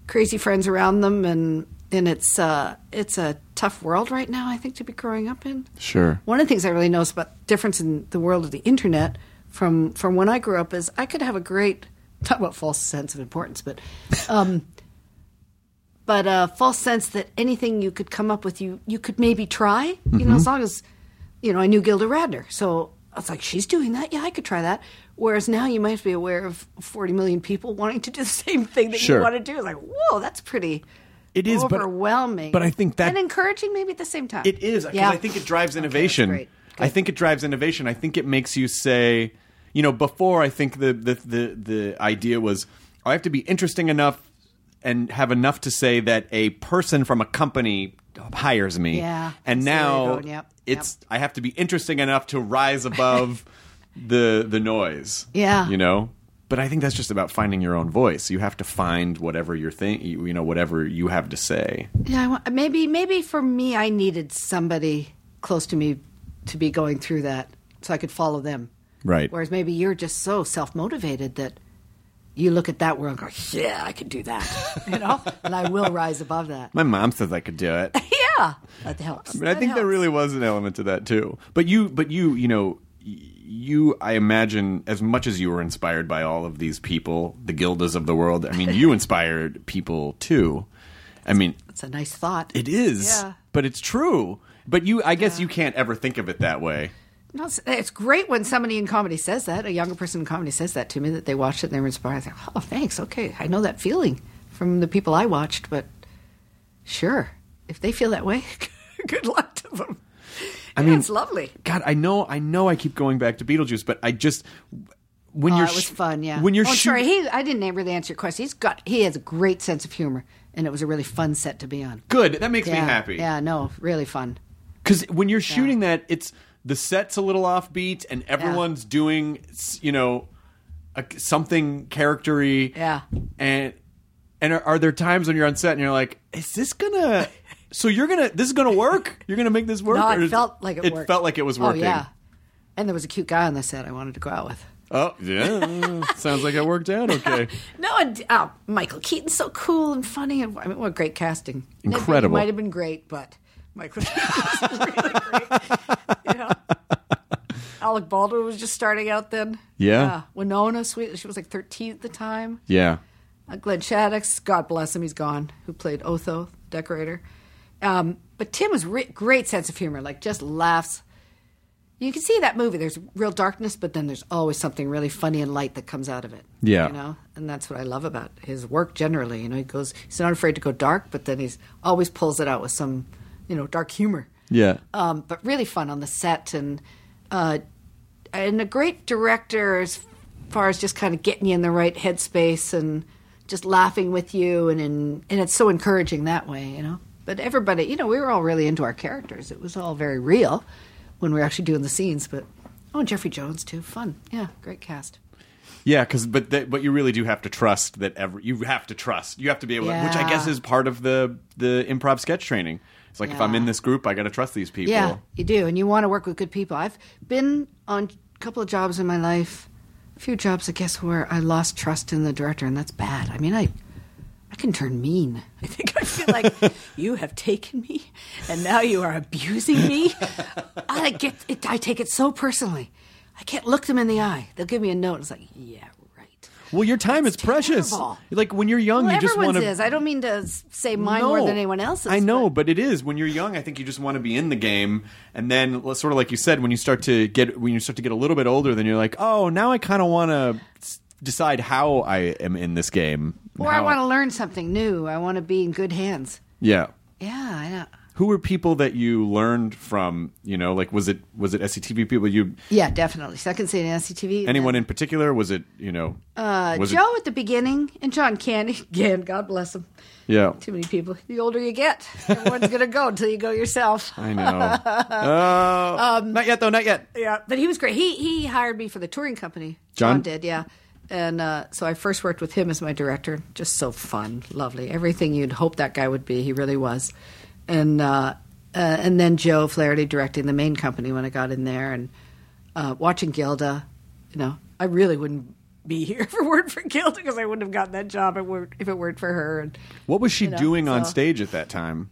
[SPEAKER 8] crazy friends around them and and it's uh it's a tough world right now, I think, to be growing up in.
[SPEAKER 4] Sure.
[SPEAKER 8] One of the things I really noticed about the difference in the world of the internet from from when I grew up is I could have a great talk about false sense of importance, but um, but a false sense that anything you could come up with, you you could maybe try. You
[SPEAKER 4] Mm-hmm.
[SPEAKER 8] know,
[SPEAKER 13] Mhm.
[SPEAKER 8] as long as you know I knew Gilda Radner, so I was like, she's doing that. Yeah, I could try that. Whereas now you might have to be aware of 40 million people wanting to do the same thing that
[SPEAKER 4] Sure.
[SPEAKER 8] you want to do. It's like, whoa, that's pretty.
[SPEAKER 4] It is, but-
[SPEAKER 8] overwhelming.
[SPEAKER 4] but I think that-
[SPEAKER 8] and encouraging maybe at the same time.
[SPEAKER 4] It is because I think it drives innovation.
[SPEAKER 8] great.
[SPEAKER 4] I think it drives innovation. I think it makes you say, you know, before I think the the the, the idea was oh, I have to be interesting enough and have enough to say that a person from a company hires me.
[SPEAKER 8] Yeah,
[SPEAKER 4] And
[SPEAKER 8] I see where you're
[SPEAKER 4] now
[SPEAKER 8] going. Yep,
[SPEAKER 4] it's I have to be interesting enough to rise above the the noise.
[SPEAKER 8] Yeah.
[SPEAKER 4] You know? But I think that's just about finding your own voice. You have to find whatever your thing, you you know, whatever you have to say.
[SPEAKER 8] Yeah, I want, maybe maybe for me, I needed somebody close to me to be going through that, so I could follow them.
[SPEAKER 4] Right.
[SPEAKER 8] Whereas maybe you're just so self motivated that you look at that world and go, "Yeah, I could do that," you know, and I will rise above that.
[SPEAKER 4] My mom says I could do it.
[SPEAKER 8] Yeah, that helps.
[SPEAKER 4] I mean, I
[SPEAKER 8] That
[SPEAKER 4] think there really was an element to that too. But you, but you, you know, y- you. I imagine as much as you were inspired by all of these people, the gildas of the world. I mean, you inspired people too. I mean,
[SPEAKER 8] It's a nice thought.
[SPEAKER 4] it is,
[SPEAKER 8] Yeah.
[SPEAKER 4] but it's true. But you, I guess, you can't ever think of it that way.
[SPEAKER 8] No, it's, it's great when somebody in comedy says that. A younger person in comedy says that to me that they watched it and they were inspired. I think, oh, thanks. Okay, I know that feeling from the people I watched, but sure, if they feel that way, good luck to them.
[SPEAKER 4] I
[SPEAKER 8] Yeah,
[SPEAKER 4] mean,
[SPEAKER 8] it's lovely.
[SPEAKER 4] God, I know, I know, I keep going back to Beetlejuice, but I just when
[SPEAKER 8] oh,
[SPEAKER 4] you're
[SPEAKER 8] it was
[SPEAKER 4] sh-
[SPEAKER 8] fun, yeah.
[SPEAKER 4] when you're
[SPEAKER 8] oh,
[SPEAKER 4] shooting-
[SPEAKER 8] sorry, he, I didn't really answer your question. He's got he has a great sense of humor, and it was a really fun set to be on.
[SPEAKER 4] Good. That makes me
[SPEAKER 8] Yeah,
[SPEAKER 4] happy.
[SPEAKER 8] Yeah, no, really fun.
[SPEAKER 4] Because when you're shooting that, it's the set's a little offbeat, and everyone's doing, s- you know, a, something charactery.
[SPEAKER 8] Yeah.
[SPEAKER 4] And and are, are there times when you're on set and you're like, is this gonna? so you're gonna this is gonna work? You're gonna make this work?
[SPEAKER 8] no,
[SPEAKER 4] Or
[SPEAKER 8] it
[SPEAKER 4] is-
[SPEAKER 8] felt like it,
[SPEAKER 4] It
[SPEAKER 8] worked.
[SPEAKER 4] felt like it was working.
[SPEAKER 8] Oh yeah, and there was a cute guy on the set I wanted to go out with.
[SPEAKER 4] Oh yeah. Sounds like it worked out okay.
[SPEAKER 8] No, and, oh, Michael Keaton's so cool and funny, and I mean, what great casting! Ned Beatty
[SPEAKER 4] Incredible.
[SPEAKER 8] might have been great, but Michael Keaton was really great. You know, Alec Baldwin was just starting out then. Uh,
[SPEAKER 4] Yeah.
[SPEAKER 8] Winona, sweet, she was like thirteen at the time.
[SPEAKER 4] Yeah.
[SPEAKER 8] Uh, Glenn Shaddix, God bless him, he's gone. Who played Otho, decorator? Um, but Tim has re- great sense of humor, like just laughs. You can see that movie. There's real darkness, but then there's always something really funny and light that comes out of it.
[SPEAKER 4] Yeah.
[SPEAKER 8] you know, and that's what I love about his work generally. You know, he goes, he's not afraid to go dark, but then he's always pulls it out with some, you know, dark humor
[SPEAKER 4] Yeah.
[SPEAKER 8] um, but really fun on the set and uh, and a great director as far as just kind of getting you in the right headspace and just laughing with you and in, and it's so encouraging that way, you know. But everybody, you know, we were all really into our characters. It was all very real when we were actually doing the scenes. But oh, and Jeffrey Jones too, fun, yeah, great cast.
[SPEAKER 4] Yeah, because but th- but you really do have to trust that every you have to trust you have to be able, to, which I
[SPEAKER 8] Yeah.
[SPEAKER 4] guess is part of the the improv sketch training. It's like if I'm
[SPEAKER 8] Yeah.
[SPEAKER 4] in this group, I got to trust these people.
[SPEAKER 8] Yeah, you do, and you want to work with good people. I've been on couple of jobs in my life, a few jobs, I guess, where I lost trust in the director, and that's bad. I mean, I, I can turn mean. I think I feel like you have taken me, and now you are abusing me. I get it. I take it so personally. I can't look them in the eye. They'll give me a note. It's like, yeah.
[SPEAKER 11] Well, your time is precious.
[SPEAKER 8] terrible.
[SPEAKER 11] Like when you're young,
[SPEAKER 8] Well,
[SPEAKER 11] you just
[SPEAKER 8] everyone's
[SPEAKER 11] want to.
[SPEAKER 8] is. I don't mean to s- say mine more
[SPEAKER 4] No.
[SPEAKER 8] than anyone else's.
[SPEAKER 4] I know, but it is when you're young. I think you just want to be in the game, and then well, sort of like you said, when you start to get when you start to get a little bit older, then you're like, oh, now I kind of want to decide how I am in this game. and
[SPEAKER 8] Or I
[SPEAKER 4] how
[SPEAKER 8] want to learn something new. I want to be in good hands.
[SPEAKER 4] yeah.
[SPEAKER 8] Yeah, I know.
[SPEAKER 4] Who were people that you learned from? You know, like was it was it SCTV people? You
[SPEAKER 8] Yeah, definitely. Second City and SCTV.
[SPEAKER 4] anyone in particular? Was it you know?
[SPEAKER 8] Uh,
[SPEAKER 4] was it-
[SPEAKER 8] Joe at the beginning and John Candy again. God bless him.
[SPEAKER 4] yeah.
[SPEAKER 8] Too many people. The older you get, everyone's gonna go until you go yourself.
[SPEAKER 4] I know. Oh,
[SPEAKER 8] um,
[SPEAKER 4] not yet though. Not yet.
[SPEAKER 8] Yeah, but he was great. He he hired me for the touring company.
[SPEAKER 4] John?
[SPEAKER 8] did, yeah. And uh, so I first worked with him as my director. Just so fun, lovely, everything you'd hope that guy would be. He really was. And uh, uh, and then Joe Flaherty directing the main company when I got in there, and uh, watching Gilda. You know, I really wouldn't be here if it weren't for Gilda because I wouldn't have gotten that job if it weren't, if it weren't for her. And
[SPEAKER 4] What was she
[SPEAKER 8] You know,
[SPEAKER 4] doing on
[SPEAKER 8] so-
[SPEAKER 4] stage at that time?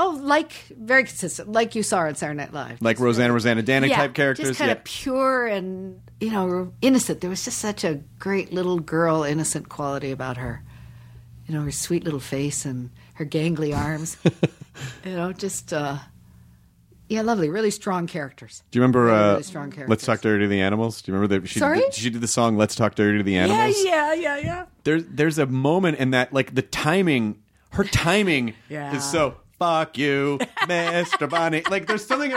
[SPEAKER 8] oh, like very consistent, like you saw on Saturday Night Live.
[SPEAKER 4] Like Rosanna, Rosanna, Danik
[SPEAKER 8] Yeah,
[SPEAKER 4] type characters.
[SPEAKER 8] Just kind of pure and you know innocent. There was just such a great little girl innocent quality about her. You know, her sweet little face and her gangly arms. you know, just uh, yeah, lovely, really strong characters.
[SPEAKER 4] Do you remember?
[SPEAKER 8] Really,
[SPEAKER 4] Uh,
[SPEAKER 8] really strong characters.
[SPEAKER 4] Let's talk dirty to the animals. Do you remember that she
[SPEAKER 8] Sorry?
[SPEAKER 4] Did the, she did the song "Let's Talk Dirty to the Animals"?
[SPEAKER 8] Yeah, yeah, yeah, yeah.
[SPEAKER 4] There's there's a moment in that like the timing, her timing
[SPEAKER 8] Yeah.
[SPEAKER 4] is so fuck you, Mr. Bonnie. Like there's something.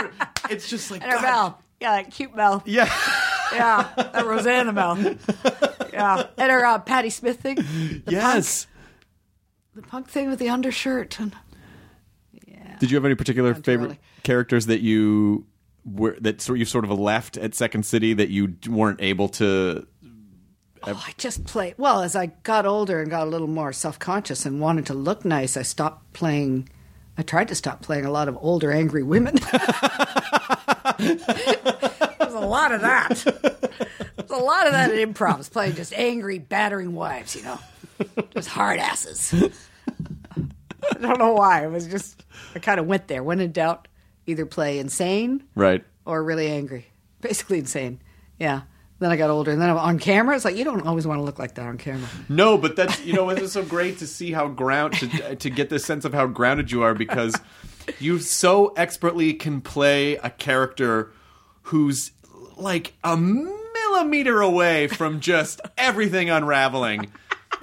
[SPEAKER 4] It's just like
[SPEAKER 8] And her mouth, yeah, that cute mouth.
[SPEAKER 4] Yeah,
[SPEAKER 8] yeah, that Rosanna mouth. Yeah, and her uh, Patty Smith thing,
[SPEAKER 4] yes.
[SPEAKER 8] the punk thing with the undershirt. And
[SPEAKER 4] Did you have any particular favorite characters that you were that sort you sort of left at Second City that you weren't able to?
[SPEAKER 8] Oh, I just play well as I got older and got a little more self-conscious and wanted to look nice. I stopped playing. I tried to stop playing a lot of older angry women. There's a lot of that. There's a lot of that at improvs playing just angry battering wives. You know, just hard asses. I don't know why. It was just I kind of went there. When in doubt, either play insane
[SPEAKER 4] Right.
[SPEAKER 8] or really angry. Basically insane. Yeah. Then I got older, and then on camera, it's like you don't always want to look like that on camera.
[SPEAKER 4] No, but that's you know it was so great to see how ground to to get this sense of how grounded you are because you so expertly can play a character who's like a millimeter away from just everything unraveling,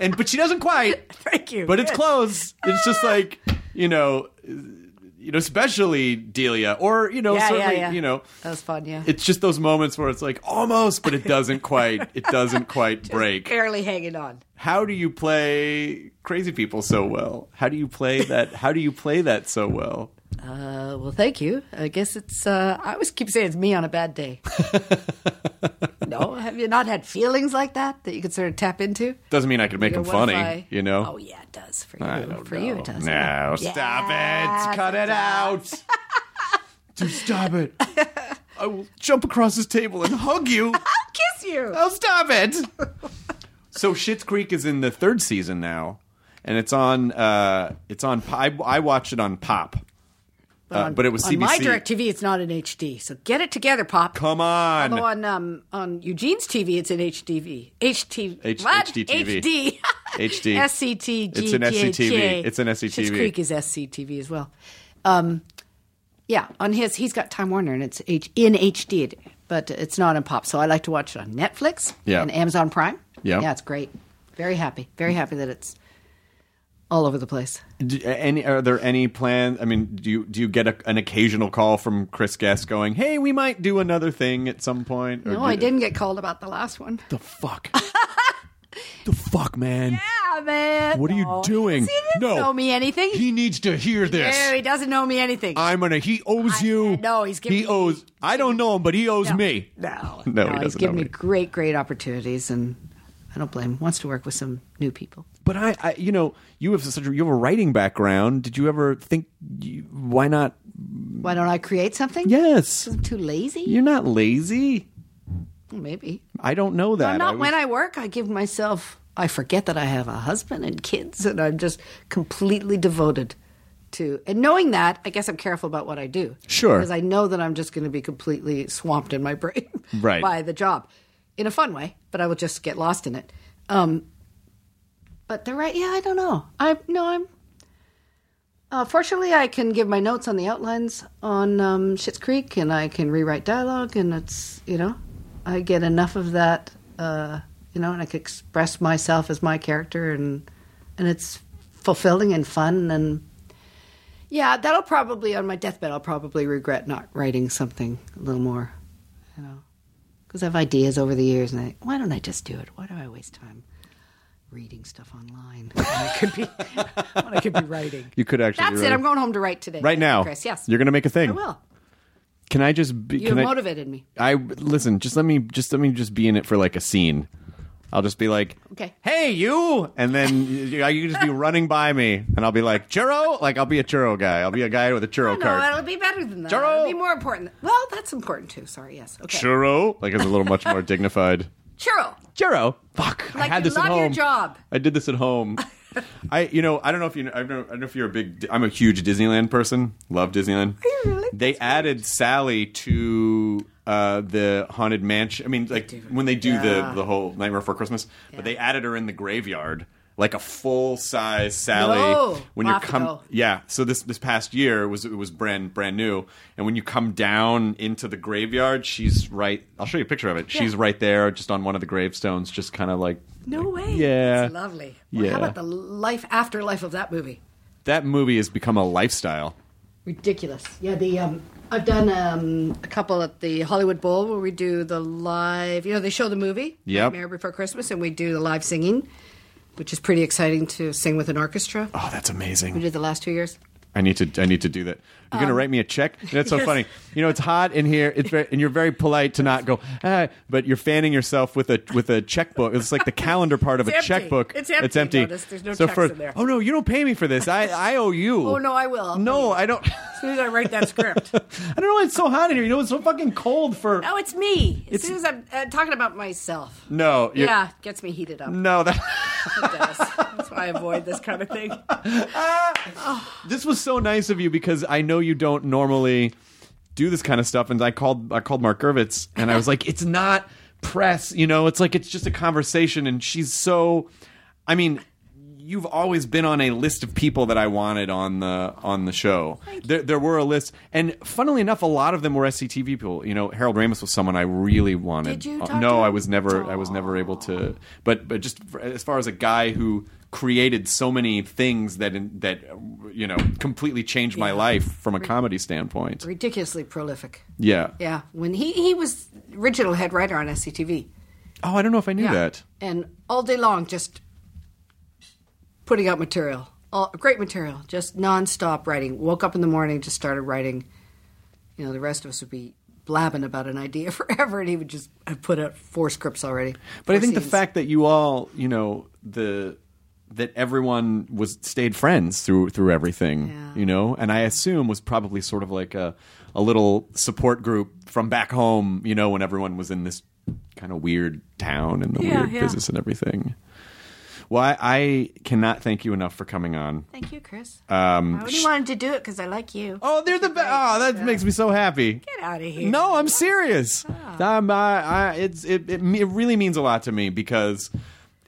[SPEAKER 4] and but she doesn't quite.
[SPEAKER 8] Thank you. Ah.
[SPEAKER 4] But it's close. It's just like you know, you know, especially Delia, or you know,
[SPEAKER 8] Yeah, yeah,
[SPEAKER 4] certainly
[SPEAKER 8] yeah.
[SPEAKER 4] you know.
[SPEAKER 8] That was fun. Yeah.
[SPEAKER 4] It's just those moments where it's like almost, but it doesn't quite. It doesn't quite break
[SPEAKER 8] barely hanging on.
[SPEAKER 4] how do you play crazy people so well how do you play that how do you play that so well
[SPEAKER 8] Uh, well, thank you. I guess it's. Uh, I always keep saying it's me on a bad day. no, have you not had feelings like that that you could sort of tap into?
[SPEAKER 4] doesn't mean i could make
[SPEAKER 8] You know,
[SPEAKER 4] them
[SPEAKER 8] what
[SPEAKER 4] funny
[SPEAKER 8] if I-
[SPEAKER 4] you know
[SPEAKER 8] Oh yeah, it does for
[SPEAKER 4] I
[SPEAKER 8] you.
[SPEAKER 4] don't
[SPEAKER 8] For you, it
[SPEAKER 4] know.
[SPEAKER 8] does.
[SPEAKER 4] no
[SPEAKER 8] Yeah.
[SPEAKER 4] stop it cut it out Dude, stop it i will jump across this table and hug you
[SPEAKER 8] Kiss you.
[SPEAKER 4] Oh, stop it. so Schitt's creek is in the third season now and it's on uh it's on i, I watched it on pop
[SPEAKER 8] But,
[SPEAKER 4] Uh,
[SPEAKER 8] on,
[SPEAKER 4] but it was
[SPEAKER 8] on my
[SPEAKER 4] CBC.
[SPEAKER 8] DirecTV. It's not in HD, so get it together, Pop.
[SPEAKER 4] Come on.
[SPEAKER 8] Although on um, on Eugene's TV, it's in HDV. HT
[SPEAKER 4] H-
[SPEAKER 8] what?
[SPEAKER 4] HDTV. HD.
[SPEAKER 8] HD. SCTG.
[SPEAKER 4] It's an SCTV. It's an
[SPEAKER 8] Schitt's
[SPEAKER 4] SCTV.
[SPEAKER 8] Creek is SCTV as well. Um, yeah, on his he's got Time Warner and it's H- in HD, but it's not in pop. So I like to watch it on Netflix
[SPEAKER 4] Yeah.
[SPEAKER 8] and Amazon Prime.
[SPEAKER 4] Yeah.
[SPEAKER 8] yeah, it's great. Very happy. Very happy that it's all over the place.
[SPEAKER 4] Do, any are there any plans? I mean, do you do you get a, an occasional call from Chris Guest going, "Hey, we might do another thing at some point"? Or
[SPEAKER 8] No,
[SPEAKER 4] do-
[SPEAKER 8] I didn't get called about the last one.
[SPEAKER 11] The fuck. the fuck, man.
[SPEAKER 8] Yeah, Ah, man.
[SPEAKER 11] What are you
[SPEAKER 8] No.
[SPEAKER 11] doing?
[SPEAKER 8] See, he doesn't
[SPEAKER 11] No.
[SPEAKER 8] know me anything.
[SPEAKER 11] He needs to hear this.
[SPEAKER 8] No, he doesn't know me anything.
[SPEAKER 11] I'm gonna. He owes you.
[SPEAKER 8] no, he's giving
[SPEAKER 11] He
[SPEAKER 8] me-
[SPEAKER 11] owes. I don't know him, but he owes me.
[SPEAKER 8] No,
[SPEAKER 4] no, he
[SPEAKER 8] he's
[SPEAKER 4] doesn't know
[SPEAKER 8] given me
[SPEAKER 4] me.
[SPEAKER 8] great, great opportunities, and I don't blame him. Wants to work with some new people.
[SPEAKER 4] But I, I you know, you have such a, you have a writing background. Did you ever think you, why not?
[SPEAKER 8] Why don't I create something?
[SPEAKER 4] Yes.
[SPEAKER 8] I'm too lazy?
[SPEAKER 4] You're not lazy.
[SPEAKER 8] Maybe.
[SPEAKER 4] I don't know that.
[SPEAKER 8] Well, not
[SPEAKER 4] I was-
[SPEAKER 8] when I work. I give myself. I forget that I have a husband and kids, and I'm just completely devoted to. And knowing that, I guess I'm careful about what I do.
[SPEAKER 4] Sure.
[SPEAKER 8] because I know that I'm just going to be completely swamped in my brain
[SPEAKER 4] Right.
[SPEAKER 8] by the job, in a fun way. But I will just get lost in it. Um, but they're right. Yeah, I don't know. I no, I'm. Uh, fortunately, I can give my notes on the outlines on um, Schitt's Creek, and I can rewrite dialogue, and it's you know, I get enough of that, uh, you know, and I can express myself as my character, and and it's fulfilling and fun, and yeah, that'll probably on my deathbed, I'll probably regret not writing something a little more, you know, because I have ideas over the years, and I why don't I just do it? Why do I waste time reading stuff online? when I could be, when I could be writing.
[SPEAKER 4] You could actually.
[SPEAKER 8] That's
[SPEAKER 4] be
[SPEAKER 8] it.
[SPEAKER 4] right.
[SPEAKER 8] I'm going home to write today.
[SPEAKER 4] Right now,
[SPEAKER 8] Chris. Yes,
[SPEAKER 4] you're gonna make a thing.
[SPEAKER 8] I will.
[SPEAKER 4] Can I just? Be,
[SPEAKER 8] You
[SPEAKER 4] can I-
[SPEAKER 8] motivated me.
[SPEAKER 4] I listen. Just let me. Just let me. Just be in it for like a scene. I'll just be like,
[SPEAKER 8] Okay.
[SPEAKER 4] "Hey, you!" And then you, you can just be running by me, and I'll be like, "Churro!" Like I'll be a churro guy. I'll be a guy with a churro
[SPEAKER 8] No,
[SPEAKER 4] cart.
[SPEAKER 8] it'll be better than that. It'll be more important. than- well, that's important too. Sorry. Yes. Okay.
[SPEAKER 4] Churro. Like it's a little much more dignified.
[SPEAKER 8] Churro.
[SPEAKER 4] Churro. Fuck. I
[SPEAKER 8] Like
[SPEAKER 4] had
[SPEAKER 8] you
[SPEAKER 4] this
[SPEAKER 8] love
[SPEAKER 4] at home.
[SPEAKER 8] your job.
[SPEAKER 4] I did this at home. I, you know, I don't know if you, know, I don't know, I don't know if you're a big. I'm a huge Disneyland person. Love Disneyland. Are you really? They added Sally to uh, the haunted mansion. I mean, like when they do
[SPEAKER 15] Yeah.
[SPEAKER 4] the the whole Nightmare Before Christmas, but they added her in the graveyard. Like a full size Sally
[SPEAKER 15] No,
[SPEAKER 4] when you're
[SPEAKER 15] off to
[SPEAKER 4] coming.
[SPEAKER 15] go.
[SPEAKER 4] Yeah. So this this past year was it was brand brand new, and when you come down into the graveyard, she's right. I'll show you a picture of it.
[SPEAKER 8] Yeah.
[SPEAKER 4] She's right there, just on one of the gravestones, just kind of like
[SPEAKER 8] No way.
[SPEAKER 4] Yeah.
[SPEAKER 8] That's lovely. Well,
[SPEAKER 4] Yeah.
[SPEAKER 8] How about the life afterlife of that movie?
[SPEAKER 4] that. Movie has become a lifestyle.
[SPEAKER 8] Ridiculous. Yeah. The um, I've done um, a couple at the Hollywood Bowl where we do the live. You know, they show the movie.
[SPEAKER 4] Yep.
[SPEAKER 8] Nightmare Before Christmas, and we do the live singing, which is pretty exciting to sing with an orchestra.
[SPEAKER 4] Oh, that's
[SPEAKER 8] We
[SPEAKER 4] amazing.
[SPEAKER 8] did the last two years.
[SPEAKER 4] I need to. I need to do that. You're gonna
[SPEAKER 8] Um,
[SPEAKER 4] write me a check. That's so
[SPEAKER 8] yes.
[SPEAKER 4] funny. You know, it's hot in here. It's very, and you're very polite to not go, ah, but you're fanning yourself with a with a checkbook. It's like the calendar part of
[SPEAKER 8] It's
[SPEAKER 4] a
[SPEAKER 8] empty.
[SPEAKER 4] checkbook.
[SPEAKER 8] It's empty,
[SPEAKER 4] It's empty.
[SPEAKER 8] notice. There's no
[SPEAKER 4] so
[SPEAKER 8] checks
[SPEAKER 4] first,
[SPEAKER 8] in there.
[SPEAKER 4] oh no, you don't pay me for this. I I owe you.
[SPEAKER 8] Oh no, I will.
[SPEAKER 4] No, I don't.
[SPEAKER 8] As soon as I write that script.
[SPEAKER 4] I don't know why it's so hot in here. You know, it's so fucking cold for.
[SPEAKER 8] No, it's me. As soon as I'm uh, talking about myself.
[SPEAKER 4] No. you're-
[SPEAKER 8] Yeah, gets me heated up.
[SPEAKER 4] No, that.
[SPEAKER 8] That's why I avoid this kind of thing.
[SPEAKER 4] this was so nice of you because I know you don't normally do this kind of stuff. And I called I called Mark Gervitz and I was like, it's not press, you know, it's like it's just a conversation. And she's so, I mean, you've always been on a list of people that I wanted on the on the show. There, there were a list, and funnily enough, a lot of them were SCTV people. You know, Harold Ramis was someone I really wanted.
[SPEAKER 8] Did you
[SPEAKER 4] Uh,
[SPEAKER 8] talk
[SPEAKER 4] no,
[SPEAKER 8] to
[SPEAKER 4] I
[SPEAKER 8] him?
[SPEAKER 4] was never I was never able to. But but just for, as far as a guy who created so many things that in, that you know completely changed my
[SPEAKER 8] Yeah.
[SPEAKER 4] life from a
[SPEAKER 8] Re-
[SPEAKER 4] comedy standpoint.
[SPEAKER 8] Ridiculously prolific.
[SPEAKER 4] Yeah.
[SPEAKER 8] Yeah, when he he was original head writer on SCTV,
[SPEAKER 4] Oh, I don't know if I knew
[SPEAKER 8] Yeah.
[SPEAKER 4] that.
[SPEAKER 8] and all day long just putting out material, all, great material, just nonstop writing. Woke up in the morning, just started writing. You know, the rest of us would be blabbing about an idea forever, and he would just have put out four scripts already.
[SPEAKER 4] But I
[SPEAKER 8] four
[SPEAKER 4] think the
[SPEAKER 8] scenes.
[SPEAKER 4] fact that you all, you know, the that everyone was stayed friends through through everything, you know, and I assume was probably sort of like a a little support group from back home, you know, when everyone was in this kind of weird town and the
[SPEAKER 8] Yeah,
[SPEAKER 4] weird
[SPEAKER 8] yeah.
[SPEAKER 4] business and everything. Well, I, I cannot thank you enough for coming on.
[SPEAKER 8] Thank you, Chris.
[SPEAKER 4] Um,
[SPEAKER 8] I only wanted to do it because I like you.
[SPEAKER 4] Oh, they're the best. Oh, that makes me so happy.
[SPEAKER 8] Get out of here.
[SPEAKER 4] No, I'm serious. Um, I, I, it's, it, it, me- it really means a lot to me because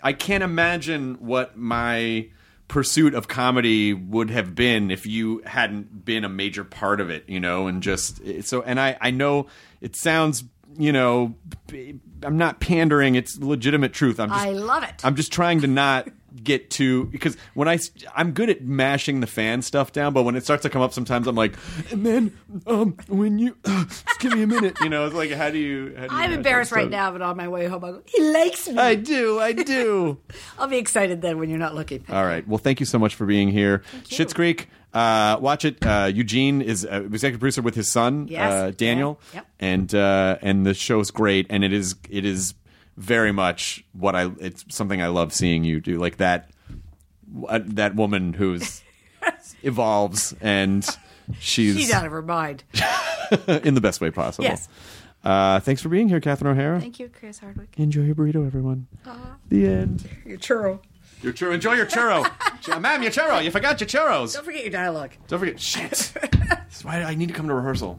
[SPEAKER 4] I can't imagine what my pursuit of comedy would have been if you hadn't been a major part of it, you know, and just it- so. And I, I know it sounds, you know, b- I'm not pandering. It's legitimate truth. I'm just,
[SPEAKER 8] I love it.
[SPEAKER 4] I'm just trying to not get too because when I s- I'm good at mashing the fan stuff down, but when it starts to come up, sometimes I'm like, and then um, when you just give me a minute, you know, it's like how do you? How do you
[SPEAKER 8] I'm
[SPEAKER 4] mash
[SPEAKER 8] embarrassed
[SPEAKER 4] that
[SPEAKER 8] right
[SPEAKER 4] stuff?
[SPEAKER 8] now, but on my way home, I go, he likes me.
[SPEAKER 4] I do, I do.
[SPEAKER 8] I'll be excited then when you're not looking.
[SPEAKER 4] All right. Well, thank you so much for being here. Shit's Creek. Uh, watch it. Uh, Eugene is uh, executive producer with his son
[SPEAKER 8] Yes.
[SPEAKER 4] uh, Daniel,
[SPEAKER 8] Yeah. Yep.
[SPEAKER 4] and uh, and the show is great. And it is it is very much what I. It's something I love seeing you do. Like that uh, that woman who's evolves and she's
[SPEAKER 8] She's out of her mind.
[SPEAKER 4] in the best way possible.
[SPEAKER 8] Yes.
[SPEAKER 4] Uh, thanks for being here, Catherine O'Hara.
[SPEAKER 8] you, Chris Hardwick. Uh-huh.
[SPEAKER 4] Enjoy your burrito, everyone. The end.
[SPEAKER 8] Your churro.
[SPEAKER 4] Your churro. Enjoy your churro, Ch- ma'am. Your churro. You forgot your churros.
[SPEAKER 8] Don't forget your dialogue.
[SPEAKER 4] Don't forget. Shit. That's why I need to come to rehearsal.